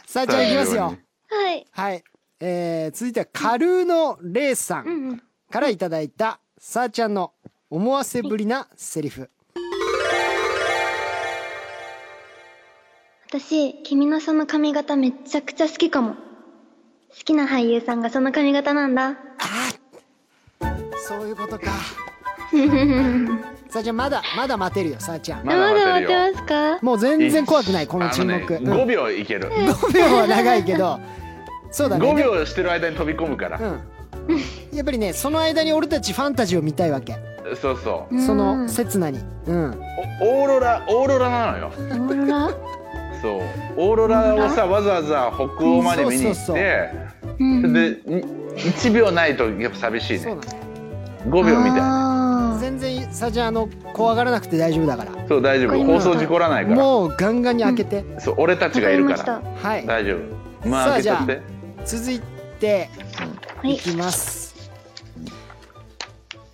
Speaker 1: さあちゃんいきますよ。
Speaker 3: はい。
Speaker 1: はい。えー続いてはカルーノ・レイさん
Speaker 3: うん
Speaker 1: からいただいたさーちゃんの思わせぶりなセリフ
Speaker 3: 私君のその髪型めちゃくちゃ好きかも好きな俳優さんがその髪型なんだ
Speaker 1: そういうこと かさーちゃんまだまだ待てるよさーちゃん
Speaker 2: まだ
Speaker 3: まだ
Speaker 2: 待
Speaker 3: 待
Speaker 2: てる
Speaker 3: っ
Speaker 2: よ
Speaker 3: てますか
Speaker 1: もう全然怖くないこの沈黙、
Speaker 2: あ
Speaker 1: うん
Speaker 2: ね、5秒いける、
Speaker 1: 5秒は長いけどそうだね
Speaker 2: 5秒してる間に飛び込むから、
Speaker 1: うん、やっぱりねその間に俺たちファンタジーを見たいわけ
Speaker 2: そうそう
Speaker 1: その刹那にうん
Speaker 2: おオーロラオーロラなのよ
Speaker 3: オーロラ
Speaker 2: そうオーロラをさわざわざ北欧まで見に行
Speaker 1: うん
Speaker 2: っ
Speaker 1: そうそうそう
Speaker 2: てで1秒ないとやっぱ寂しい
Speaker 1: そう
Speaker 2: ね
Speaker 1: な
Speaker 2: 5秒みたい
Speaker 1: の
Speaker 3: あ
Speaker 1: 全然さじゃああの怖がらなくて大丈夫だから
Speaker 2: そう大丈
Speaker 3: こ
Speaker 2: 夫
Speaker 3: れ今
Speaker 2: 放送事故らないから
Speaker 1: もうガンガンに開けて、
Speaker 2: そう俺た
Speaker 3: ー
Speaker 2: ちがいるから
Speaker 3: わり
Speaker 1: はい
Speaker 2: 大丈夫まあ
Speaker 1: さあ
Speaker 2: 開けちゃって
Speaker 1: 続いて
Speaker 3: ま
Speaker 1: い
Speaker 3: した
Speaker 1: きます、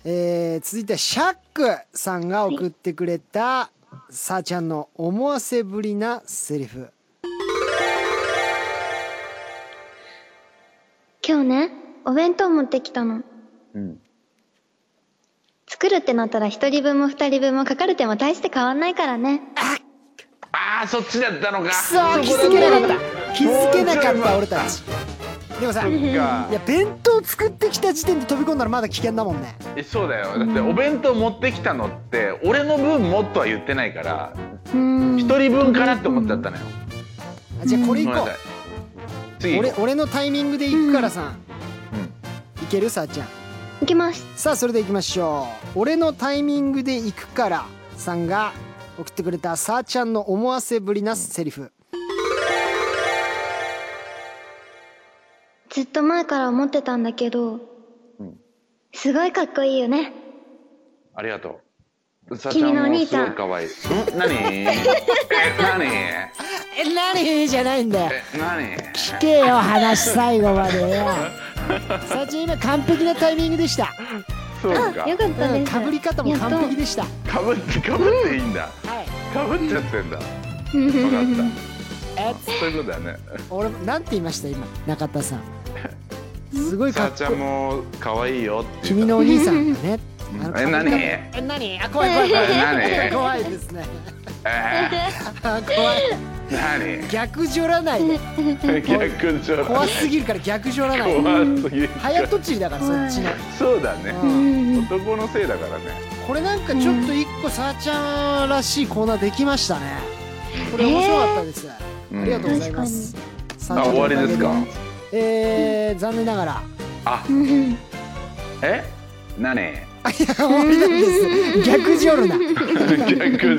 Speaker 1: えー、続いてシャックさんが送ってくれたさあちゃんの思わせぶりなセリフ
Speaker 3: 今日ねお弁当持ってきたの
Speaker 2: うん
Speaker 3: 作るってなったら一人分も二人分もかかる手も大して変わんないからね
Speaker 2: ああそっちだったのか
Speaker 1: くそー気づけなかった気づけなかった俺たちでもさい
Speaker 2: か
Speaker 1: や弁当作ってきた時点で飛び込んだらまだ危険だもんね
Speaker 2: えそうだよだってお弁当持ってきたのって俺の分もっとは言ってないから
Speaker 3: うん
Speaker 2: 一人分かなって思っちゃったのよ
Speaker 1: あじゃあこれい
Speaker 2: ご
Speaker 1: こ
Speaker 2: めんな
Speaker 1: う
Speaker 2: さい次行
Speaker 1: 俺
Speaker 2: こ
Speaker 1: 俺のタイミングで行くからさ、いけるさあちゃん
Speaker 3: いきます
Speaker 1: さあそれで行きましょう俺のタイミングで行くからさんが送ってくれたさあちゃんの思わせぶりなセリフ
Speaker 3: ずっと前から思ってたんだけど、すごいかっこいいよね
Speaker 2: うありがとうさ
Speaker 3: 君のお兄ちゃん
Speaker 2: すごい可愛いん 何え何え
Speaker 1: え何じゃないんだよ
Speaker 2: 何
Speaker 1: 聞けよ話最後までよさあちゃん今完璧なタイミングでした、
Speaker 2: そうか
Speaker 3: よかった
Speaker 1: うん、
Speaker 3: です
Speaker 1: かぶり方も完璧
Speaker 3: で
Speaker 1: でしたは
Speaker 2: かぶってかぶっていいんだ
Speaker 1: い
Speaker 2: かぶっちゃってんだ分かった
Speaker 1: え
Speaker 2: そういうことだね
Speaker 1: 俺なんて言いました今中田 さんすごいか
Speaker 2: さ
Speaker 1: っ
Speaker 2: あちゃ
Speaker 1: こい
Speaker 2: ん
Speaker 1: い
Speaker 2: も可愛いよって言
Speaker 1: 君のお兄さんがねあの
Speaker 2: え
Speaker 1: 髪型
Speaker 2: 何
Speaker 1: え何あ怖い怖い怖い
Speaker 2: 何
Speaker 1: 怖いですね
Speaker 2: え
Speaker 1: あ怖い
Speaker 2: ー何
Speaker 1: 逆じょらないで
Speaker 2: 逆じゃ
Speaker 1: 怖すぎるから逆じょらないで
Speaker 2: 怖すぎる
Speaker 1: 早とちりだからそっちの、
Speaker 2: そうだね
Speaker 1: うん、
Speaker 2: 男のせいだからね
Speaker 1: これなんかちょっと一個さあちゃんらしいコーナーできましたねこれ面白かったです、
Speaker 2: うん
Speaker 1: ありがとうございますさ
Speaker 2: あ
Speaker 1: ちゃん
Speaker 2: 終
Speaker 1: の
Speaker 2: わ
Speaker 1: おか
Speaker 2: り
Speaker 1: げ
Speaker 2: ですか
Speaker 1: えー、残念ながら
Speaker 2: あえ何
Speaker 1: 終わりなん です逆じょるな、
Speaker 2: 逆じゃる
Speaker 3: 逆ジ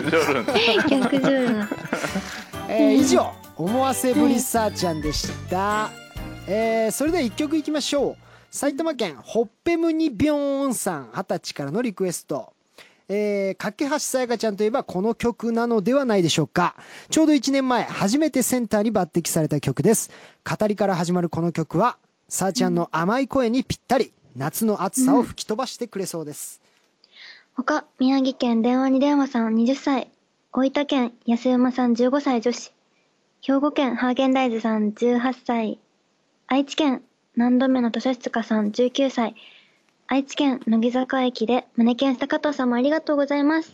Speaker 3: ュールな
Speaker 1: えー、以上思わせぶりさあちゃんでした、えー、それでは1曲いきましょう埼玉県ほっぺむにびょーんさん二十歳からのリクエストえー、架橋さやかちゃんといえばこの曲なのではないでしょうかちょうど1年前初めてセンターに抜擢された曲です語りから始まるこの曲はさあちゃんの甘い声にぴったり夏の暑さを吹き飛ばしてくれそうです、
Speaker 3: 他宮城県電話に電話さん20歳大分県安山さん15歳女子兵庫県ハーゲンダイズさん18歳愛知県何度目の図書室かさん19歳愛知県乃木坂駅で胸キュンした加藤さんもありがとうございます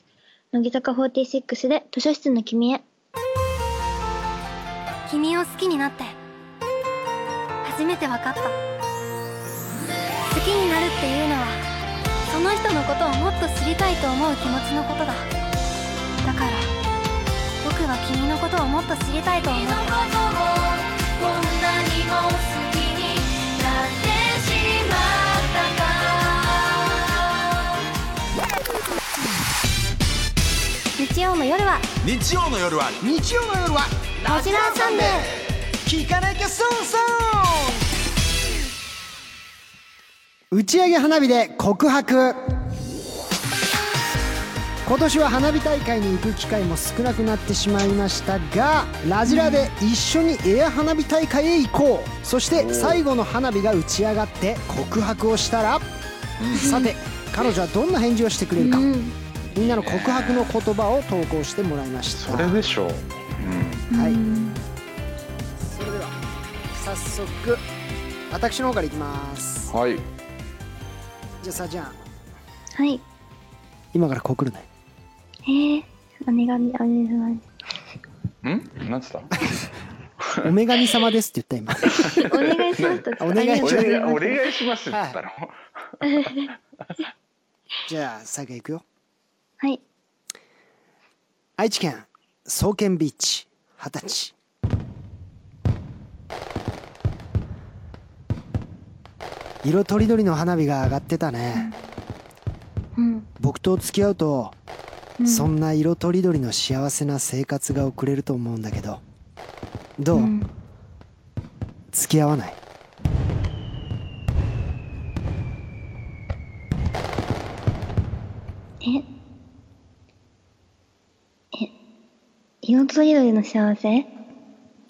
Speaker 3: 乃木坂46で図書室の君へ
Speaker 4: 君を好きになって初めて分かった好きになるっていうのはその人のことをもっと知りたいと思う気持ちのことだだから僕は君のことをもっと知りたいと思うこんなにも好きになってしまったか日曜の夜は
Speaker 5: 日曜の夜は
Speaker 1: 日曜の夜は
Speaker 4: ラジラーサンデー
Speaker 1: 聞かなきゃ損損打ち上げ花火で告白今年は花火大会に行く機会も少なくなってしまいましたがラジラで一緒にエア花火大会へ行こうそして最後の花火が打ち上がって告白をしたらさて彼女はどんな返事をしてくれるかみんなの告白の言葉を投稿してもらいました
Speaker 2: それでしょう
Speaker 1: はい。それでは早速私の方からいきます
Speaker 2: はい
Speaker 1: じゃあさあちゃん
Speaker 3: はい。
Speaker 1: 今からこう来るね
Speaker 3: えー、お願い、お願いします。
Speaker 2: んなんつった
Speaker 1: お女神様ですって言った今
Speaker 3: お願いしますと。
Speaker 1: お願いし
Speaker 2: お
Speaker 1: ます
Speaker 2: 願い
Speaker 3: ありがとう
Speaker 2: お
Speaker 3: ござい
Speaker 2: 願いしますって言ったの、
Speaker 1: じゃあ最後いくよ
Speaker 3: はい。
Speaker 1: 愛知県総研ビーチ二十歳色とりどりの花火が上がってたね、
Speaker 3: うん。
Speaker 1: 僕と付き合うと、
Speaker 3: うん
Speaker 1: そんな色とりどりの幸せな生活が送れると思うんだけどどう、
Speaker 3: うん
Speaker 1: 付き合わない
Speaker 3: ええ色とりどりの幸せ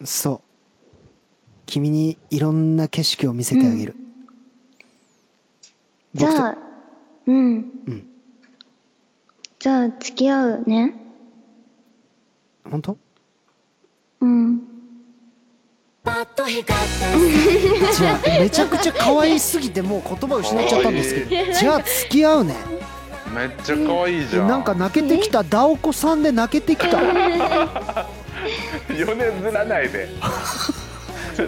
Speaker 1: そう君にいろんな景色を見せてあげる、
Speaker 3: じ
Speaker 1: 僕と
Speaker 3: ゃあうん、
Speaker 1: うん
Speaker 3: じゃあ付き合うね
Speaker 1: 本当
Speaker 3: うん
Speaker 1: じゃあめちゃくちゃ可愛すぎてもう言葉失っちゃったんですけどじゃあ付き合うね
Speaker 2: めっちゃ可愛いじゃん
Speaker 1: なん か泣けてきたダオコさんで泣けてきた
Speaker 2: 4年ずらないで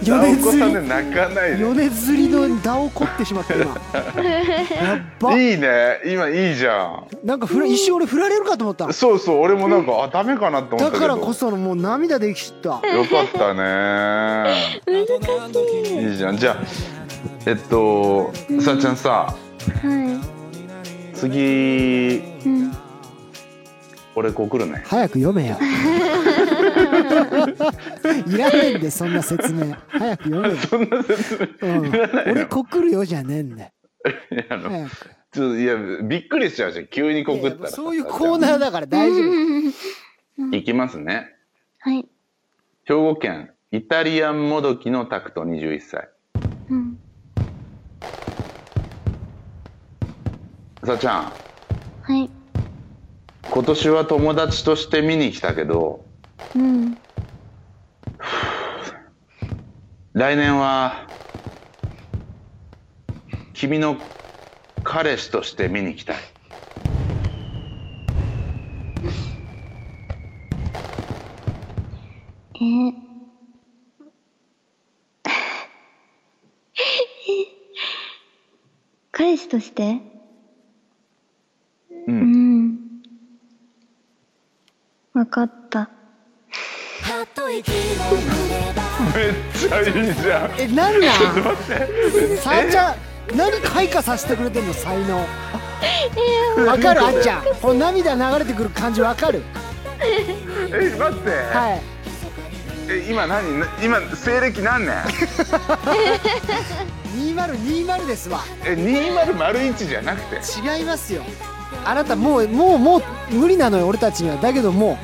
Speaker 1: 余熱
Speaker 2: お子さんで泣かないで
Speaker 1: 米ずりのダオコってしまった今やっば
Speaker 2: いいね今いいじゃん
Speaker 1: なんかふら一瞬俺振られるかと思った
Speaker 2: そうそう俺もなんか、あダメかなって思っ
Speaker 1: だ
Speaker 2: たけ
Speaker 1: か
Speaker 2: ど
Speaker 1: らこそのもう涙できた
Speaker 2: よかったねいいじゃんじゃあえっとさあちゃんさ
Speaker 3: は
Speaker 2: 次
Speaker 3: い、うん、
Speaker 2: 俺こう来るね
Speaker 1: 早く読めよいらねえんでそんな説明早く読めよ
Speaker 2: そんな説明
Speaker 1: うん、俺告るよじゃねえんだよ
Speaker 2: いやあの
Speaker 1: 早く
Speaker 2: ちょっといやびっくりしちゃうじゃん急に告っ
Speaker 1: い
Speaker 2: た
Speaker 1: や
Speaker 2: ら
Speaker 1: そういうコーナーだから大丈夫
Speaker 2: いきますね
Speaker 3: はい
Speaker 2: 兵庫県イタリアンもどきのタクト21歳
Speaker 3: うん
Speaker 2: さあちゃん
Speaker 3: はい
Speaker 2: 今年は友達として見に来たけど
Speaker 3: うん
Speaker 2: 来年は君の彼氏として見に来たい
Speaker 3: えー、彼氏として
Speaker 2: う
Speaker 3: うんんわかった
Speaker 2: めっちゃいいじゃん
Speaker 1: えなんなんさあちゃん何開花させてくれてんの才能わかるあっちゃんこの涙流れてくる感じわかる
Speaker 2: え待って、
Speaker 1: はい
Speaker 2: え今何な今西暦何年
Speaker 1: 2020ですわ
Speaker 2: え2001じゃなくて
Speaker 1: 違いますよあなたもうもうもう無理なのよ俺たちにはだけども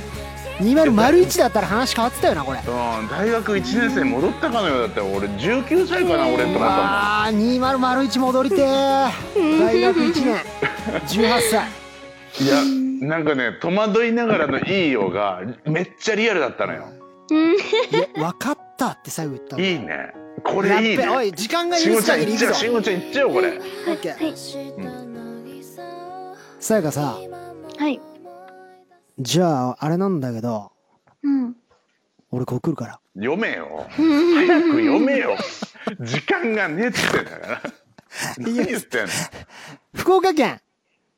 Speaker 1: う2001だったら話変わってたよなこれ
Speaker 2: うん大学1年生に戻ったかのようだったよ俺19歳かな俺と思った
Speaker 1: あ2001戻りてー大学1年18歳
Speaker 2: もんいやなんかね戸惑いながらのいいよがめっちゃリアルだったのよ
Speaker 1: いや分かったって最後言ったの
Speaker 2: いいねこ
Speaker 1: やっ
Speaker 2: れいい
Speaker 1: べお
Speaker 2: ね
Speaker 1: い時間が
Speaker 2: しん
Speaker 1: 許
Speaker 2: ご
Speaker 1: す
Speaker 2: ちゃん
Speaker 1: 限
Speaker 2: い
Speaker 1: り
Speaker 2: っ
Speaker 1: いく
Speaker 2: ちゃ
Speaker 1: ぞ
Speaker 2: うしんごちゃんいっちゃうよこれ
Speaker 1: オッケーさやかさ
Speaker 3: はい
Speaker 1: じゃああれなんだけど
Speaker 3: うん
Speaker 1: 俺こう来るから
Speaker 2: 読めよ早く読めよ時間がねえっつってんだから何言ってんの
Speaker 1: 福岡県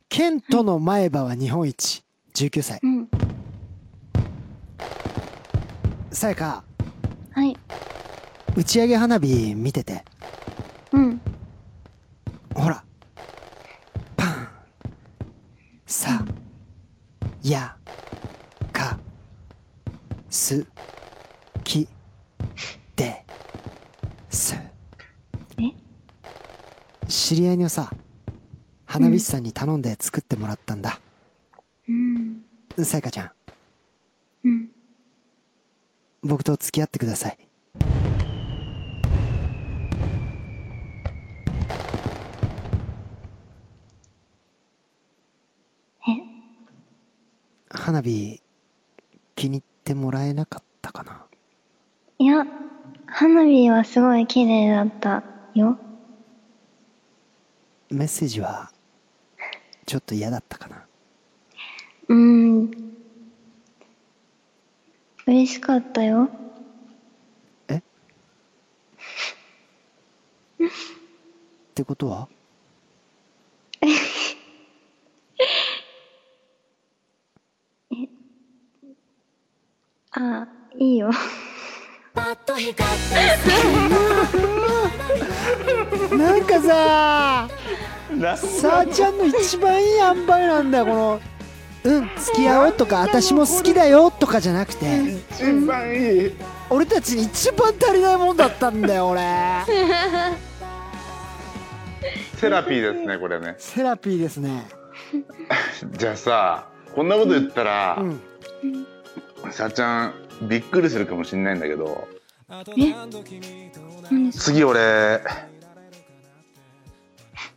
Speaker 1: 県との前歯は日本一19歳
Speaker 3: うん
Speaker 1: さやか
Speaker 3: はいう
Speaker 1: 打ち上げ花火見てて
Speaker 3: うん
Speaker 1: ほらパンさやかすきです
Speaker 3: え
Speaker 1: 知り合いのさ花火師さんに頼んで作ってもらったんだ
Speaker 3: うん
Speaker 1: さやかちゃん
Speaker 3: うん
Speaker 1: 僕と付き合ってください花火気に入ってもらえなかったかない
Speaker 3: や花火はすごい綺麗だったよ
Speaker 1: メッセージはちょっと嫌だったかな
Speaker 3: うん嬉しかったよ
Speaker 1: えってことは
Speaker 3: えあいいよ
Speaker 1: なんかささあちゃんの一番いい塩梅なんだよこの「うん付き合おう」とか「私も好きだよ」とかじゃなくて
Speaker 2: 一番いい
Speaker 1: 俺たちに一番足りないもんだったんだよ俺
Speaker 2: セラピーですねこれね
Speaker 1: セラピーですね
Speaker 2: じゃあさこんなこと言ったら
Speaker 1: うん
Speaker 2: さあちゃんびっくりするかもしんないんだけど
Speaker 3: え何です
Speaker 2: 次俺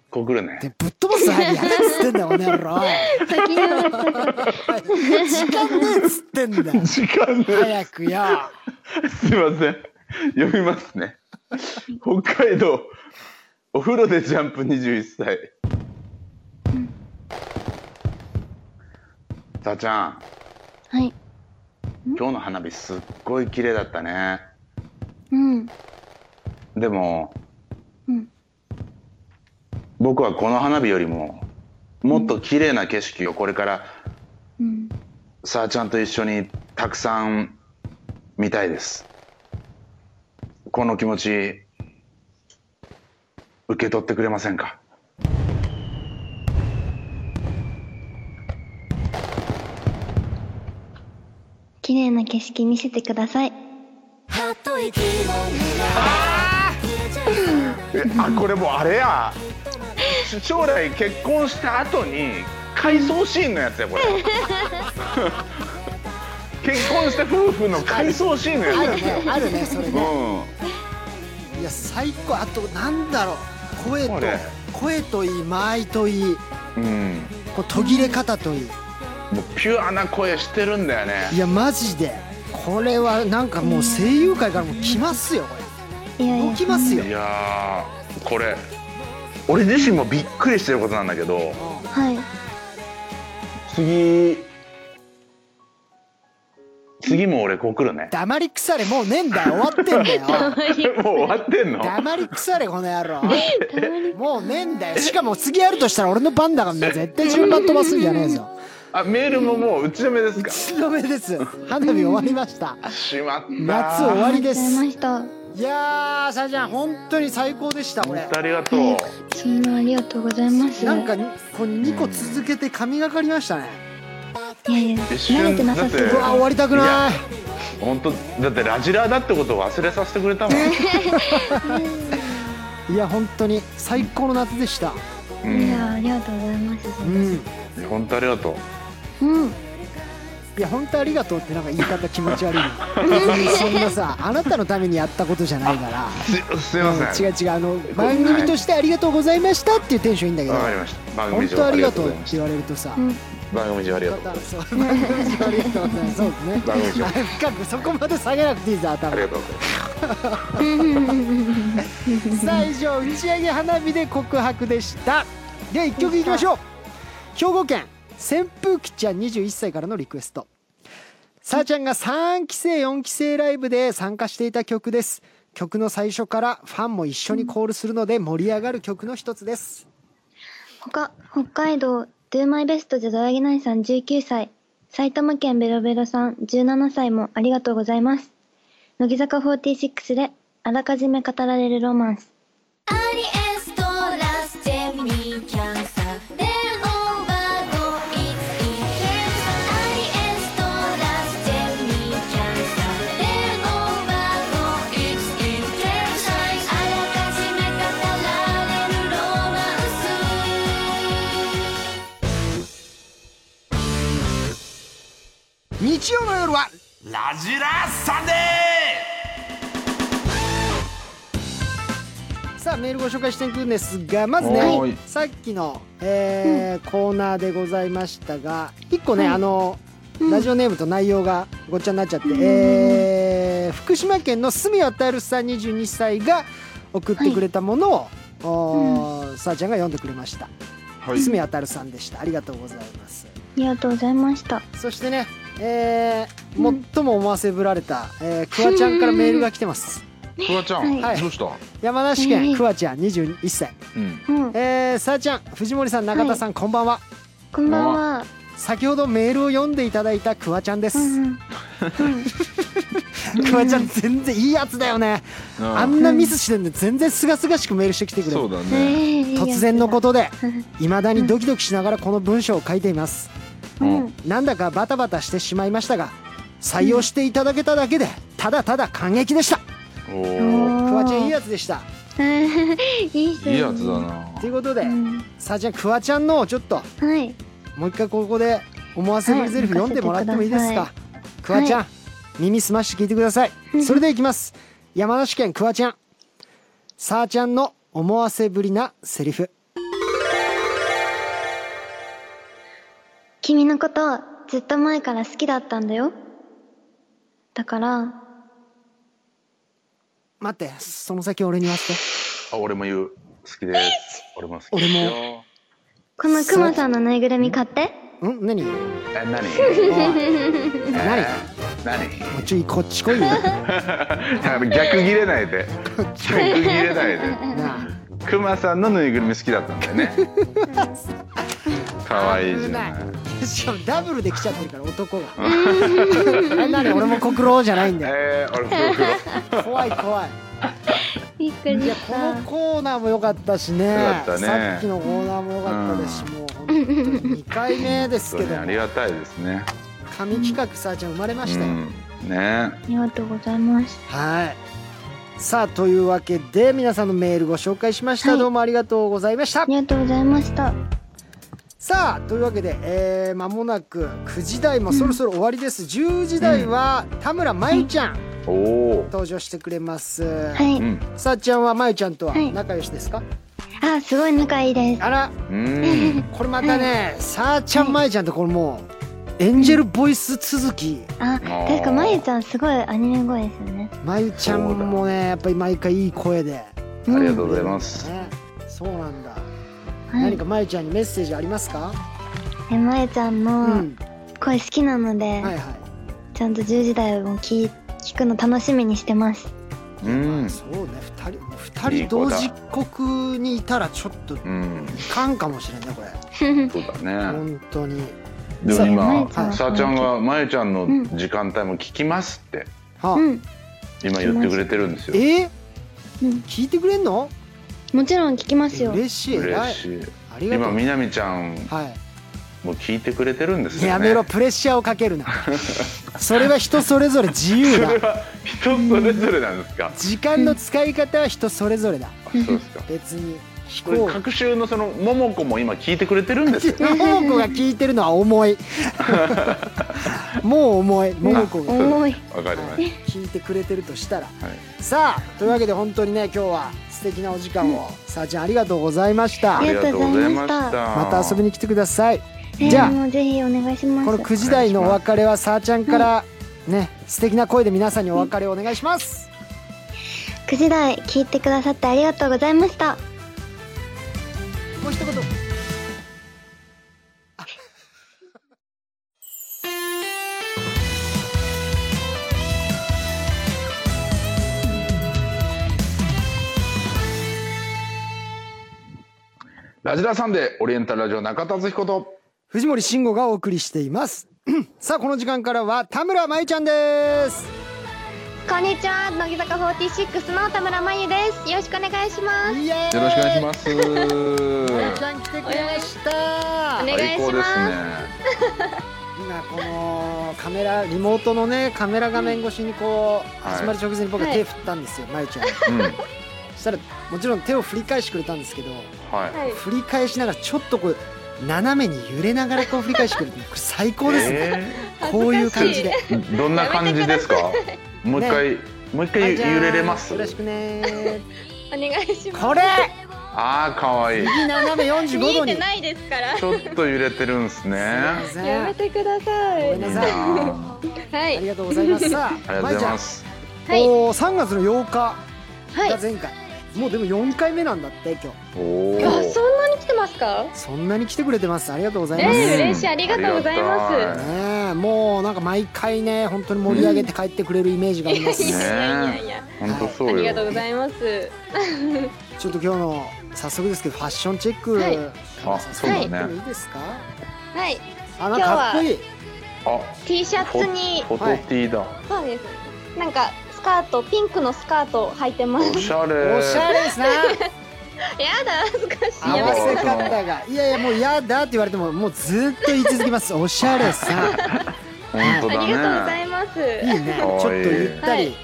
Speaker 2: こう来るね
Speaker 1: でぶっ飛ばす早くやれっつってんだよこの野郎
Speaker 3: か先に終わっ
Speaker 1: 時間ねえっつってんだよ
Speaker 2: 時間ね
Speaker 1: 早くよ
Speaker 2: すいません。読みますね。北海道、お風呂でジャンプ21歳。さあちゃん、
Speaker 3: たはい
Speaker 2: 今日の花火すっごい綺麗だったね。
Speaker 3: うん
Speaker 2: でも、
Speaker 3: うん
Speaker 2: 僕はこの花火よりも、もっと綺麗な景色をこれから、
Speaker 3: うん
Speaker 2: さあちゃんと一緒にたくさん見たいです。この気持ち、受け取ってくれませんか
Speaker 3: 綺麗な景色見せてください
Speaker 2: えあこれもうあれやし将来結婚した後に回想シーンのやつやこれ結婚した夫婦の回想シーンの
Speaker 1: あ
Speaker 2: や
Speaker 1: る
Speaker 2: つ
Speaker 1: ねあるねそれね
Speaker 2: う
Speaker 1: いや最高あとなんだろう声と
Speaker 2: これ
Speaker 1: 声といい間合いといい
Speaker 2: ん、うん、
Speaker 1: こう途切れ方といい
Speaker 2: もうピュアな声してるんだよ
Speaker 1: い
Speaker 2: ね
Speaker 1: やマジでこれはなんかもう声優界からもう来ますよこ
Speaker 3: いや
Speaker 1: れ
Speaker 3: い
Speaker 1: 動
Speaker 3: や
Speaker 1: きますよ
Speaker 2: いやーこれ俺自身もびっくりしてることなんだけど
Speaker 3: はい
Speaker 2: 次次も俺こう来 るね
Speaker 1: 黙り腐れもうねえんだよ終わってんだよ
Speaker 2: もう終わってんの
Speaker 1: 黙り腐れこの野郎もうねえんだよしかも次やるとしたら俺の番だからね絶対順番飛ばすんじゃねえぞ
Speaker 2: あメールももう打ち止めですか
Speaker 1: 一度目です花火終わりました
Speaker 2: しまった
Speaker 1: 夏終わりで
Speaker 3: ありがとうござい
Speaker 1: す
Speaker 3: ました
Speaker 1: いやーさやちゃん本当に最高でしたこれ
Speaker 2: 本当ありがとう。
Speaker 3: そんなありがとうございます
Speaker 1: なんかにこう2個続けて神がかりましたね
Speaker 3: いやいや
Speaker 2: 一瞬
Speaker 3: 慣れてなさそう
Speaker 2: だっ
Speaker 1: う
Speaker 2: て
Speaker 1: わ終わりたくない
Speaker 2: 本当だってラジラーだってことを忘れさせてくれたもん。
Speaker 1: いや本当に最高の夏でした
Speaker 2: うん
Speaker 3: いやありがとうございます
Speaker 1: うん
Speaker 2: 本当ありがとう。
Speaker 3: うん
Speaker 1: いや本当ありがとうってなんか言い方気持ち悪いな別にそんなさあなたのためにやったことじゃないから
Speaker 2: すすいません。
Speaker 1: 違う違うあの番組としてありがとうございましたっていうテンションいいんだけど
Speaker 2: わかりました。番
Speaker 1: 本
Speaker 2: 組
Speaker 1: 当
Speaker 2: 上
Speaker 1: あ
Speaker 2: あ
Speaker 1: り
Speaker 2: り
Speaker 1: が
Speaker 2: が
Speaker 1: と
Speaker 2: と
Speaker 1: う
Speaker 2: う
Speaker 1: って
Speaker 2: ございまし
Speaker 1: 言われるとさ
Speaker 3: ん
Speaker 2: た。番組上ありがとう。
Speaker 1: またそう 番組上ありがとうございますそうですね
Speaker 2: 番組上
Speaker 1: あ 深くそこまで下げなくていいぞ
Speaker 2: あ
Speaker 1: 頭
Speaker 2: りがとうございます。
Speaker 1: さあ以上打ち上げ花火で告白でしたでは1曲いきましょう兵庫県扇風機ちゃん21歳からのリクエストさあちゃんが3期生4期生ライブで参加していた曲です曲の最初からファンも一緒にコールするので盛り上がる曲の一つです
Speaker 3: 他北海道 Do My Best じゃどやげないさん19歳埼玉県ベロベロさん17歳もありがとうございます乃木坂46であらかじめ語られるロマンス
Speaker 4: アリエストラスジェミニキャンサーレオーバードイツインケンサーアリエストラスジェミニキャンサーレオーバードイツインケンサーあらかじめ語られるロマンス
Speaker 1: 日曜の夜は
Speaker 5: ラジラサンデ
Speaker 1: さあメールご紹介していくんですがまずね、
Speaker 2: はーい
Speaker 1: さっきの、えーコーナーでございましたが一個ね、あの、ラジオネームと内容がごっちゃになっちゃって、えー福島県の住渡るさん22歳が送ってくれたものを、おーさあちゃんが読んでくれました
Speaker 2: は
Speaker 1: すみあたるさんでしたありがとうございます
Speaker 3: りがとうございました。
Speaker 1: そしてねえー
Speaker 3: うん
Speaker 1: 最も思わせぶられた、えー、クワちゃんからメールが来てます
Speaker 2: フワちゃん、
Speaker 1: はい
Speaker 2: どうした、
Speaker 1: 山梨県
Speaker 3: えー
Speaker 1: クワちゃん21歳
Speaker 2: うん、
Speaker 3: うん、
Speaker 1: えー、さあちゃん藤森さん中田さん、こんばんは
Speaker 3: こんばんは。
Speaker 1: 先ほどメールを読んでいただいたクワちゃんです、
Speaker 3: うんうん。
Speaker 1: クワちゃん全然いいやつだよね、あ
Speaker 2: あ
Speaker 1: んなミスしてんで全然すがすがしくメールしてきてくれ
Speaker 2: そ
Speaker 1: る
Speaker 2: うだ
Speaker 3: え
Speaker 2: ね、
Speaker 3: えいいやつだ
Speaker 1: 突然のことで
Speaker 3: うん
Speaker 1: 未だにドキドキしながらこの文章を書いています
Speaker 3: うん。
Speaker 1: なんだかバタバタしてしまいましたが採用していただけただけでただただ感激でした
Speaker 2: おお
Speaker 1: クワちゃんいい
Speaker 3: や
Speaker 1: やつでした
Speaker 3: つ。 いい人
Speaker 2: いいやつだ。な
Speaker 1: ということで、
Speaker 3: うん
Speaker 1: さあちゃんクワちゃんのをちょっと
Speaker 3: はい。
Speaker 1: もう一回ここで思わせぶりゼリフ読んでもらってもいいですか、
Speaker 3: は
Speaker 1: クワちゃん、耳すまして聞いてくださいそれでいきます山梨県クワちゃんさあちゃんの思わせぶりなセリフ
Speaker 3: 君のことずっと前から好きだったんだよ。だから、
Speaker 1: 待ってその先俺に言わせて
Speaker 2: あ俺も言う好きです俺も好きです
Speaker 1: 俺
Speaker 2: よ
Speaker 3: このクマさんのぬいぐるみ買って。
Speaker 1: ん何おい
Speaker 2: え何
Speaker 1: 何
Speaker 2: 何
Speaker 1: もうちょいこっち来いよな
Speaker 2: 逆切れないで逆切れないで
Speaker 1: あ
Speaker 2: クマさんのぬいぐるみ好きだったんだよね可愛いじゃない
Speaker 1: しかもダブルで来ちゃってるから男があ れ何俺も国労じゃないんだよ
Speaker 2: えー、俺黒黒
Speaker 1: 怖い怖い
Speaker 3: びっくり
Speaker 1: いや
Speaker 3: し
Speaker 1: この
Speaker 3: た。
Speaker 1: コーナーも良かったしね
Speaker 2: 良かったね
Speaker 1: さっきのコーナーも良かったですし、
Speaker 2: う
Speaker 1: もう本当に2回目です
Speaker 2: そ
Speaker 1: け
Speaker 2: うね
Speaker 1: ども
Speaker 2: ありがたいですね
Speaker 1: 神企画さあちゃん生まれま
Speaker 2: う
Speaker 1: したよ、
Speaker 2: んね
Speaker 3: ありがとうございます。
Speaker 1: はいさあというわけで皆さんのメールご紹介しました、
Speaker 3: はい
Speaker 1: どうもありがとうございました
Speaker 3: ありがとうございました。
Speaker 1: さあというわけで、えー、間もなく9時台もそろそろ終わりです、10時台は田村真由ちゃん
Speaker 2: おおー
Speaker 1: 登場してくれます、
Speaker 3: はい。
Speaker 2: うん
Speaker 1: さあちゃんは真由ちゃんとは
Speaker 3: はい
Speaker 1: 仲良しですか、
Speaker 3: あ、すごい仲いいです。
Speaker 1: あら
Speaker 2: うん
Speaker 1: これまたね、さあちゃんまゆちゃんとこれもうエンジェルボイス続き
Speaker 3: あ、
Speaker 2: ー
Speaker 3: 確かまゆちゃんすごいアニメ声ですよね。
Speaker 1: まゆちゃんもねやっぱり毎回いい声で、
Speaker 2: ありがとうございます
Speaker 1: ね、そうなんだ、
Speaker 3: は
Speaker 1: 何
Speaker 3: い。
Speaker 1: かまゆちゃんにメッセージありますか
Speaker 3: えまゆちゃん
Speaker 1: う
Speaker 3: の
Speaker 1: ん
Speaker 3: 声好きなので、
Speaker 1: はいはい
Speaker 3: ちゃんと10時台も聞い聞くの楽しみにしてます。
Speaker 2: うん
Speaker 1: そうね2人もう二人同時刻にいたらちょっとい
Speaker 2: うん
Speaker 1: かんかもしれんねこれ
Speaker 2: そうだね
Speaker 1: 本当に
Speaker 2: でも
Speaker 3: そう
Speaker 2: 今
Speaker 3: ね
Speaker 2: さあちゃんがまゆちゃんの時間帯も聞きますって
Speaker 1: はあ、
Speaker 3: うん。
Speaker 2: 今言ってくれてるんですよ
Speaker 1: えー
Speaker 3: うん
Speaker 1: 聞いてくれんの
Speaker 3: もちろん聞きますよ。
Speaker 1: 嬉しい偉
Speaker 2: 嬉
Speaker 1: い
Speaker 2: しい
Speaker 1: ありがと
Speaker 2: 今
Speaker 1: う
Speaker 2: みなみちゃん
Speaker 1: はい
Speaker 2: も聞いてくれてるんですよね
Speaker 1: やめろプレッシャーをかけるなそれは人それぞれ自由
Speaker 2: それ
Speaker 1: だ
Speaker 2: は人それぞれなんですか
Speaker 1: 時間の使い方は人それぞれだ
Speaker 2: あそうですか
Speaker 1: 別に飛
Speaker 2: これ
Speaker 1: 行
Speaker 2: 各週のそのももこも今聞いてくれてる んですよね
Speaker 1: ももこが聞いてるのは重いもう重いももこが
Speaker 3: 重い。
Speaker 2: わかりまし
Speaker 1: 聞いてくれてるとしたら
Speaker 2: たはい
Speaker 1: さあというわけで本当にね今日は素敵なお時間をさあちゃんありがとうございました
Speaker 3: あり
Speaker 2: あ
Speaker 3: が
Speaker 2: り
Speaker 3: と
Speaker 2: が
Speaker 3: う
Speaker 2: と
Speaker 3: ご
Speaker 2: うござ
Speaker 3: ざい
Speaker 2: い
Speaker 3: ま
Speaker 2: ま
Speaker 3: し
Speaker 2: したた
Speaker 1: また遊びに来てください
Speaker 3: えー
Speaker 1: じゃあ
Speaker 3: もうぜひお願いします。
Speaker 1: この9時台のお別れはさあちゃんからね素敵な声で皆さんにお別れをお願いします
Speaker 3: 9時台聞いてくださってありがとうございました。
Speaker 1: もう一言
Speaker 2: ラジラさんでオリエンタルラジオ中田敦彦と
Speaker 1: 藤森慎吾がお送りしています さあこの時間からは田村まゆちゃんです
Speaker 3: こんにちは、乃木坂46の田村真由です。よろしくお願いしま
Speaker 1: イエーイ
Speaker 2: よろしくお願いし
Speaker 1: す
Speaker 2: ます
Speaker 1: まゆちゃん来てくれました
Speaker 3: お願い
Speaker 2: 最高
Speaker 3: お願いし
Speaker 2: で
Speaker 3: ます
Speaker 2: ね
Speaker 1: 今このカメラリモートのねカメラ画面越しにこう、
Speaker 2: はい
Speaker 1: 始まる直前に僕は手振ったんですよ、まゆちゃんに
Speaker 2: うんは
Speaker 1: そしたらもちろん手を振り返してくれたんですけど
Speaker 2: い
Speaker 3: はい。
Speaker 1: 振り返しながらちょっとこう斜めに揺れながらこう振り返してくれてこれ最高ですね、
Speaker 2: え
Speaker 1: こういう感じで
Speaker 2: ーどんな感じですかもう一回もう
Speaker 1: は
Speaker 2: 一回
Speaker 1: いじゃあ
Speaker 2: 揺れれます
Speaker 1: よろしくねー
Speaker 3: お願いします。
Speaker 1: これ
Speaker 2: あー可 愛い
Speaker 1: 右斜め45
Speaker 3: 見え
Speaker 1: 度
Speaker 3: て
Speaker 1: に
Speaker 3: ないですから。
Speaker 2: ちょっと揺れてるんですね
Speaker 1: すいません
Speaker 3: やめてくださ
Speaker 1: ごめ
Speaker 3: い
Speaker 1: ん。
Speaker 2: い
Speaker 1: ないさい
Speaker 2: なあ
Speaker 3: は
Speaker 1: あり
Speaker 3: い。
Speaker 1: がとうございます。さあ、
Speaker 2: ありがとうございます
Speaker 1: まいちゃん、おー3月の8日
Speaker 3: は
Speaker 1: が
Speaker 3: い。
Speaker 1: 前回、もうでも4回目なんだって今日
Speaker 2: お
Speaker 3: あ
Speaker 2: ー
Speaker 3: そんなに来てますか
Speaker 1: そんなに来てくれてますありがとうござい
Speaker 3: ね
Speaker 1: ます、
Speaker 3: え嬉しいありがとうござ
Speaker 2: あ
Speaker 3: い
Speaker 2: りが
Speaker 3: ま
Speaker 1: ね
Speaker 2: たい
Speaker 1: えもうなんか毎回ね本当に盛り上げて帰ってくれるイメージがあります
Speaker 3: す
Speaker 1: ね、
Speaker 3: い
Speaker 2: ね
Speaker 3: やいやいやいや
Speaker 2: 本当そ
Speaker 3: あ
Speaker 2: う
Speaker 3: りがとう
Speaker 2: よ
Speaker 3: ございます
Speaker 1: ちょっと今日の早速ですけどファッションチェック、
Speaker 3: はい
Speaker 2: あそうだね
Speaker 1: やってもいいですか、
Speaker 3: はい
Speaker 1: あなんかかっこいい
Speaker 2: あ
Speaker 3: T シャツに
Speaker 2: フォフォトティーだ
Speaker 3: そうですなんかスカートピンクのスカートを履いてます
Speaker 2: おしゃれ
Speaker 1: おしゃれですね
Speaker 3: やだ恥ずかしい
Speaker 1: 合
Speaker 3: やめ
Speaker 1: わ
Speaker 3: て
Speaker 1: せ
Speaker 3: くださ
Speaker 1: 方
Speaker 3: い
Speaker 1: がいやいやもう嫌だって言われてももうずっと言い続けますおしゃれさ
Speaker 2: 本当
Speaker 3: ありがとうご
Speaker 2: だ
Speaker 3: ざ
Speaker 2: ね
Speaker 3: います
Speaker 1: いいねち
Speaker 2: か
Speaker 1: ょっ
Speaker 2: わ
Speaker 1: と
Speaker 2: いい
Speaker 1: ゆったり、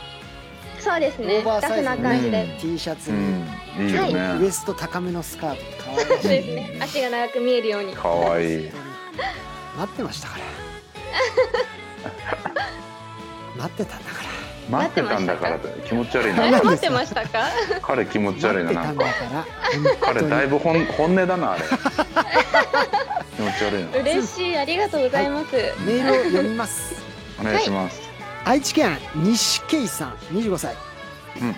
Speaker 3: そうですね
Speaker 1: オーバー
Speaker 3: ラ
Speaker 1: サイ
Speaker 3: フな
Speaker 1: ズ
Speaker 3: 感じ
Speaker 1: の、
Speaker 3: で、
Speaker 1: ね、T シャツ
Speaker 2: う
Speaker 1: に、
Speaker 2: んいいよ
Speaker 1: ウ
Speaker 2: ね
Speaker 1: エスト高めのスカートかわい
Speaker 3: そうですね足が長く見えるように
Speaker 2: かわいい
Speaker 1: 待ってました から待ってたんだか
Speaker 2: 待ってたんだからって気持ち悪い
Speaker 3: あ
Speaker 2: な
Speaker 1: なん
Speaker 3: 待
Speaker 1: で
Speaker 3: っ
Speaker 1: すか
Speaker 3: てましたか
Speaker 2: 彼気持ち
Speaker 1: ら
Speaker 2: 悪い
Speaker 1: 待っ
Speaker 2: な
Speaker 1: て
Speaker 2: な
Speaker 1: たん
Speaker 2: んか
Speaker 1: だから
Speaker 2: 彼
Speaker 1: 本当
Speaker 2: だい
Speaker 1: に
Speaker 2: ぶ本本音だな あれ気持ち悪いな
Speaker 3: 嬉しいありがとうございます、
Speaker 1: メールを読みます
Speaker 2: お願いします
Speaker 1: 愛知県西圭さん25歳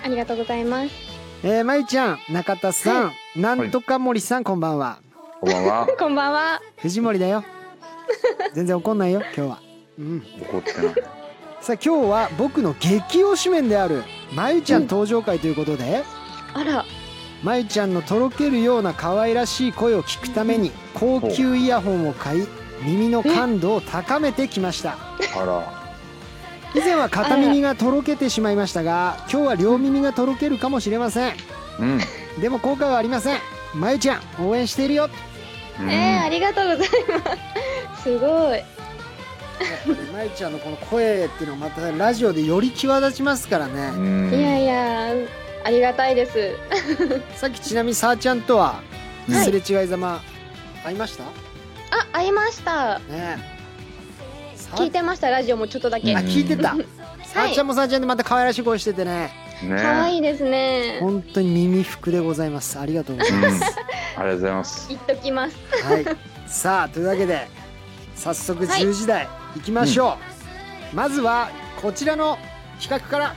Speaker 3: ありがとうございます
Speaker 1: えー、まゆちゃん中田さん、なんとか森さんこんばんは
Speaker 2: こんばんは
Speaker 3: こんばんは
Speaker 1: 藤森だ よ全然怒んないよ今日は、うん、
Speaker 2: 怒ってない
Speaker 1: さあ今日は僕の激推し面であるまゆちゃん登場会ということで、
Speaker 3: あら
Speaker 1: まゆちゃんのとろけるような可愛らしい声を聞くために高級イヤホンを買い耳の感度を高めてきました
Speaker 2: あら
Speaker 1: 以前は片耳がとろけてしまいましたが今日は両耳がとろけるかもしれません
Speaker 2: うん、うん
Speaker 1: でも後悔はありませんまゆちゃん応援しているよ
Speaker 3: えー、ありがとうございますすごい
Speaker 1: まゆちゃんのこの声っていうのはまたラジオでより際立ちますから
Speaker 2: う
Speaker 1: ね、
Speaker 2: ん
Speaker 3: いやいやありがたいです
Speaker 1: さっきちなみにさーちゃんとは
Speaker 3: はい
Speaker 1: すれ違いざま会いました、
Speaker 3: あ会いました
Speaker 1: ねえさ
Speaker 3: 聞いてましたラジオもちょっとだけ、
Speaker 2: う
Speaker 1: あ
Speaker 2: ん
Speaker 1: 聞いてた、さーちゃんもさーちゃんでまた可愛らしい声しててね
Speaker 2: ね
Speaker 3: 可愛
Speaker 2: い
Speaker 3: いですね
Speaker 1: 本当に耳服でございますありがとうござい
Speaker 2: うん、
Speaker 1: ま
Speaker 2: あり
Speaker 1: す、
Speaker 2: がとうございます
Speaker 3: 言っときます
Speaker 1: はいさあというわけで早速
Speaker 3: はい
Speaker 1: 10時台行きましょう、まずはこちらの企画から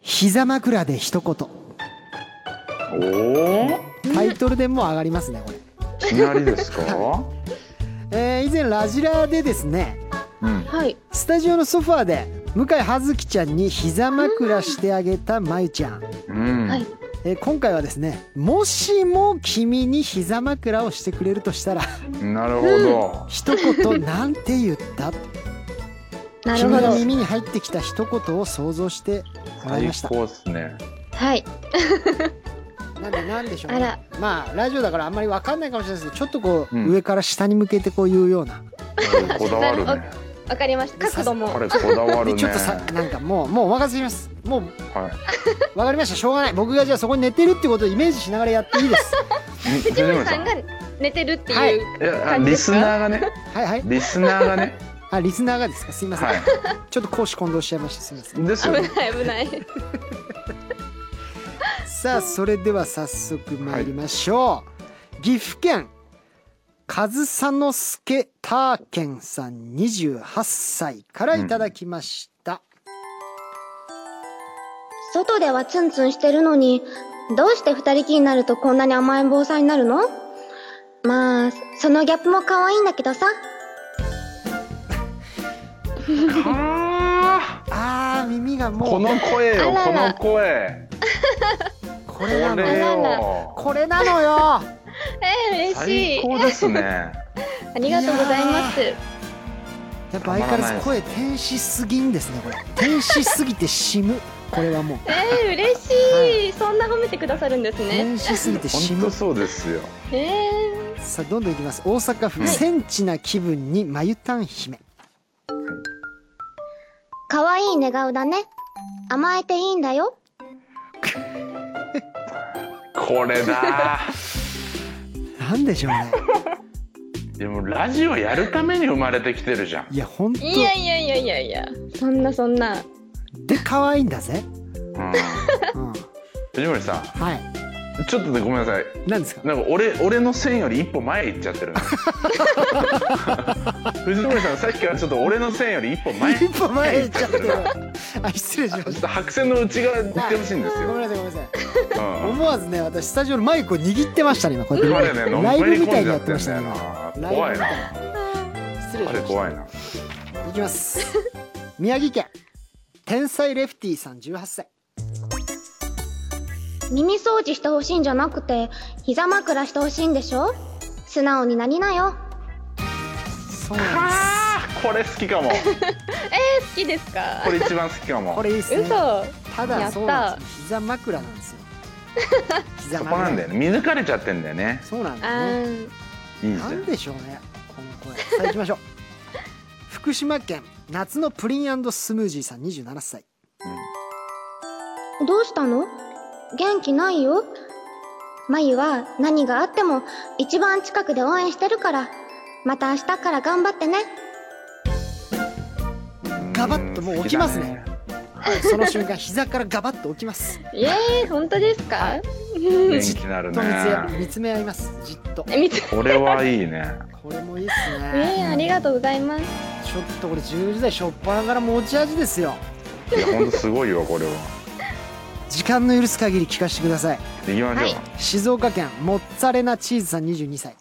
Speaker 1: 膝枕で一言
Speaker 2: おお
Speaker 1: タイトルでもう上がりますねこれ
Speaker 2: いきなりです か
Speaker 1: えー以前ラジラでですね
Speaker 2: うん
Speaker 3: はい
Speaker 1: スタジオのソファーで向井葉月ちゃんに膝枕してあげたまゆちゃん、
Speaker 2: うん、
Speaker 3: はい
Speaker 1: えー今回はですねもしも君に膝枕をしてくれるとしたら
Speaker 2: なるほど、
Speaker 1: 一言なんて言った
Speaker 3: なる
Speaker 1: 君
Speaker 3: ほ
Speaker 1: の
Speaker 3: ど
Speaker 1: 耳に入ってきた一言を想像してもらい
Speaker 2: 最
Speaker 1: ました
Speaker 2: 高ですね
Speaker 3: はい
Speaker 1: なんでなんでしょう
Speaker 3: あ
Speaker 1: ね
Speaker 3: ら
Speaker 1: まあラジオだからあんまりわかんないかもしれないですけどちょっとこう、
Speaker 2: うん
Speaker 1: 上から下に向けてこう言うような
Speaker 2: こだわるね
Speaker 3: わかりました角度も
Speaker 2: 彼こだわる
Speaker 1: で
Speaker 2: ね
Speaker 1: ちょっとさなんかもうもうお任せしますもう
Speaker 2: はい
Speaker 1: わかりましたしょうがない僕がじゃあそこに寝てるってことをイメージしながらやっていいです
Speaker 3: 藤森さんが寝てるって
Speaker 1: はい
Speaker 3: いう
Speaker 2: いやあ
Speaker 3: 感じ
Speaker 2: リ
Speaker 3: で
Speaker 2: ス
Speaker 3: す
Speaker 2: ナ
Speaker 3: か、
Speaker 2: ーがね
Speaker 1: はいはい
Speaker 2: リスナーが ね
Speaker 1: あリスナーがですかすいません、
Speaker 2: はい
Speaker 1: ちょっと講師混同しちゃいましたすいません
Speaker 2: ですよね
Speaker 3: 危ない危ない
Speaker 1: さあそれでは早速参りましょう、岐阜県上総助ターケンさん28歳からいただきました、
Speaker 6: 外ではツンツンしてるのに、どうして二人きりになるとこんなに甘えん坊さんになるのまあ、そのギャップも可愛いんだけどさ。
Speaker 1: あー耳がもう
Speaker 2: この声よ
Speaker 3: あ
Speaker 2: こ
Speaker 3: ら
Speaker 2: の
Speaker 3: ら
Speaker 2: 声
Speaker 1: こ
Speaker 2: こ
Speaker 1: れなの
Speaker 2: れ
Speaker 1: よ
Speaker 3: あらら
Speaker 2: よ
Speaker 1: これなのよ
Speaker 3: えー、嬉し
Speaker 2: 最
Speaker 3: い
Speaker 2: 高ですね
Speaker 3: ありがとうございます
Speaker 1: やっぱ相変わらず声天使すぎんですねこれ天使すぎて死むこれはもう
Speaker 3: えー、嬉しい、そんな褒めてくださるんですね
Speaker 1: 天使すぎて死
Speaker 2: 本
Speaker 1: む
Speaker 2: 当そうですよ
Speaker 3: え
Speaker 1: さあどんどんいきます大阪府、
Speaker 2: はい
Speaker 1: センチな気分にまゆたん姫
Speaker 6: 可愛い寝顔だね。甘えていいんだよ。
Speaker 2: これだ
Speaker 1: なんでしょうね
Speaker 2: でもうラジオやるために生まれてきてるじゃん
Speaker 1: いや本当
Speaker 3: ー、いやいやいやいやいやそんなそんな
Speaker 1: で可愛いんだぜ、
Speaker 2: うん
Speaker 1: うん、
Speaker 2: 藤森さん
Speaker 1: はい
Speaker 2: ちょっとねごめんなさい
Speaker 1: 何ですか
Speaker 2: なんか俺俺の線より一歩前行っちゃっ てるね藤森さんさっきからちょっと俺の線より一歩前
Speaker 1: 一歩前へ行っちゃってるあ失礼しま
Speaker 2: ちょ
Speaker 1: し
Speaker 2: ったと白線の内側行ってほしいんです
Speaker 1: ごめんな
Speaker 2: よ。
Speaker 1: さいごめんなさい
Speaker 2: うん
Speaker 1: 思わずね私スタジオのマイクを握ってましたね今こうや
Speaker 2: 今
Speaker 1: っ
Speaker 2: ね
Speaker 1: て、
Speaker 2: の
Speaker 1: ライ
Speaker 2: め
Speaker 1: ブ
Speaker 2: り
Speaker 1: みた
Speaker 2: 込
Speaker 1: い
Speaker 2: ん
Speaker 1: に
Speaker 2: じゃ
Speaker 1: やっ
Speaker 2: っ
Speaker 1: て
Speaker 2: て
Speaker 1: ま
Speaker 2: ん
Speaker 1: し
Speaker 2: だ
Speaker 1: た
Speaker 2: よ
Speaker 1: ね
Speaker 2: な
Speaker 1: 今
Speaker 2: 怖いな
Speaker 1: ライブみたい失礼し
Speaker 2: あ
Speaker 1: ま
Speaker 2: れ
Speaker 1: した
Speaker 2: 怖いない
Speaker 1: きます。宮城県天才レフティさん18歳。
Speaker 3: 耳掃除してほしいんじゃなくて、膝枕してほしいんでしょ素直になりなよ。
Speaker 1: そうなんです。
Speaker 2: あーこれ好きかも
Speaker 7: 好きですか
Speaker 2: これ一番好きかも
Speaker 1: これいいっすね。
Speaker 7: 嘘
Speaker 1: た
Speaker 7: や
Speaker 1: だ
Speaker 7: った
Speaker 1: そうなんですよ。膝枕なん ですよ。膝
Speaker 2: そこなんだよね見抜かれちゃってんだよね
Speaker 1: そうなん
Speaker 7: あ
Speaker 1: だよね。
Speaker 7: ー
Speaker 2: いいじ
Speaker 1: な
Speaker 2: ゃ
Speaker 1: ん
Speaker 2: ん
Speaker 1: でしょうね。この声。さあ行き ましょう。福島県夏のプリンスムージーさん27歳。
Speaker 3: どうしたの元気ないよ。まゆは何があっても一番近くで応援してるから。また明日から頑張ってね。
Speaker 1: ガバッともう起きますねその瞬間膝からガバッと起きます。
Speaker 7: えー、本当ですか
Speaker 2: うん好きだね元気になる
Speaker 1: と見つ
Speaker 2: ね
Speaker 1: め見つめ合います。じっと。
Speaker 7: え見て
Speaker 2: これはいいね
Speaker 1: これもいいっす
Speaker 7: え
Speaker 1: ね。
Speaker 7: ー、ありがとうございます
Speaker 1: ちょっとこれ10時代初っ端から持ち味ですよ。
Speaker 2: いやほんとすごいわこれは
Speaker 1: 時間の許す限り聞かせてください
Speaker 2: 行きましょう、
Speaker 1: 静岡県モッツァレナチーズさん22歳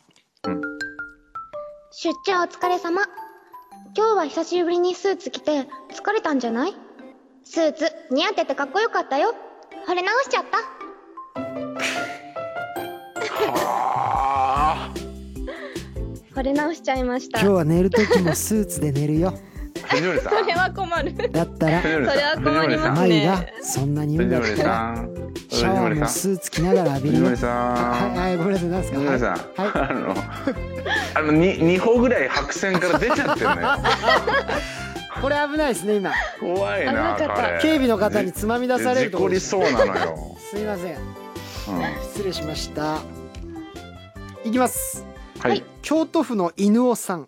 Speaker 3: 出張お疲れ様。今日は久しぶりにスーツ着て疲れたんじゃないスーツ似合っててかっこよかったよ。惚れ直しちゃった。
Speaker 2: あ
Speaker 8: これ直しちゃいました
Speaker 1: 今日は寝る時もスーツで寝るよ
Speaker 2: ー藤森さん
Speaker 7: それは困る
Speaker 1: だったら
Speaker 2: 藤森
Speaker 7: それは
Speaker 2: さん
Speaker 7: 困ります
Speaker 1: 眉
Speaker 7: ね
Speaker 1: がそんなに言うん
Speaker 2: 藤
Speaker 1: だっ
Speaker 2: 森
Speaker 1: たら
Speaker 2: さん
Speaker 1: シ
Speaker 2: 藤
Speaker 1: ャワー
Speaker 2: 森
Speaker 1: も
Speaker 2: さん
Speaker 1: スーツ着ながら浴び
Speaker 2: 藤
Speaker 1: るよ
Speaker 2: 森さ
Speaker 1: はい
Speaker 2: ん
Speaker 1: はいごめんなさい何ですか
Speaker 2: 藤森さん
Speaker 1: はいはい
Speaker 2: あのあのに二歩ぐらい白線から出ちゃって るね
Speaker 1: これ危ないですね今
Speaker 2: 怖いな
Speaker 7: 危なかった
Speaker 2: 彼
Speaker 1: 警備の方につまみ出されると
Speaker 2: 事
Speaker 1: 思
Speaker 2: 故
Speaker 1: う
Speaker 2: り
Speaker 1: す
Speaker 2: そうなのよ、
Speaker 1: いません
Speaker 2: うん、は
Speaker 1: 失礼しましたいきます
Speaker 2: い
Speaker 1: 京都府の犬尾さん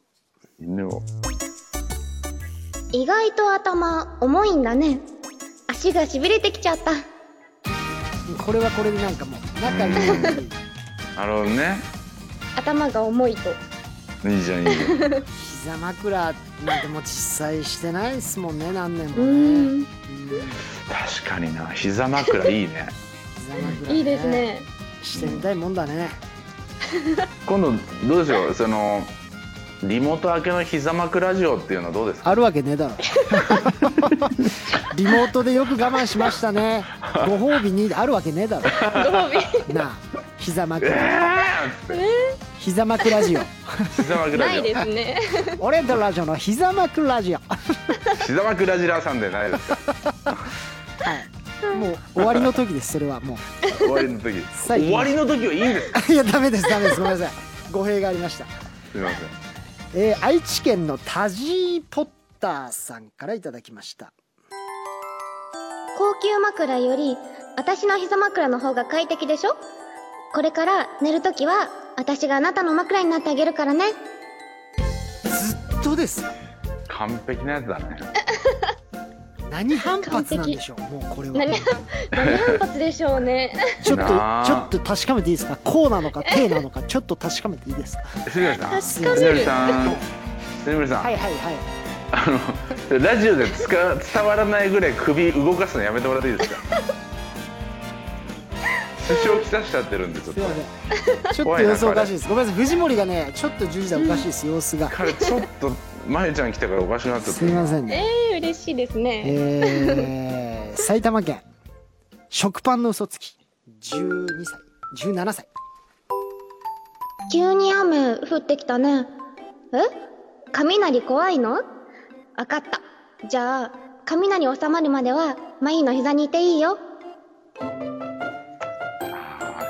Speaker 2: 犬を
Speaker 3: 意外と頭重いんだね。足が痺れてきちゃった。
Speaker 1: これはこれでなんかもう仲いい
Speaker 2: なるほどね
Speaker 8: 頭が重いと
Speaker 2: いいじゃんいいじゃん
Speaker 1: 膝枕なんてもう実際してないですもんね何年もね
Speaker 8: うん
Speaker 1: うん
Speaker 2: 確かにな膝枕いいね
Speaker 1: 膝枕
Speaker 7: いいです ね
Speaker 1: してみたいもんだね
Speaker 2: 今度どうでしょうそのリモート明けの膝枕ラジオっていうのはどうですか
Speaker 1: あるわけねえ だろリモートでよく我慢しましたねご褒美にあるわけねえだろ
Speaker 7: ご褒美
Speaker 1: なあ膝
Speaker 2: え
Speaker 1: 枕
Speaker 2: ーっつって
Speaker 1: 膝枕ラジオ
Speaker 2: 膝枕
Speaker 7: な
Speaker 2: ラジ
Speaker 7: いですね
Speaker 1: 俺のラジオの膝枕ラジオ
Speaker 2: オ膝枕ラジラーさんでないですか
Speaker 1: もう終わりの時ですそれはも
Speaker 2: 終わりの時
Speaker 1: 最近
Speaker 2: 終わりの時はいいんですか
Speaker 1: う いやダメですダメですごめんなさい語弊がありました、
Speaker 2: すみま
Speaker 1: えー愛知県のタジーポッターさんからいただきました
Speaker 3: 高級枕より私の膝枕の方が快適でしょこれから寝るときは私があなたの枕になってあげるからね。
Speaker 1: ずっとですよ
Speaker 2: せん完璧なやつだね
Speaker 1: 何反発なんでしょうもうこれは
Speaker 7: 何何反発でしょうね
Speaker 1: ちょっと
Speaker 2: なあ
Speaker 1: ちょっと確かめていいですかこうなのか手なのかちょっと確かめていいですか
Speaker 2: 杉森さん
Speaker 1: 確かに
Speaker 2: 杉森さん杉森さん、
Speaker 1: はいはいはい
Speaker 2: それラジオでつか伝わらないぐらい首動かすのやめてもらってい いですか支障きたしちゃってるんでちょ
Speaker 1: す
Speaker 2: っと
Speaker 1: いませんちょっ
Speaker 2: 怖
Speaker 1: と
Speaker 2: いな
Speaker 1: 様子おかしいですごめんなさい藤森がねちょっと10時台おかしいです、様子が
Speaker 2: 彼ちょっとまゆちゃん来たからおかしくなっちゃった
Speaker 1: すいませんね
Speaker 7: えー、嬉しいですね
Speaker 1: えー、埼玉県食パンの嘘つき12歳17歳
Speaker 3: 急に雨降ってきたね。え雷怖いのわかった。じゃあ、雷収まるまでは、マイの膝にいていいよ。
Speaker 2: あー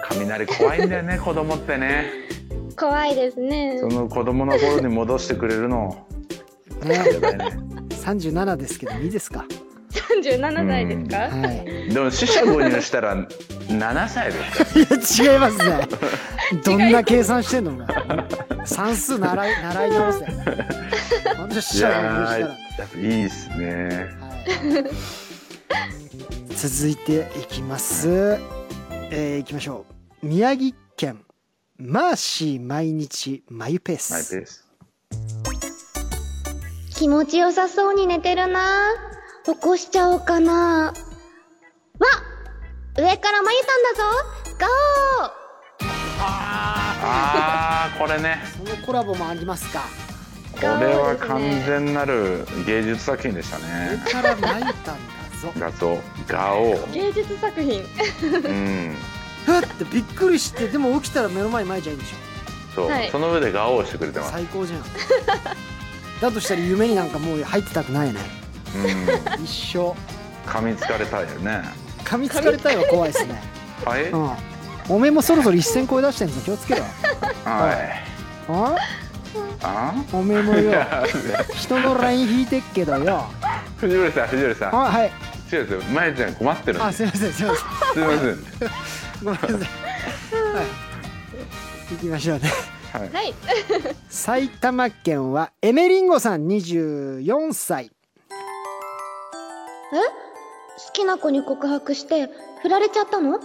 Speaker 2: 雷怖いんだよね子供ってね
Speaker 8: 怖いですね
Speaker 2: その子供の頃に戻してくれるの
Speaker 1: ね
Speaker 2: やばいね
Speaker 1: 37ですけどいいですか
Speaker 7: 37歳ですか
Speaker 1: はい
Speaker 2: でも死者誤入したら7歳ですか
Speaker 1: いや違いますねどんな計算してんのお前算数習い習い直せなんで死
Speaker 2: い
Speaker 1: 者
Speaker 2: や
Speaker 1: が許
Speaker 2: ー
Speaker 1: したら
Speaker 2: やっぱいいっすね
Speaker 1: はい続いていきます、えー、いきましょう宮城県マーシー毎日マユペー
Speaker 2: マイ
Speaker 1: ス
Speaker 2: ペース
Speaker 3: 気持ちよさそうに寝てるな起こしちゃおうかな。わ上からまゆたんだぞゴー
Speaker 2: ああこれね
Speaker 1: そのコラボもありますか。
Speaker 2: これは完全なる芸術作品でした
Speaker 1: 上
Speaker 2: ね
Speaker 1: からまゆたんだぞ。
Speaker 2: 画像ガオ
Speaker 9: 芸術作品
Speaker 2: うん
Speaker 1: ふってびっくりして、でも起きたら目の前にまいちゃんいるでしょ。
Speaker 2: そう、
Speaker 9: はい
Speaker 2: その上でガオをしてくれてます
Speaker 1: 最高じゃん。だとしたら夢になんかもう入ってたくないね。
Speaker 2: うん
Speaker 1: 一生。
Speaker 2: 噛みつかれたいよね
Speaker 1: 噛みつかれたいは怖いですね。
Speaker 2: はい、
Speaker 1: うん。おめえもそろそろ一線超え出してんぞ気をつけろ。
Speaker 2: はい
Speaker 1: あ
Speaker 2: あ
Speaker 1: おめえもよ
Speaker 2: い。や
Speaker 1: 人のライン引いてっけどよ。
Speaker 2: 藤森さん藤森さ
Speaker 1: あ
Speaker 2: ん
Speaker 1: はい。
Speaker 2: 違うんですよまゆちゃん困ってるんで
Speaker 1: あ
Speaker 2: す
Speaker 1: すいませんすいません。
Speaker 2: すいま
Speaker 1: ご
Speaker 2: せん
Speaker 1: めんなさい。はい。行きましょうね。
Speaker 9: はい
Speaker 1: 埼玉県はエメリンゴさん24歳。
Speaker 3: え好きな子に告白して振られちゃったの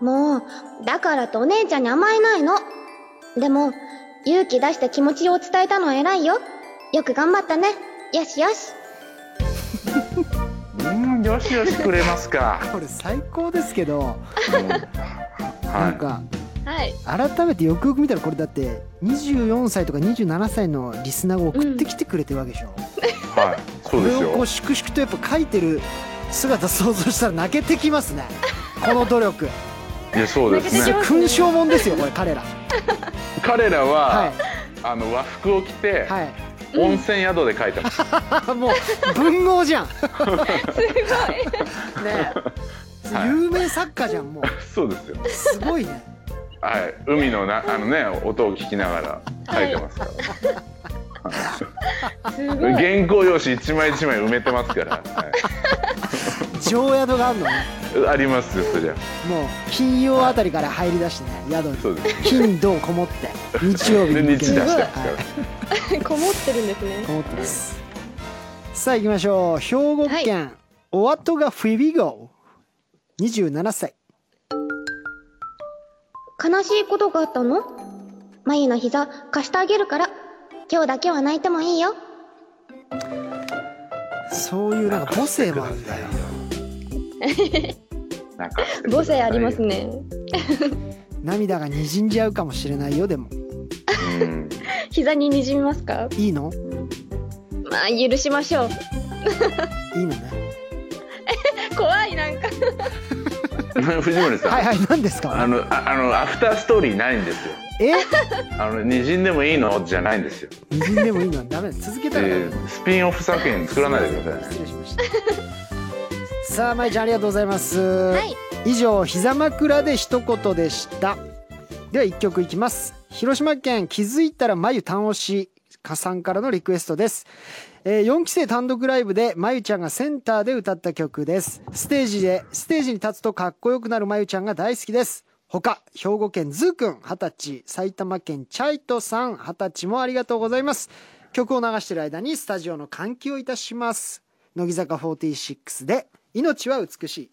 Speaker 3: もう、だからとお姉ちゃんに甘えないの。でも、勇気出して気持ちを伝えたのは偉いよ。よく頑張ったね。よしよし。
Speaker 2: うんよしよしくれますか、
Speaker 1: これ最高ですけど、
Speaker 2: うん
Speaker 1: なん
Speaker 2: は
Speaker 1: か
Speaker 9: はい
Speaker 1: 改めてよくよく見たらこれだって24歳とか27歳のリスナーが送ってきてくれてるわけでしょ。
Speaker 2: いはいそ
Speaker 1: こ
Speaker 2: うで
Speaker 1: れ
Speaker 2: す
Speaker 1: をこう
Speaker 2: よ
Speaker 1: 粛々とやっぱ書いてる姿想像したら泣けてきます ね。この努力。
Speaker 2: いやそうで
Speaker 9: 泣け
Speaker 2: す
Speaker 9: てき
Speaker 2: ね
Speaker 9: ます
Speaker 1: 勲章もんですよこれ 彼ら。
Speaker 2: 彼らは、
Speaker 1: はい
Speaker 2: あの和服を着て、
Speaker 1: はい。
Speaker 2: 温泉宿で書いてます、
Speaker 1: あもう文豪じゃん。すごい。ねえ
Speaker 2: はい
Speaker 1: 有名作家じゃんもう。
Speaker 2: そうですよ
Speaker 1: すごいね。
Speaker 2: はい海のなあのね音を聞きながら書いてますから、
Speaker 9: すごい
Speaker 2: 原稿用紙一枚一枚埋めてますから、は
Speaker 1: 常宿があるのね。
Speaker 2: い、ありますよそりゃ
Speaker 1: もう金曜あたりから入り出してね宿に。
Speaker 2: そうです
Speaker 1: 金土こもって日曜日
Speaker 2: で
Speaker 1: に向
Speaker 2: 日出
Speaker 1: け
Speaker 2: しててますか
Speaker 1: はい
Speaker 9: こもってるんですね
Speaker 1: こもってます。さあ行きましょう。兵庫県、オワトガフィビゴ。27歳。
Speaker 3: 悲しいことがあったのまゆの膝貸してあげるから。今日だけは泣いてもいいよ。
Speaker 1: そういうなんか母性もあるんだよ。
Speaker 2: らなんか
Speaker 9: 母性ありますね
Speaker 1: 涙がにじんじゃうかもしれないよでも
Speaker 2: うん
Speaker 9: 膝に滲みますか
Speaker 1: いいの
Speaker 9: まあ許しましょう
Speaker 1: いいのね
Speaker 9: 怖いなんか
Speaker 2: 藤森さん、
Speaker 1: はいはい何です
Speaker 2: あ
Speaker 1: か
Speaker 2: のああのアフターストーリーないんですよ
Speaker 1: え
Speaker 2: あのにじんでもいいのじゃないんですよ、
Speaker 1: にじんでもいいのはダメです続け
Speaker 2: え
Speaker 1: たらダメです
Speaker 2: ー、スピンオフ作品作らないでください
Speaker 1: 失礼しましたさあまいちゃんありがとうございます、
Speaker 3: い
Speaker 1: 以上膝枕で一言でしたでは一曲いきます広島県気づいたらまゆたんおしかさんからのリクエストです、え4期生単独ライブでまゆちゃんがセンターで歌った曲ですステージでステージに立つとかっこよくなるまゆちゃんが大好きです他兵庫県ずーくん二十歳埼玉県チャイトさん二十歳もありがとうございます曲を流している間にスタジオの換気をいたします乃木坂46で命は美しい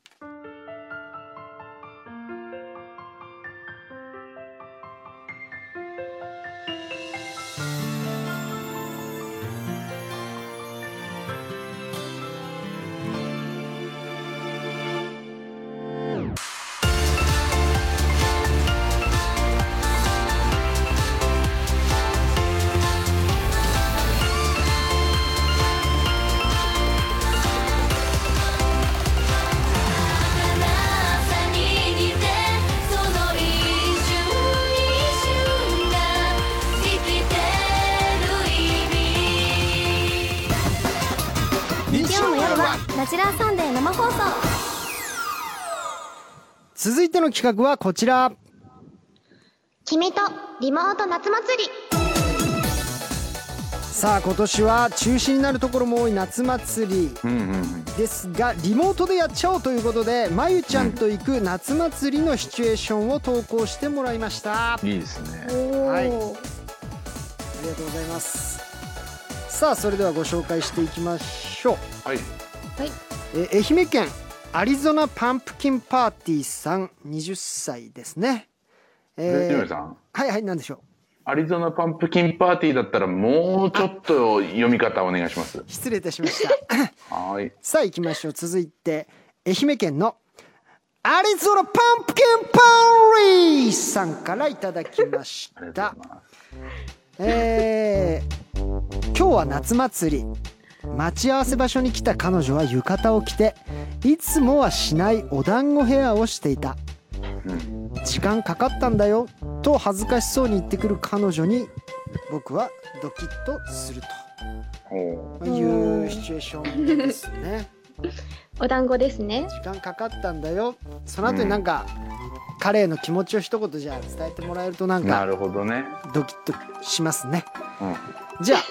Speaker 4: 日曜の夜は
Speaker 10: ラジラーサンデー生放送
Speaker 1: 続いての企画はこちら
Speaker 3: 君とリモート夏祭り。
Speaker 1: さあ今年は中止になるところも多い夏祭り
Speaker 2: うんうんうん
Speaker 1: ですがリモートでやっちゃおうということでまゆちゃんと行く夏祭りのシチュエーションを投稿してもらいましたあ
Speaker 2: いいですね
Speaker 1: はいりがとうございますさあそれではご紹介していきましょう
Speaker 2: はい
Speaker 1: えー愛媛県アリゾナパンプキンパーティーさん20歳ですね、
Speaker 2: 藤
Speaker 1: え
Speaker 2: 森
Speaker 1: ー、
Speaker 2: さん
Speaker 1: はいはい何でしょう
Speaker 2: アリゾナパンプキンパーティーだったらもうちょっと読み方お願いします
Speaker 1: 失礼いたしました
Speaker 2: はい
Speaker 1: さあ行きましょう続いて愛媛県のアリゾナパンプキンパーリーさんからいただきまし
Speaker 2: ありが
Speaker 1: た
Speaker 2: とうございます
Speaker 1: えー今日は夏祭り待ち合わせ場所に来た彼女は浴衣を着ていつもはしないお団子ヘアをしていた時間かかったんだよと恥ずかしそうに言ってくる彼女に僕はドキッとする
Speaker 2: お
Speaker 1: というシチュエーションですね
Speaker 11: お団子ですね。
Speaker 1: 時間かかったんだよその後になんか、彼への気持ちを一言じゃあ伝えてもらえるとなん
Speaker 2: ーな
Speaker 1: か
Speaker 2: るほどね、
Speaker 1: ドキッとしますね
Speaker 2: うん、
Speaker 1: じゃ あ、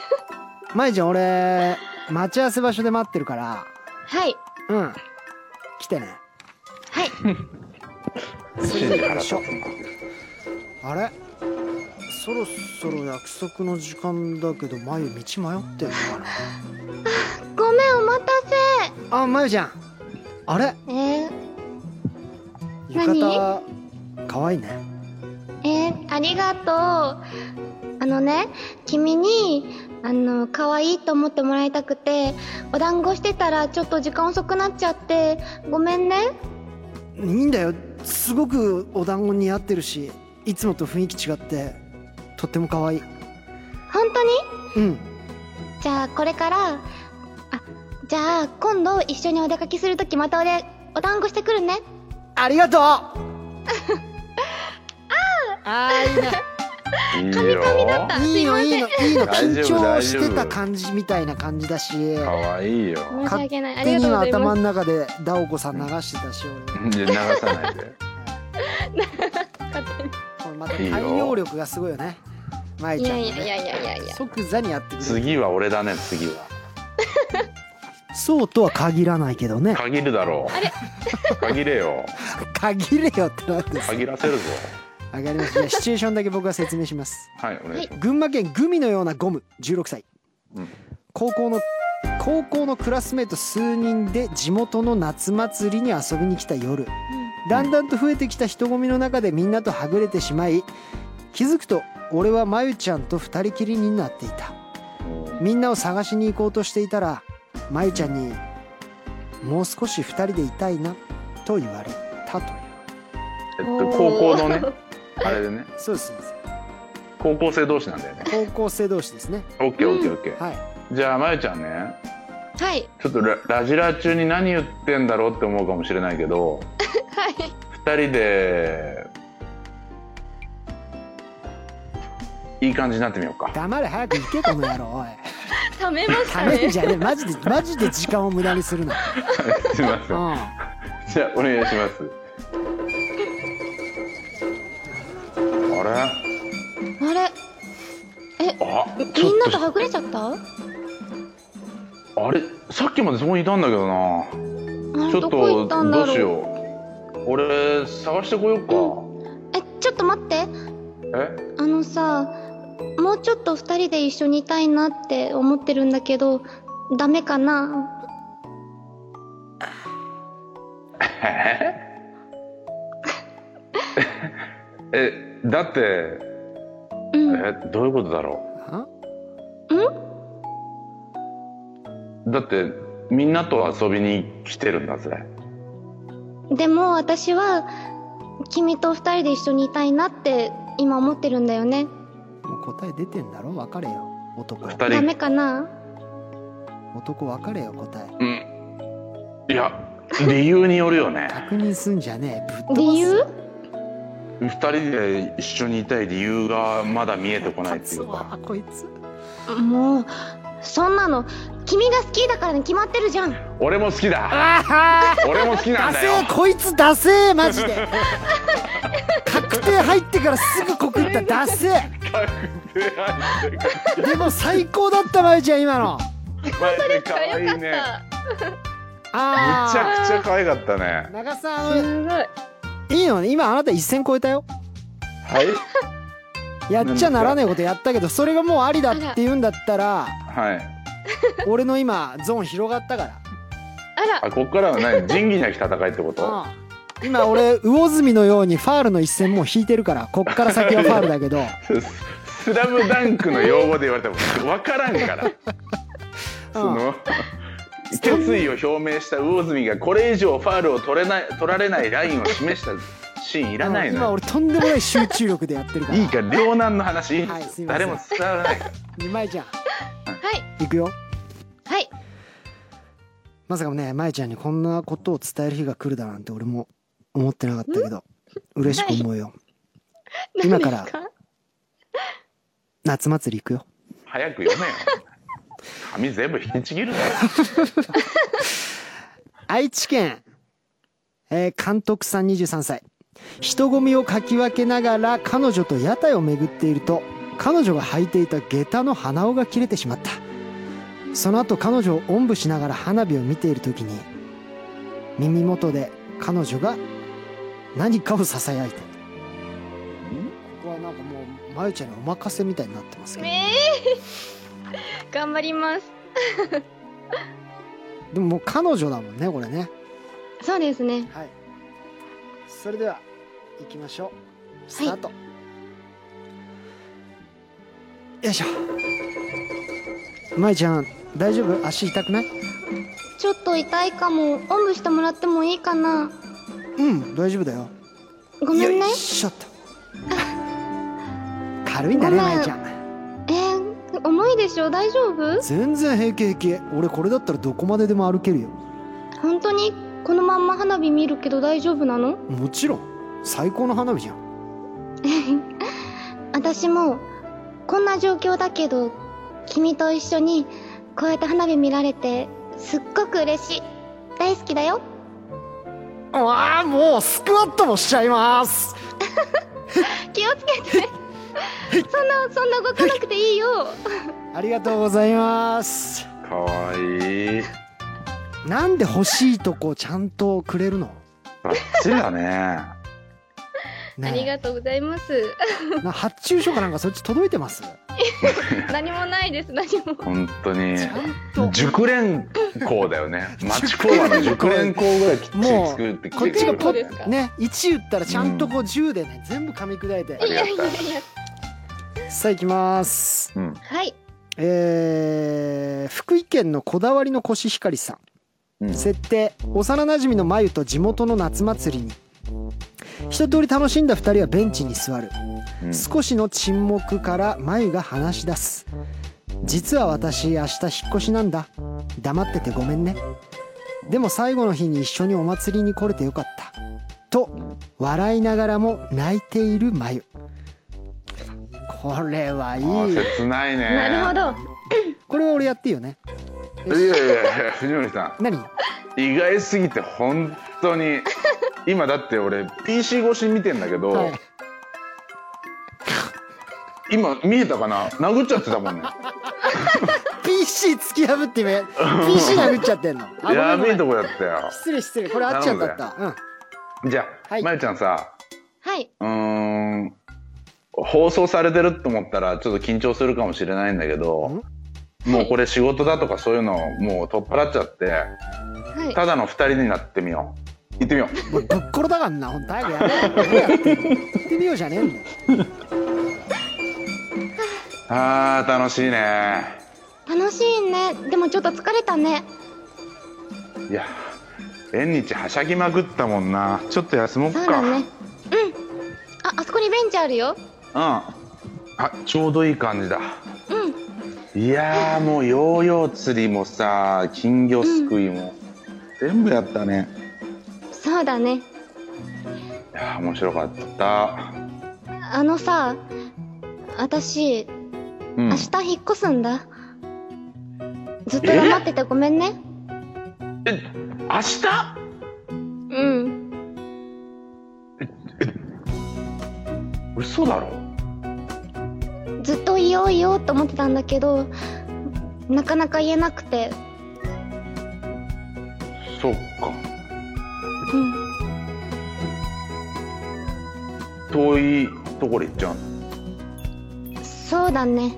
Speaker 1: まいちゃん、俺、待ち合わせ場所で待ってるから、
Speaker 3: はい。
Speaker 1: うん、来てね。
Speaker 3: はい。
Speaker 2: 信じ腹立つな
Speaker 1: あれそろそろ約束の時間だけど、まゆ、道迷ってんのか
Speaker 3: ごめん、お待たせ。
Speaker 1: なあ、まゆちゃん、あれ
Speaker 3: えー、
Speaker 1: 浴衣、かわいいね。
Speaker 3: えー、ありがとう。あのね、君に、あの、可愛いと思ってもらいたくて、お団子してたらちょっと時間遅くなっちゃって、ごめんね。
Speaker 1: いいんだよ、すごくお団子似合ってるし、いつもと雰囲気違って、とってもかわいい。
Speaker 3: 本当に
Speaker 1: うん、
Speaker 3: じゃあ、これから、あ、じゃあ、今度一緒にお出かけするときまた俺、お団子してくるね。
Speaker 1: ありがとうああー、いいね。
Speaker 2: いいよか
Speaker 1: いいのいいのいいの
Speaker 2: 大
Speaker 1: 緊
Speaker 2: 丈夫
Speaker 1: 張してた感じみたいな感じだし
Speaker 2: わいいよ
Speaker 11: 申し訳ない。あり
Speaker 1: 手
Speaker 11: がと
Speaker 1: に
Speaker 11: う
Speaker 1: は
Speaker 11: ござい
Speaker 1: 頭
Speaker 11: ま
Speaker 1: の中でダオコさん流してたし俺
Speaker 2: じゃ流さない で
Speaker 1: これまた
Speaker 2: いいよ
Speaker 1: 対応力がすごいよねまい
Speaker 11: す。い
Speaker 1: ちゃ
Speaker 11: や
Speaker 1: ん
Speaker 11: い
Speaker 1: の
Speaker 11: やいや
Speaker 1: ね
Speaker 11: いやいやいや。
Speaker 1: 即座にやってくれる
Speaker 2: 次は俺だね次は
Speaker 1: そうとは限らないけどね
Speaker 2: 限るだろう限れ よ
Speaker 1: 限れよってなんです
Speaker 2: 限らせるぞ
Speaker 1: わかりましたじゃあシチュエーションだけ僕が説明します
Speaker 2: はいお願いしま
Speaker 1: 群馬県グミのようなゴム16歳、
Speaker 2: うん
Speaker 1: 高校の高校のクラスメート数人で地元の夏祭りに遊びに来た夜、だんだんと増えてきた人混みの中でみんなとはぐれてしまい気づくと俺はまゆちゃんと二人きりになっていた
Speaker 2: すうん
Speaker 1: みんなを探しに行こうとしていたらまゆちゃんに「もう少し二人でいたいな」と言われたという
Speaker 2: えっと高校のねあれでね
Speaker 1: そうですそうです
Speaker 2: 高校生同士なんだよね
Speaker 1: 高校生同士ですね
Speaker 2: オッケーオッケーオッケー
Speaker 1: はい
Speaker 2: じゃあまゆちゃんね
Speaker 11: はい。
Speaker 2: ちょっとララジラ中に何言ってんだろうって思うかもしれないけ ど
Speaker 11: はい。
Speaker 2: 二人でいい感じになってみよ うか
Speaker 1: 黙れ早く行けこの野郎 おい
Speaker 11: ためました
Speaker 1: ためん
Speaker 11: ね。
Speaker 1: じゃねえマジでマジで時間を無駄にするな、
Speaker 2: すいませ
Speaker 1: うんん、
Speaker 2: じゃあお願いしますあ
Speaker 3: あれ
Speaker 2: れあち
Speaker 3: み
Speaker 2: ょ
Speaker 3: ん
Speaker 2: っ
Speaker 3: な
Speaker 2: と
Speaker 3: とはぐれちゃったあ
Speaker 2: あれさっきまでそこにいたんだけどな
Speaker 3: れ
Speaker 2: ちょ
Speaker 3: ど
Speaker 2: っ
Speaker 3: こ行
Speaker 2: と
Speaker 3: ったんだ
Speaker 2: どうし
Speaker 3: ろう
Speaker 2: よう俺探してこよう
Speaker 3: えちょっと待って
Speaker 2: かえ
Speaker 3: あのさもうちょっと2人で一緒にいたいなって思ってるんだけどダメかな
Speaker 2: えだって
Speaker 3: うん
Speaker 2: えどういうことだろ
Speaker 1: あ
Speaker 2: うだってみんなと遊びに来てるんだぜ
Speaker 3: でも私は君と2人で一緒にいたいなって今思ってるんだよね
Speaker 1: もう答え出てんだろ分かれよ男
Speaker 2: 二
Speaker 3: ダ
Speaker 2: 人
Speaker 3: メかな
Speaker 1: 男分かれよ答え
Speaker 2: うんいや理由によるよね
Speaker 1: 確認すんじゃねえぶっ飛ばす
Speaker 3: 理由
Speaker 2: 二人で一緒にいたい理由がまだ見えてこな
Speaker 1: 勝
Speaker 2: いってい
Speaker 1: つ
Speaker 2: うか
Speaker 1: わこいつ
Speaker 3: もうそんなの君が好きだからに決まってるじゃん
Speaker 2: 俺も好きだ
Speaker 1: あは
Speaker 2: 俺も好きな
Speaker 1: ダ
Speaker 2: んだ
Speaker 1: セ
Speaker 2: よ
Speaker 1: えこいつダセえマジで確定入ってからすぐ告ったダセえでも最高だったまゆちゃん今の
Speaker 2: 本当ですか
Speaker 11: よかった。
Speaker 2: めち
Speaker 1: あ
Speaker 2: ゃくちゃ可愛かったね
Speaker 1: あ長さん
Speaker 11: すごい。
Speaker 1: いいのね今あなた一線超えたよ
Speaker 2: はい
Speaker 1: やっちゃならねえことやったけどそれがもうありだって言うんだったら
Speaker 2: はい
Speaker 1: 俺の今ゾーン広がったから
Speaker 11: あら。
Speaker 2: あこっからは何仁義なき戦いってこと
Speaker 1: うん今俺魚住のようにファールの一線もう引いてるからこっから先はファールだけど
Speaker 2: すスラムダンクの用語で言われても分からんから。その決意を表明した魚住がこれ以上ファールを取れない取られないラインを示したシーンいらない
Speaker 1: あの今
Speaker 2: のよ。
Speaker 1: 俺とんでもない集中力でやってるから
Speaker 2: いいから両難の話いい
Speaker 1: はいすいませ
Speaker 2: 誰
Speaker 1: ん
Speaker 2: も伝わらないから。
Speaker 1: 二枚ちゃん
Speaker 12: はい
Speaker 1: いくよ
Speaker 12: はい
Speaker 1: まさかねまえちゃんにこんなことを伝える日が来るだなんて俺も思ってなかったけど嬉しく思うよ今から
Speaker 12: 何です
Speaker 1: 夏祭り行くよ
Speaker 2: 早く読めよ。髪全部引きちぎるなよ。
Speaker 1: 愛知県、えー監督さん23歳人混みをかき分けながら彼女と屋台を巡っていると彼女が履いていた下駄の鼻緒が切れてしまったその後彼女をおんぶしながら花火を見ている時に耳元で彼女が何かをささやいてここはなんかもうまゆちゃんにお任せみたいになってますけ
Speaker 12: か
Speaker 1: ど、
Speaker 12: ねえ頑張ります
Speaker 1: でももう彼女だもんねこれね
Speaker 12: そうですね
Speaker 1: はい。それでは行きましょう。スタート。よいしょ。まいちゃん、大丈夫？足痛くない？
Speaker 3: ちょっと痛いかもおんぶしてもらってもいいかな
Speaker 1: うん、大丈夫だよ。
Speaker 3: ごめんね
Speaker 1: よいしょっと。 軽いんだね、
Speaker 3: ごめん
Speaker 1: まいちゃん。
Speaker 3: えー、重いでしょ大丈夫
Speaker 1: 全然平気平気。俺これだったらどこまででも歩けるよ。
Speaker 3: 本当にこのまんま花火見るけど大丈夫なの
Speaker 1: もちろん。最高の花火じゃん。
Speaker 3: 私もこんな状況だけど君と一緒にこうやって花火見られてすっごく嬉しい大好きだよ
Speaker 1: ああ、もうスクワットもしちゃいます。
Speaker 3: 気をつけてそんなそんな動かなくていいよ
Speaker 1: ありがとうございます。
Speaker 2: かわいい。
Speaker 1: なんで欲しいとこちゃんとくれるの？
Speaker 2: バッチリだね。
Speaker 1: ね
Speaker 12: あ
Speaker 1: え
Speaker 12: りがとうございます
Speaker 1: な発注書かなんかそっち届い てます
Speaker 12: 何もないです何も
Speaker 2: 本当に
Speaker 1: ち。ゃんと
Speaker 2: 熟練校だよ ね。町工場の熟練校ぐらいきっちり
Speaker 1: もう
Speaker 2: 作ってき
Speaker 1: こってちが
Speaker 12: そ
Speaker 1: ポ
Speaker 12: うです
Speaker 1: ッ
Speaker 12: か
Speaker 1: ね1言ったらちゃんとこう10でね全部噛み砕い
Speaker 2: あ
Speaker 1: て
Speaker 2: りがたい。
Speaker 1: さあいきます
Speaker 2: うん。
Speaker 12: はい
Speaker 1: えー福井県のこだわりのコシヒカリさん、
Speaker 2: うん
Speaker 1: 設定幼なじみのまゆと地元の夏祭りに一通り楽しんだ2人はベンチに座る
Speaker 2: うん
Speaker 1: 少しの沈黙から眉が話し出す実は私明日引っ越しなんだ黙っててごめんねでも最後の日に一緒にお祭りに来れてよかったと笑いながらも泣いている眉これはいい
Speaker 2: あー切ないね。
Speaker 12: なるほど
Speaker 1: これは俺やっていいよね
Speaker 2: いやいやいや藤森さ
Speaker 1: 何
Speaker 2: ん意外すぎて本当に今だって俺 PC 越しに見てんだけど、
Speaker 1: はい
Speaker 2: 今見えたかな殴っちゃってたもんね
Speaker 1: PC 突き破ってめ PC 殴っちゃってんのあ
Speaker 2: や
Speaker 1: ごめ
Speaker 2: べえ
Speaker 1: んご
Speaker 2: と
Speaker 1: めん
Speaker 2: こやったよ
Speaker 1: 失礼失礼これあっちゃんだったうん
Speaker 2: じゃあ、
Speaker 1: はい
Speaker 2: まゆちゃんさ
Speaker 12: はい、
Speaker 2: うーん放送されてると思ったらちょっと緊張するかもしれないんだけどもうこれ仕事だとかそういうのもう取っ払っちゃって
Speaker 12: はい、
Speaker 2: ただの2人になってみよう行ってみよ
Speaker 1: もうぶっころだからなほんと早くやれ何やってんの行ってみようじゃねえんだよ
Speaker 2: うあー楽しいね
Speaker 3: 楽しいねでもちょっと疲れたね
Speaker 2: いや縁日はしゃぎまくったもんなちょっと休もっか
Speaker 3: そうだねああそこにベンチあるよ
Speaker 2: うん。あ、ちょうどいい感じだ。いやーもうヨーヨー釣りもさ、金魚すくいも、全部やったね。
Speaker 3: そうだね
Speaker 2: いやー面白かった。
Speaker 3: あのさ私
Speaker 2: うん
Speaker 3: 明。日引っ越すんだ、ずっと黙っててごめんね
Speaker 2: え、明日？
Speaker 3: うん
Speaker 2: 嘘だろ。
Speaker 3: ずっと言おう言おうと思ってたんだけどなかなか言えなくて
Speaker 2: そっか。
Speaker 3: うん
Speaker 2: 遠いところ行っちゃうの。
Speaker 3: そうだね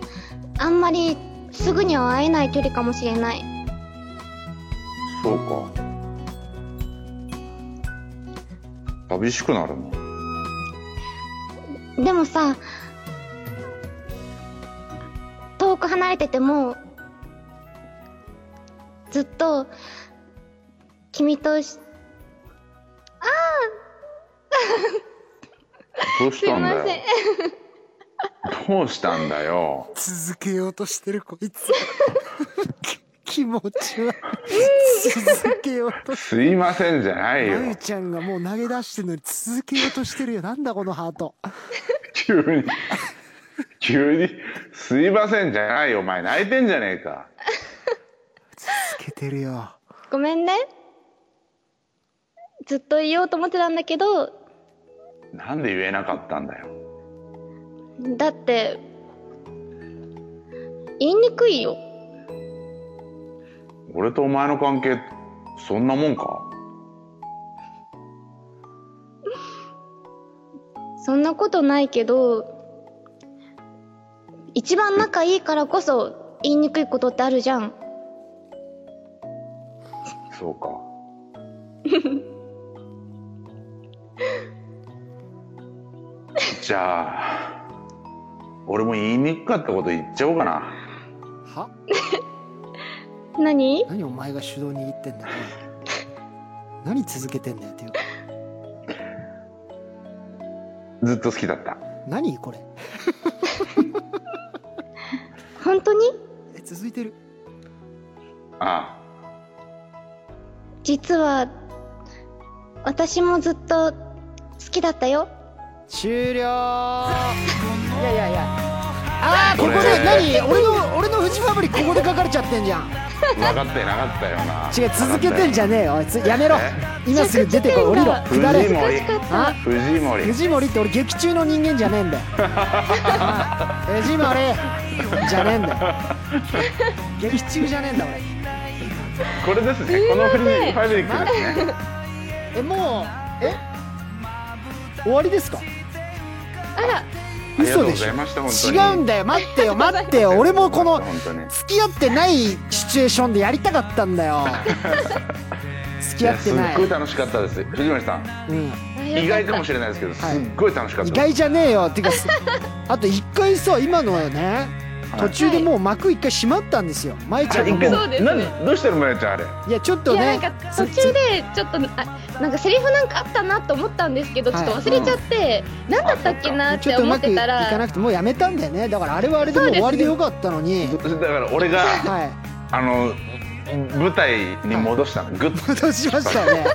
Speaker 3: あんまりすぐには会えない距離かもしれない
Speaker 2: そうか。寂しくなるの。
Speaker 3: でもさく離れてても、ずっと、君とし、あ
Speaker 2: どうし
Speaker 13: すい
Speaker 2: たん
Speaker 13: ま
Speaker 2: だ
Speaker 13: せん
Speaker 2: よ。どうしたんだよ。
Speaker 1: 続けようとしてるこい つ気持ちは続けようとし
Speaker 2: すいませんじゃない
Speaker 1: て
Speaker 2: よ
Speaker 1: ま。ゆちゃんがもう投げ出してるのに続けようとしてるよなんだこのハート
Speaker 2: 急に。急に。すいませんじゃないよ。お前泣いてんじゃねえか。
Speaker 1: 続けてるよ
Speaker 13: ごめんね。ずっと言おうと思ってたんだけど、
Speaker 2: なんで言えなかったんだよ。
Speaker 13: だって、言いにくいよ。
Speaker 2: 俺とお前の関係、そんなもんか
Speaker 13: そんなことないけど、
Speaker 3: 一番仲いいからこそ言いにくいことってあるじゃん。
Speaker 2: そうか。じゃあ、俺も言いにくかったこと言っちゃおうかな。
Speaker 1: は
Speaker 13: 何
Speaker 1: 何お前が主導握ってんだよ何続けてんだよっていうか
Speaker 2: ずっと好きだった。
Speaker 1: 何これ
Speaker 3: 本当に
Speaker 1: え続いてる
Speaker 2: あ
Speaker 3: 実は、私もずっと好きだったよ。
Speaker 1: 終了いやいやいやあーここで
Speaker 2: これ
Speaker 1: 何俺の俺のフジファブリックここで書かれちゃってんじゃん
Speaker 2: あ、分かってなかったよな。
Speaker 1: 違う続けてんじゃねえよおいつやめろ
Speaker 2: え
Speaker 1: 今すぐ出てこい降りろ
Speaker 2: 藤
Speaker 1: 下れ
Speaker 2: 森。
Speaker 1: あ
Speaker 2: 藤森。
Speaker 1: 藤森って俺劇中の人間じゃねえんだ よああ藤森じゃねえんだ よ劇中じゃねえんだ俺
Speaker 2: これですね。このフリーファブリックですね。
Speaker 1: えもうえ終わりですか
Speaker 2: ありが
Speaker 1: 嘘
Speaker 2: とうご
Speaker 1: でし
Speaker 2: ざいました本
Speaker 1: ょ
Speaker 2: 当に。
Speaker 1: 違うんだよ待ってよ待ってよ俺もこの
Speaker 2: 本当に。
Speaker 1: 付き合ってないシチュエーションでやりたかったんだ よ付
Speaker 2: い
Speaker 1: き合っ
Speaker 2: や
Speaker 1: て
Speaker 2: すっ
Speaker 1: ない
Speaker 2: ごい楽しかったです。藤森さん、
Speaker 1: うん
Speaker 2: 意外かもしれないですけど、すっ
Speaker 1: はい
Speaker 2: ごい楽しかっ
Speaker 1: 意
Speaker 2: た
Speaker 1: 外
Speaker 2: です。
Speaker 1: じゃねえよっていう かあと一回さ今のはね
Speaker 2: はい
Speaker 1: 途中でもう幕一回閉まったんですよ舞ちゃんがも
Speaker 13: そううですね
Speaker 2: 何どうしてるまやちゃんあれ。
Speaker 1: いやちょっと
Speaker 13: いや
Speaker 1: ね
Speaker 13: なんか
Speaker 1: そ
Speaker 13: 途中でちょっとあなんかセリフなんかあったなと思ったんですけどちょ
Speaker 1: はい
Speaker 13: っと忘れちゃって、何だったっけなっ
Speaker 1: ち
Speaker 13: て
Speaker 1: ょっとう
Speaker 13: 思
Speaker 1: ま
Speaker 13: っ
Speaker 1: くい
Speaker 13: てた
Speaker 1: からなくてもうやめたんだよねだからあれはあれでも
Speaker 13: そ
Speaker 1: う
Speaker 13: うですね
Speaker 1: 終わりでよかったのに
Speaker 2: だから俺が
Speaker 1: は い
Speaker 2: あの舞台に戻したの。グッと。
Speaker 1: 戻しましたよね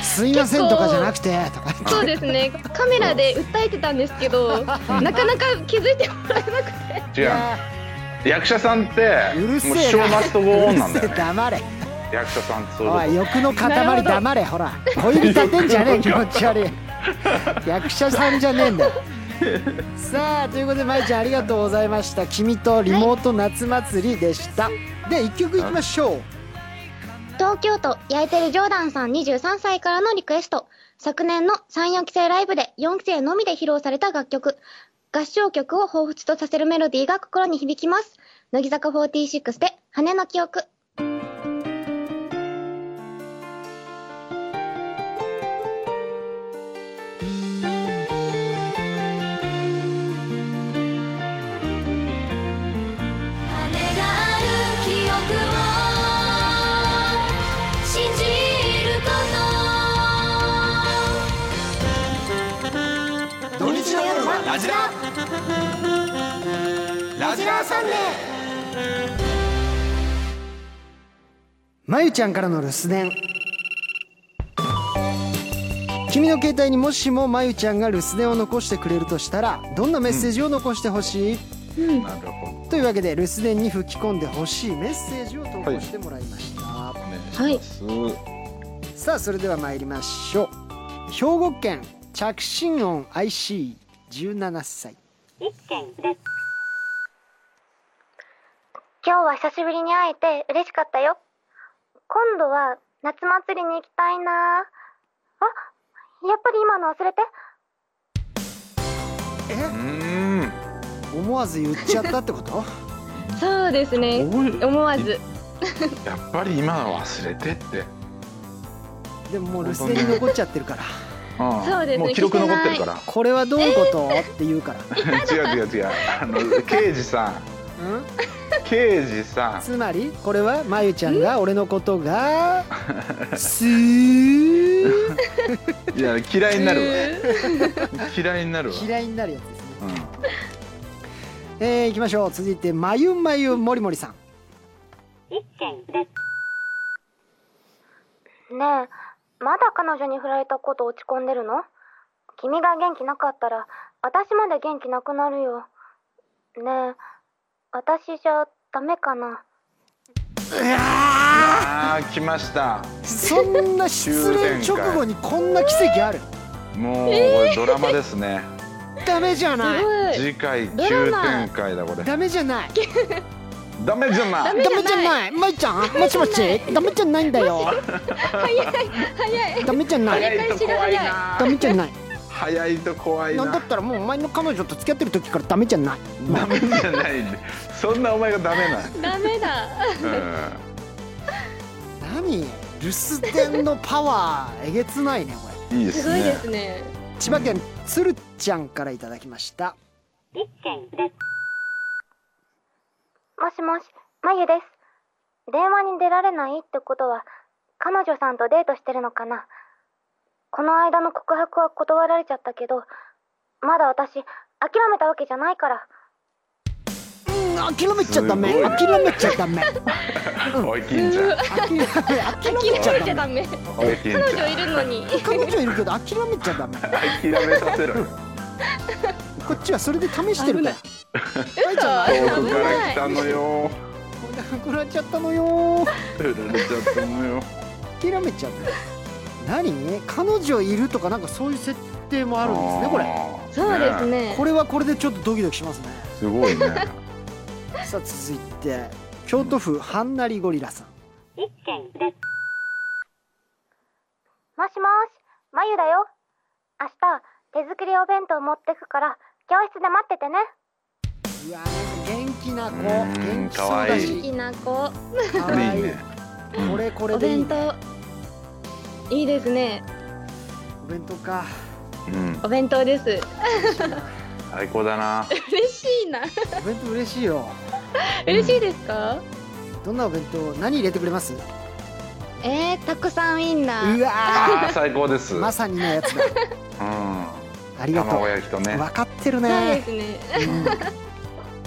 Speaker 1: すいませんとかじゃなくてとか
Speaker 13: そうですねカメラで訴えてたんですけ どなかなか気づいてもらえなくて
Speaker 2: 違う。役者さんって
Speaker 1: うるせえ
Speaker 2: もう
Speaker 1: な
Speaker 2: ショーマストゴーオンなんだ
Speaker 1: うる
Speaker 2: よ
Speaker 1: せえ
Speaker 2: ね。
Speaker 1: 黙れ
Speaker 2: 役者さんってそういうこ
Speaker 1: おい
Speaker 2: と。
Speaker 1: 欲の塊黙れほら恋人てんじゃ ねえ気持ち悪い役者さんじゃねえん だよさあということでまいちゃんありがとうございました「君とリモート夏祭り」でした、で1曲いきましょう
Speaker 3: 東京都焼いてるジョーダンさん23歳からのリクエスト。昨年の3、4期生ライブで4期生のみで披露された楽曲。合唱曲を彷彿とさせるメロディーが心に響きます。乃木坂46で羽の記憶。
Speaker 4: 羽がある記憶を信じること土日の夜はラジララジラサンデー
Speaker 1: まゆちゃんからの留守電君の携帯にもしもまゆちゃんが留守電を残してくれるとしたらどんなメッセージを残してほしい、
Speaker 2: なるほ
Speaker 1: というわけで留守電に吹き込んでほしいメッセージを投稿してもらいました、
Speaker 2: どね。
Speaker 13: はい
Speaker 1: さあそれでは参りましょう兵庫県着信音 IC17 歳
Speaker 3: 今日は久しぶりに会えて嬉しかったよ。今度は夏祭りに行きたいなあ、やっぱり今の忘れて。
Speaker 2: うーん。
Speaker 1: 思わず言っちゃったってこと
Speaker 13: そうですね
Speaker 2: 覚え
Speaker 13: 思わず
Speaker 2: やっぱり今の忘れてって。
Speaker 1: でももう留守電に残っちゃってるから
Speaker 2: うん
Speaker 13: そうですね
Speaker 2: もう記録残ってるから。
Speaker 1: こ れはどういうこと、って言うから
Speaker 2: 違う違う違う。あの刑事さん。
Speaker 1: う
Speaker 2: 刑事さん
Speaker 1: つまりこれはまゆちゃんが俺のこと がすー
Speaker 2: いや嫌いになるわ 嫌いになるわ
Speaker 1: 嫌いになるやつですね、えー、いきましょう続いてまゆまゆもりもりさん
Speaker 14: ねえまだ彼女に振られたこと落ち込んでるの君が元気なかったら私まで元気なくなるよねえ私じゃダメかな
Speaker 2: ああ来ました
Speaker 1: そんな失恋直後にこんな奇跡ある
Speaker 2: もうこれドラマです ね、
Speaker 1: ダメじゃない
Speaker 2: 次回急展開だこれ
Speaker 1: ダメじゃない
Speaker 2: ダメじゃない
Speaker 1: ダメじゃないまいちゃんもしもしダメじゃないんだよ
Speaker 15: 早い早い
Speaker 1: ダメじゃない
Speaker 2: 早いと怖いな
Speaker 1: ダメじゃない
Speaker 2: 早いと怖いな
Speaker 1: なんだったらもうお前の彼女と付き合ってる時からダメじゃない
Speaker 2: ダメじゃないんでそんなお前がダメな
Speaker 15: ダメだ
Speaker 1: 何留守電のパワーえげつないねこ
Speaker 2: うんいいです
Speaker 15: すごいで
Speaker 2: ね
Speaker 15: すね
Speaker 1: れ千葉県つるちゃんからいただきました
Speaker 14: もしもしまゆです電話に出られないってことは彼女さんとデートしてるのかなこの間の告白は断られちゃったけどまだ私諦めたわけじゃないから
Speaker 1: うん諦めちゃダメ
Speaker 2: すごい
Speaker 1: 諦めちゃダメ
Speaker 2: おい金ちゃん
Speaker 1: 諦め諦めちゃ
Speaker 15: 諦めち
Speaker 1: ダ
Speaker 15: ゃダ
Speaker 1: メ
Speaker 15: メ
Speaker 2: おい金ち
Speaker 15: 彼
Speaker 2: ゃ
Speaker 15: 女いるのに
Speaker 1: 彼女いるけど諦めちゃダメ
Speaker 2: ん諦めさせろよ
Speaker 1: こっちはそれで試してるから
Speaker 15: 嘘
Speaker 2: 遠
Speaker 15: 危
Speaker 2: くから
Speaker 15: な
Speaker 2: 来
Speaker 15: い
Speaker 2: たのよ
Speaker 1: こんなくなっちゃったのよ
Speaker 2: 取られちゃったのよ
Speaker 1: 諦めちゃった何彼女いるとかなんかそういう設定もあるんですねこれ
Speaker 2: あー
Speaker 15: そうです
Speaker 2: ね
Speaker 15: ね
Speaker 1: これはこれでちょっとドキドキしますね
Speaker 2: すごいね
Speaker 1: さあ続いて京都府はんなりゴリラさん
Speaker 14: もしもしまゆだよ明日手作りお弁当持ってくから教室で待っててね
Speaker 1: うわなんか元気な子
Speaker 2: うん
Speaker 1: 元気そうだ
Speaker 2: かわ
Speaker 15: 好
Speaker 1: し
Speaker 15: きな子
Speaker 1: かわ
Speaker 2: い
Speaker 1: いい
Speaker 2: いね
Speaker 1: これこれ
Speaker 15: お
Speaker 1: でいい
Speaker 15: 弁
Speaker 1: ね
Speaker 15: 当いいですね
Speaker 1: お弁当か
Speaker 2: うん
Speaker 15: お弁当です
Speaker 2: 最高だな
Speaker 15: 嬉しいな
Speaker 1: お弁当嬉しいよ
Speaker 15: 嬉しいですか
Speaker 1: どんなお弁当何入れてくれます
Speaker 15: えー、たくさんウインナ
Speaker 1: う
Speaker 15: ー
Speaker 1: わ
Speaker 2: あー最高です
Speaker 1: ー
Speaker 2: うん
Speaker 1: まさにのやつだありがとう
Speaker 2: 卵焼きとね
Speaker 1: 分かってる
Speaker 15: そうで
Speaker 1: ね
Speaker 15: すね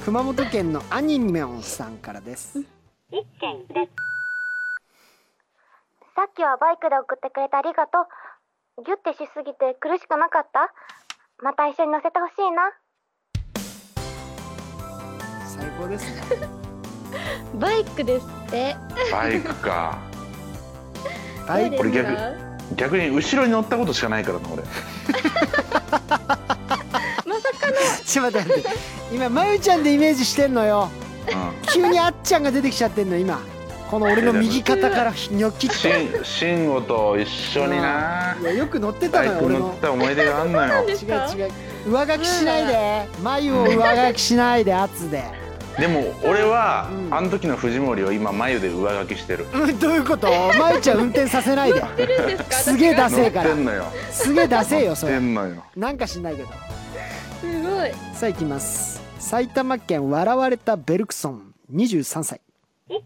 Speaker 1: 熊本県のアニメオンさんからです
Speaker 14: さっきはバイクで送ってくれてありがとうギュッてしすぎて苦しくなかったまた一緒に乗せてほしいな
Speaker 1: 最高ですね
Speaker 15: バイクですって
Speaker 2: バイクか
Speaker 1: バイ
Speaker 15: ど
Speaker 1: ク
Speaker 15: う
Speaker 2: こ
Speaker 15: で
Speaker 2: れ
Speaker 15: す
Speaker 2: 逆
Speaker 15: か
Speaker 2: 逆に後ろに乗ったことしかないからな俺
Speaker 1: ちょっと待って待って今まゆちゃんでイメージしてんのよ
Speaker 2: う
Speaker 1: 急にあっちゃんが出てきちゃってんの今この俺の右肩からニョキ
Speaker 2: ん
Speaker 1: ッ
Speaker 2: しん慎吾と一緒にない
Speaker 1: やよく乗ってた
Speaker 2: バ
Speaker 1: の
Speaker 2: イ
Speaker 1: よ
Speaker 2: ク
Speaker 1: 俺
Speaker 2: 乗っ
Speaker 1: の
Speaker 2: た思い出があんのよ
Speaker 1: 違う違う上書きしないで眉を上書きしないで圧で
Speaker 2: でも俺は
Speaker 1: うん
Speaker 2: あの時の藤森を今眉で上書きしてる
Speaker 1: うんどういうことまゆちゃん運転させないですげえダセ
Speaker 2: 乗
Speaker 1: え
Speaker 2: っ
Speaker 1: か
Speaker 2: て
Speaker 1: ら
Speaker 2: んのよ
Speaker 1: すげえダセえ
Speaker 2: 乗
Speaker 1: よ
Speaker 2: っ
Speaker 1: そ
Speaker 2: て
Speaker 1: れ
Speaker 2: んのよ
Speaker 1: なんかしんないけど
Speaker 15: すごい
Speaker 1: さあ行きます埼玉県笑われたベルクソン23歳
Speaker 14: もし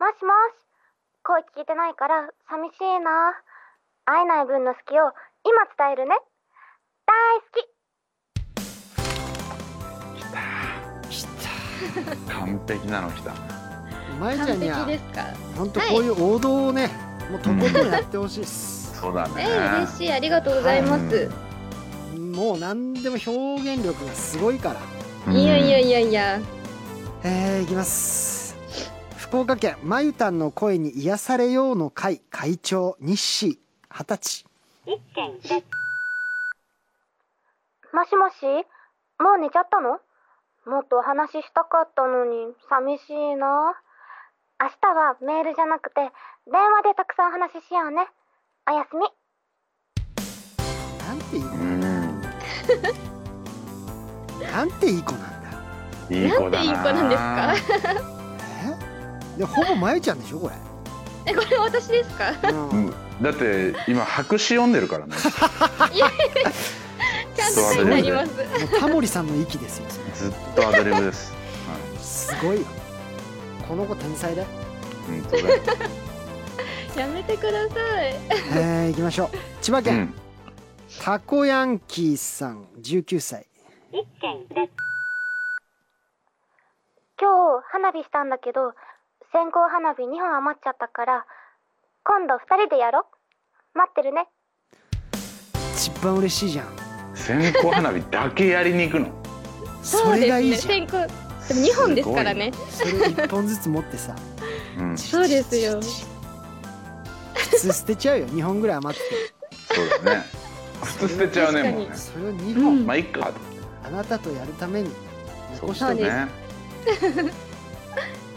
Speaker 14: もし声聞いてないから寂しいな会えない分の好きを今伝えるね大好き
Speaker 2: 完璧なの来た
Speaker 1: まゆち
Speaker 15: 完
Speaker 1: ゃんに
Speaker 15: 璧
Speaker 1: は
Speaker 15: ですか
Speaker 1: 本当こういう王道をね、もうとことんやってほしいです、
Speaker 2: そうだ
Speaker 15: え
Speaker 2: ね
Speaker 15: ー、嬉しいありがとうございます、
Speaker 1: もう何でも表現力がすごいから
Speaker 2: うん
Speaker 15: い、やいやいやいや
Speaker 1: えー、いきます福岡県まゆたんの声に癒されようの会会長日誌二十歳
Speaker 14: もしもしもう寝ちゃったのもっとお話ししたかったのに寂しいな明日はメールじゃなくて電話でたくさんお話ししようねおやすみ
Speaker 1: なんていい子なん
Speaker 2: うん
Speaker 1: ていい子なんだ
Speaker 2: いい子
Speaker 15: な
Speaker 2: だ
Speaker 15: んていい子なん
Speaker 2: ですか
Speaker 1: えでほぼまゆちゃんでしょこ
Speaker 15: えこれ私ですか
Speaker 1: れ、うん
Speaker 2: だって今白紙読んでるからね
Speaker 15: ち
Speaker 2: ずっとアドリ
Speaker 15: な
Speaker 2: ブで
Speaker 15: ります
Speaker 1: もうタモリさんの息ですよそれ
Speaker 2: ずっとアドリブです、
Speaker 1: すごいよこの子天才だよ
Speaker 2: はい、本当だよ
Speaker 15: やめてください。
Speaker 1: えー、行きましょう千葉
Speaker 2: う
Speaker 1: 県、
Speaker 2: ん
Speaker 1: タコヤンキーさん19歳
Speaker 14: 今日花火したんだけど線香花火2本余っちゃったから今度2人でやろ待ってるね
Speaker 1: 一番嬉しいじゃん
Speaker 2: 線香花火だけやりに行くの
Speaker 1: それがいい
Speaker 15: そう
Speaker 1: じゃん
Speaker 15: ですね。先行でも二本ですからね。
Speaker 1: それ一本ずつ持ってさ
Speaker 2: うん
Speaker 15: そうですよ。
Speaker 1: 普通捨てちゃうよ二本ぐらい余って
Speaker 2: そうだね普通捨てちゃうねもうね
Speaker 1: てそれを二
Speaker 15: う
Speaker 1: 本、
Speaker 15: ん
Speaker 2: まあいっか
Speaker 1: あなたとやるために
Speaker 2: そ
Speaker 1: 残
Speaker 2: う
Speaker 1: し
Speaker 2: だ
Speaker 1: て
Speaker 15: そうで
Speaker 2: ね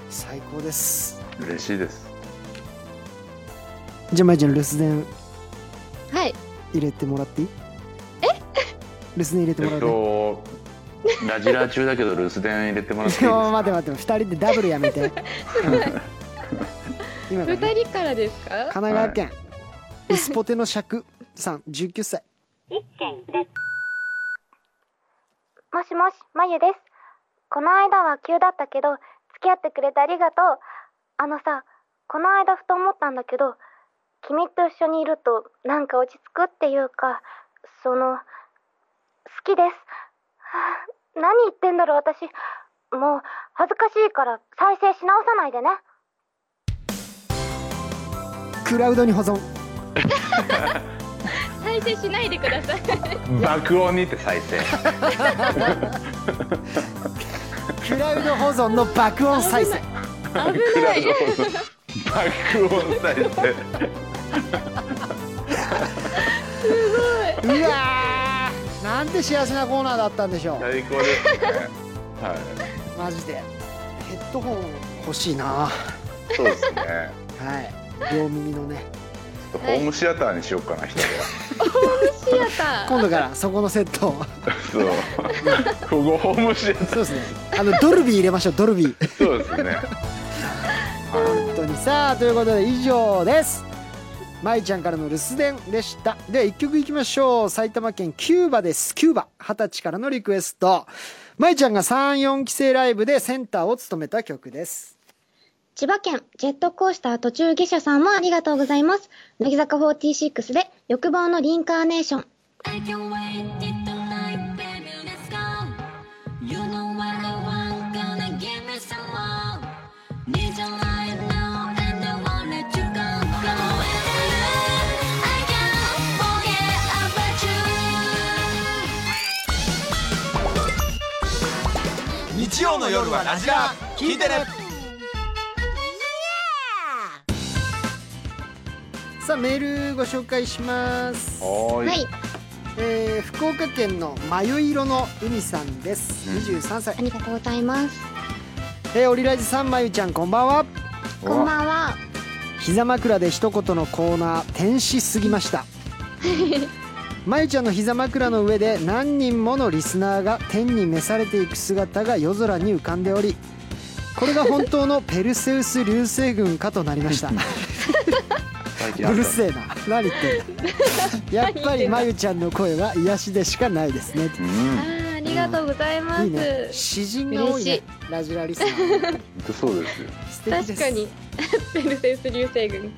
Speaker 1: 最高です
Speaker 2: 嬉しいです
Speaker 1: じゃあまいちゃん留守電
Speaker 15: はい。
Speaker 1: 入れてもらっていいえ留守電入れて
Speaker 2: え
Speaker 1: もら
Speaker 2: っ
Speaker 1: うね
Speaker 2: とラジラ中だけど留守電入れてもらっていい
Speaker 1: いや
Speaker 2: です
Speaker 1: 待
Speaker 2: か
Speaker 1: って待って二人でダブルや めて今か
Speaker 15: 二
Speaker 1: らね
Speaker 15: 人からですか？
Speaker 1: 神奈川県、ウスポテの尺さん19歳
Speaker 14: もしもしまゆですこの間は急だったけど付き合ってくれてありがとうあのさこの間ふと思ったんだけど君と一緒にいるとなんか落ち着くっていうかその好きですはぁ 何言ってんだろう私もう恥ずかしいから再生し直さないでね
Speaker 1: クラウドに保存
Speaker 15: 再生しないでください。
Speaker 2: 爆音にて再 生
Speaker 1: クラウド保存の爆音再生
Speaker 2: クラウド爆音再生
Speaker 1: うわーなんて幸せなコーナーだったんでしょ
Speaker 2: 最高ですねは
Speaker 1: うマジでヘッドホン欲しいなはい
Speaker 2: そうですね
Speaker 1: い両耳のね
Speaker 2: ちょっとホームシアターにしようかな一人
Speaker 15: シアター。
Speaker 1: 今度 からそこのセットを
Speaker 2: でそう ここホームシアター
Speaker 1: そうですねあのドルビー入れましょうドルビー
Speaker 2: そうですね
Speaker 1: 本当にさあということで以上ですまいちゃんからの留守電でしたでは1曲いきましょう埼玉県キューバですキューバ二十歳からのリクエストまいちゃんが34期生ライブでセンターを務めた曲です
Speaker 6: 千葉県、ジェットコースター途中下車さんもありがとうございます。乃木坂46で欲望のリンカーネーション。
Speaker 5: I can wait till tonight, baby, let's go. You know what I want, gonna give me some more. Need your light now, and I won't let you go. Go with the love, I can't forget about you. 日曜の夜はラジラ聞いてね
Speaker 1: さあメールご紹介します
Speaker 2: は
Speaker 6: はいい、
Speaker 1: えー福岡県の眉色の海さんです23歳
Speaker 6: あ、りがとうございます。
Speaker 1: えーオリラジさんまゆちゃんこんばんは
Speaker 6: こんばんは。
Speaker 1: 膝枕で一言のコーナー天使すぎましたまゆちゃんの膝枕の上で何人ものリスナーが天に召されていく姿が夜空に浮かんでおりこれが本当のペルセウス流星群かとなりました
Speaker 2: 最近あ
Speaker 1: う
Speaker 2: っ
Speaker 1: る
Speaker 2: た
Speaker 1: せえな何言ってんだやっぱりまゆちゃんの声は癒しでしかないですね
Speaker 2: うん
Speaker 15: あーありがとうございま
Speaker 1: いいね
Speaker 15: す。
Speaker 1: 詩人が多いね
Speaker 15: 嬉し
Speaker 1: ラジラリスナー
Speaker 2: 本当そうですよ
Speaker 1: 素敵です
Speaker 15: 確か に。ペルセウス流星群。
Speaker 1: いや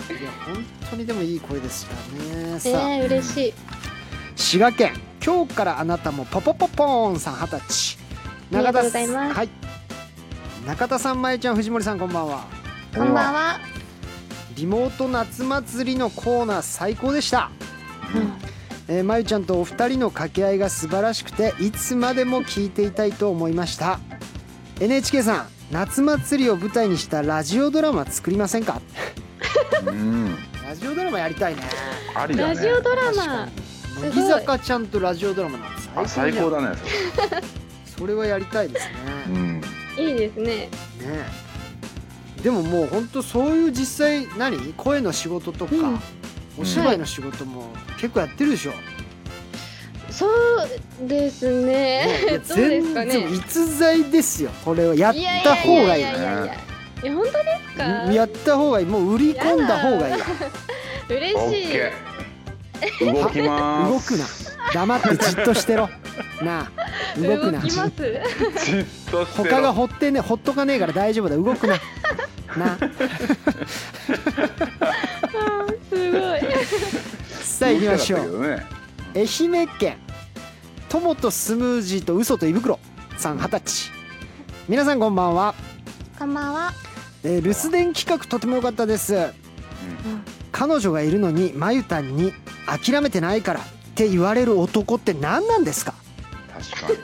Speaker 1: 本当にでもいい声ですからね
Speaker 15: え
Speaker 1: さあ
Speaker 15: ー、嬉しい。
Speaker 1: 滋賀県今日からあなたもポポポポーンさん二十歳
Speaker 15: あ
Speaker 1: 中田さ
Speaker 15: りがとうござい
Speaker 1: ん
Speaker 15: ます
Speaker 1: はい中田さんまゆちゃん藤森さんこんばんは
Speaker 6: こんばんは。
Speaker 1: リモート夏祭りのコーナー最高でした、えーまゆちゃんとお二人の掛け合いが素晴らしくていつまでも聞いていたいと思いました NHK さん夏祭りを舞台にしたラジオドラマ作りませんか
Speaker 2: うん
Speaker 1: ラジオドラマやりたいね
Speaker 2: ありだ
Speaker 15: ラ
Speaker 2: ね
Speaker 15: ジオドラマ。ごい
Speaker 1: 乃木坂ちゃんとラジオドラマなんて
Speaker 2: あ
Speaker 1: 最
Speaker 2: 最
Speaker 1: 高じゃん
Speaker 2: 高だねそれ
Speaker 1: それはやりたいですね、
Speaker 2: うん
Speaker 15: いいですね。
Speaker 1: ねえでももう本当そういう実際何声の仕事とか、
Speaker 15: うん
Speaker 1: お芝居の仕事も結構やってるでしょ、
Speaker 15: そうです
Speaker 1: ねいや
Speaker 15: ね。どうですかね。
Speaker 1: 逸材ですよこれはやった方がいい
Speaker 15: や
Speaker 1: ね
Speaker 15: ややややいや本当です
Speaker 1: うん
Speaker 15: か
Speaker 1: やった方がいいもう売り込んだ方がいい
Speaker 15: 嬉
Speaker 2: オ
Speaker 15: し
Speaker 2: ッ
Speaker 15: い
Speaker 2: ケー動きま
Speaker 1: 動
Speaker 2: ーす
Speaker 1: くな黙ってじっとしてろなあ動くな
Speaker 3: 動きま
Speaker 2: じっ
Speaker 3: す。
Speaker 2: としてろ
Speaker 1: 他がほってねほっとかねえから大丈夫だ動くなな
Speaker 3: すごい。
Speaker 1: さあ行きましょう
Speaker 2: 面白かったけどね
Speaker 1: 愛媛県トモとスムージーと嘘と胃袋さん二十歳皆さんこんばんは
Speaker 14: こんばんは。
Speaker 1: えー留守電企画とても良かったです、彼女がいるのにまゆたんに「諦めてないから」って言われる男って何なんですか
Speaker 2: 確かに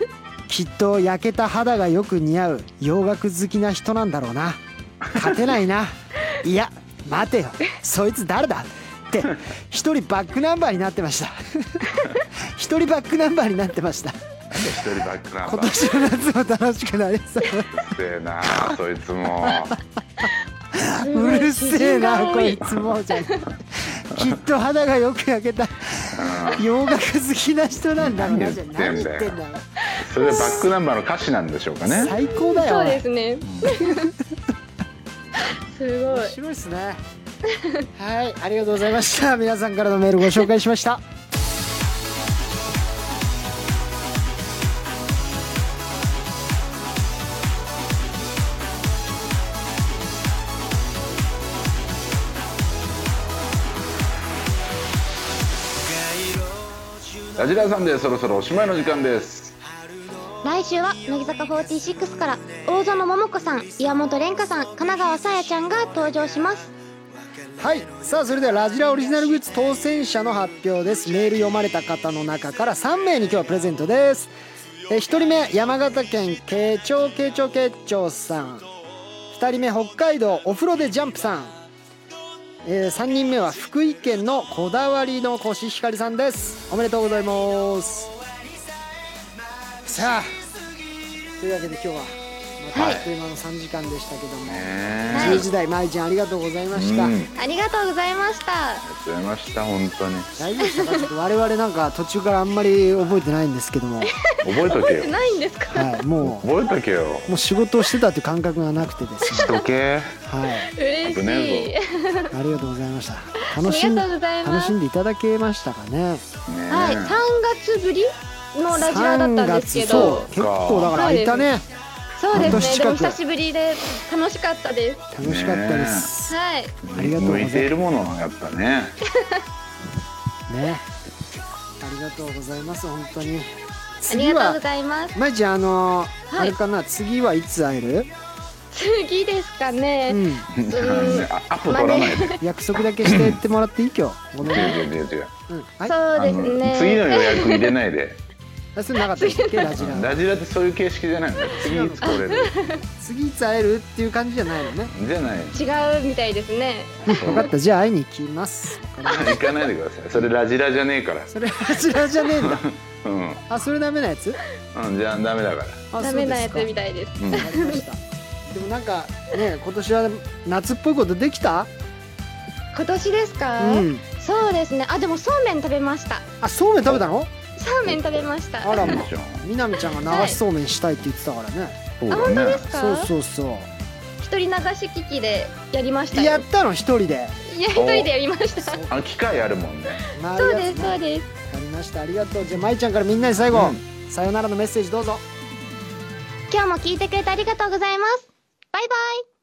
Speaker 1: きっと焼けた肌がよく似合う洋楽好きな人なんだろうな勝てない ないや待てよそいつ誰だって 一人バックナンバーになってました一人バックナンバーになってました
Speaker 2: 一人バックナンバ
Speaker 1: 今
Speaker 2: ー
Speaker 1: 年の夏も楽しくなりそう
Speaker 2: うるせえなそいつも
Speaker 1: うるせえなこいつもうじゃんきっと肌がよく焼けた洋楽好きな人なんだろうなじゃん何
Speaker 2: 何言ってんだよ
Speaker 1: 言ってんだよ
Speaker 2: それでバックナンバーの歌詞なんでしょうかね
Speaker 1: 最高だよ
Speaker 3: そ
Speaker 1: お
Speaker 3: う
Speaker 1: い
Speaker 3: で すね。すご
Speaker 1: 面
Speaker 3: い。
Speaker 1: 白いですねはいありがとうございました皆さんからのメールご紹介しました
Speaker 2: ラジラーさんでそろそろおしまいの時間です
Speaker 14: 来週は乃木坂46から大園桃子さん岩本蓮香さん神奈川さやちゃんが登場します
Speaker 1: はいさあそれではラジラオリジナルグッズ当選者の発表ですメール読まれた方の中から3名に今日はプレゼントですえ1人目山形県慶長慶長慶長さん2人目北海道お風呂でジャンプさん、え3人目は福井県のこだわりのコシヒカリさんですおめでとうございますさあというわけで今日はまたあっという間の3時間でしたけども、
Speaker 2: ね
Speaker 1: 10時台まいちゃんありがとうございました、
Speaker 2: うん
Speaker 16: ありがとうございました
Speaker 2: ありがとうございました本当に
Speaker 1: 大丈夫でしたかちょっと我々なんか途中からあんまり覚えてないんですけ ども、
Speaker 2: 覚えとけよ
Speaker 3: ないんですか。
Speaker 1: はい、もう
Speaker 2: 覚えとけよ
Speaker 1: もう仕事をしてたという感覚がなくてですね、
Speaker 2: しとけ
Speaker 1: はい、
Speaker 3: 嬉し
Speaker 2: 危ね
Speaker 3: い。
Speaker 1: ありがとうございました
Speaker 3: あ
Speaker 1: 楽し
Speaker 3: り
Speaker 1: ん
Speaker 3: がとうござい
Speaker 1: 楽
Speaker 3: ま
Speaker 1: し
Speaker 3: す。
Speaker 1: んでいただけましたかね
Speaker 2: ね
Speaker 3: はい、三月ぶりのラジラだったんですけ
Speaker 1: そう
Speaker 3: ど、
Speaker 1: 結構だから空いたね
Speaker 3: そうで
Speaker 1: 半年
Speaker 3: すね。でも
Speaker 1: 近く
Speaker 3: 久しぶりで楽しかったです。
Speaker 1: 楽しかったです、
Speaker 3: はい、
Speaker 1: ありがとうございま
Speaker 2: 向い
Speaker 1: す
Speaker 2: ているものはやっぱね
Speaker 1: ねありがとうございます本当に
Speaker 3: あ
Speaker 1: 次
Speaker 3: りがとう
Speaker 1: は
Speaker 3: ございます。
Speaker 1: まいちゃんあの
Speaker 3: はい
Speaker 1: あれかな次はいつ会える、
Speaker 3: 次ですか
Speaker 1: う
Speaker 3: ね。
Speaker 1: ん、
Speaker 3: ん
Speaker 2: あアップ取らないで
Speaker 1: 約束だけしてってもらっていい今日ごめんね、
Speaker 2: 違う違う違う
Speaker 1: うん、はい
Speaker 3: そう
Speaker 2: あ
Speaker 3: です
Speaker 2: の
Speaker 3: ね。
Speaker 2: 次の予約入れないで
Speaker 1: あそれなかったっけラジラ
Speaker 2: ラジラってそういう形式じゃないのよ次いつ来れる
Speaker 1: 次いつ会えるっていう感じじゃないのね
Speaker 2: じゃない
Speaker 3: 違うみたいですね。
Speaker 2: そう
Speaker 1: 分かったじゃあ会いに行きます
Speaker 2: 行かないでくださいそれラジラじゃねえから
Speaker 1: それラジラじゃねえ んだ
Speaker 2: うん、
Speaker 1: あそれダメなやつ
Speaker 2: うん、じゃあダメだから
Speaker 1: あ
Speaker 3: ダメなやつみ
Speaker 1: た
Speaker 3: たいです。
Speaker 2: うん
Speaker 1: いなでもなんかね今年は夏っぽいことできた
Speaker 3: 今年ですか
Speaker 1: うん
Speaker 3: そうですね。あ、でもそうめん食べました。
Speaker 1: あそうめん食べたの
Speaker 3: そうめん食べました。
Speaker 1: あらま
Speaker 2: いいじゃん
Speaker 1: みなみちゃんが流しそうめんしたいって言ってたからね
Speaker 2: そう
Speaker 3: あ、本当で
Speaker 2: だね
Speaker 3: す
Speaker 1: そう
Speaker 3: か。
Speaker 1: そうそ
Speaker 3: 一人流し機器でやりまし
Speaker 1: う
Speaker 3: たよ。
Speaker 1: やったの一人で
Speaker 3: いや、一人でやりました。そ
Speaker 2: あの機械あるもんね
Speaker 1: そう
Speaker 3: です、そうです。
Speaker 1: わかりましたありがとうじゃあまいちゃんからみんなに最後、さよならのメッセージどうぞ
Speaker 14: 今日も聞いてくれてありがとうございますバイバイ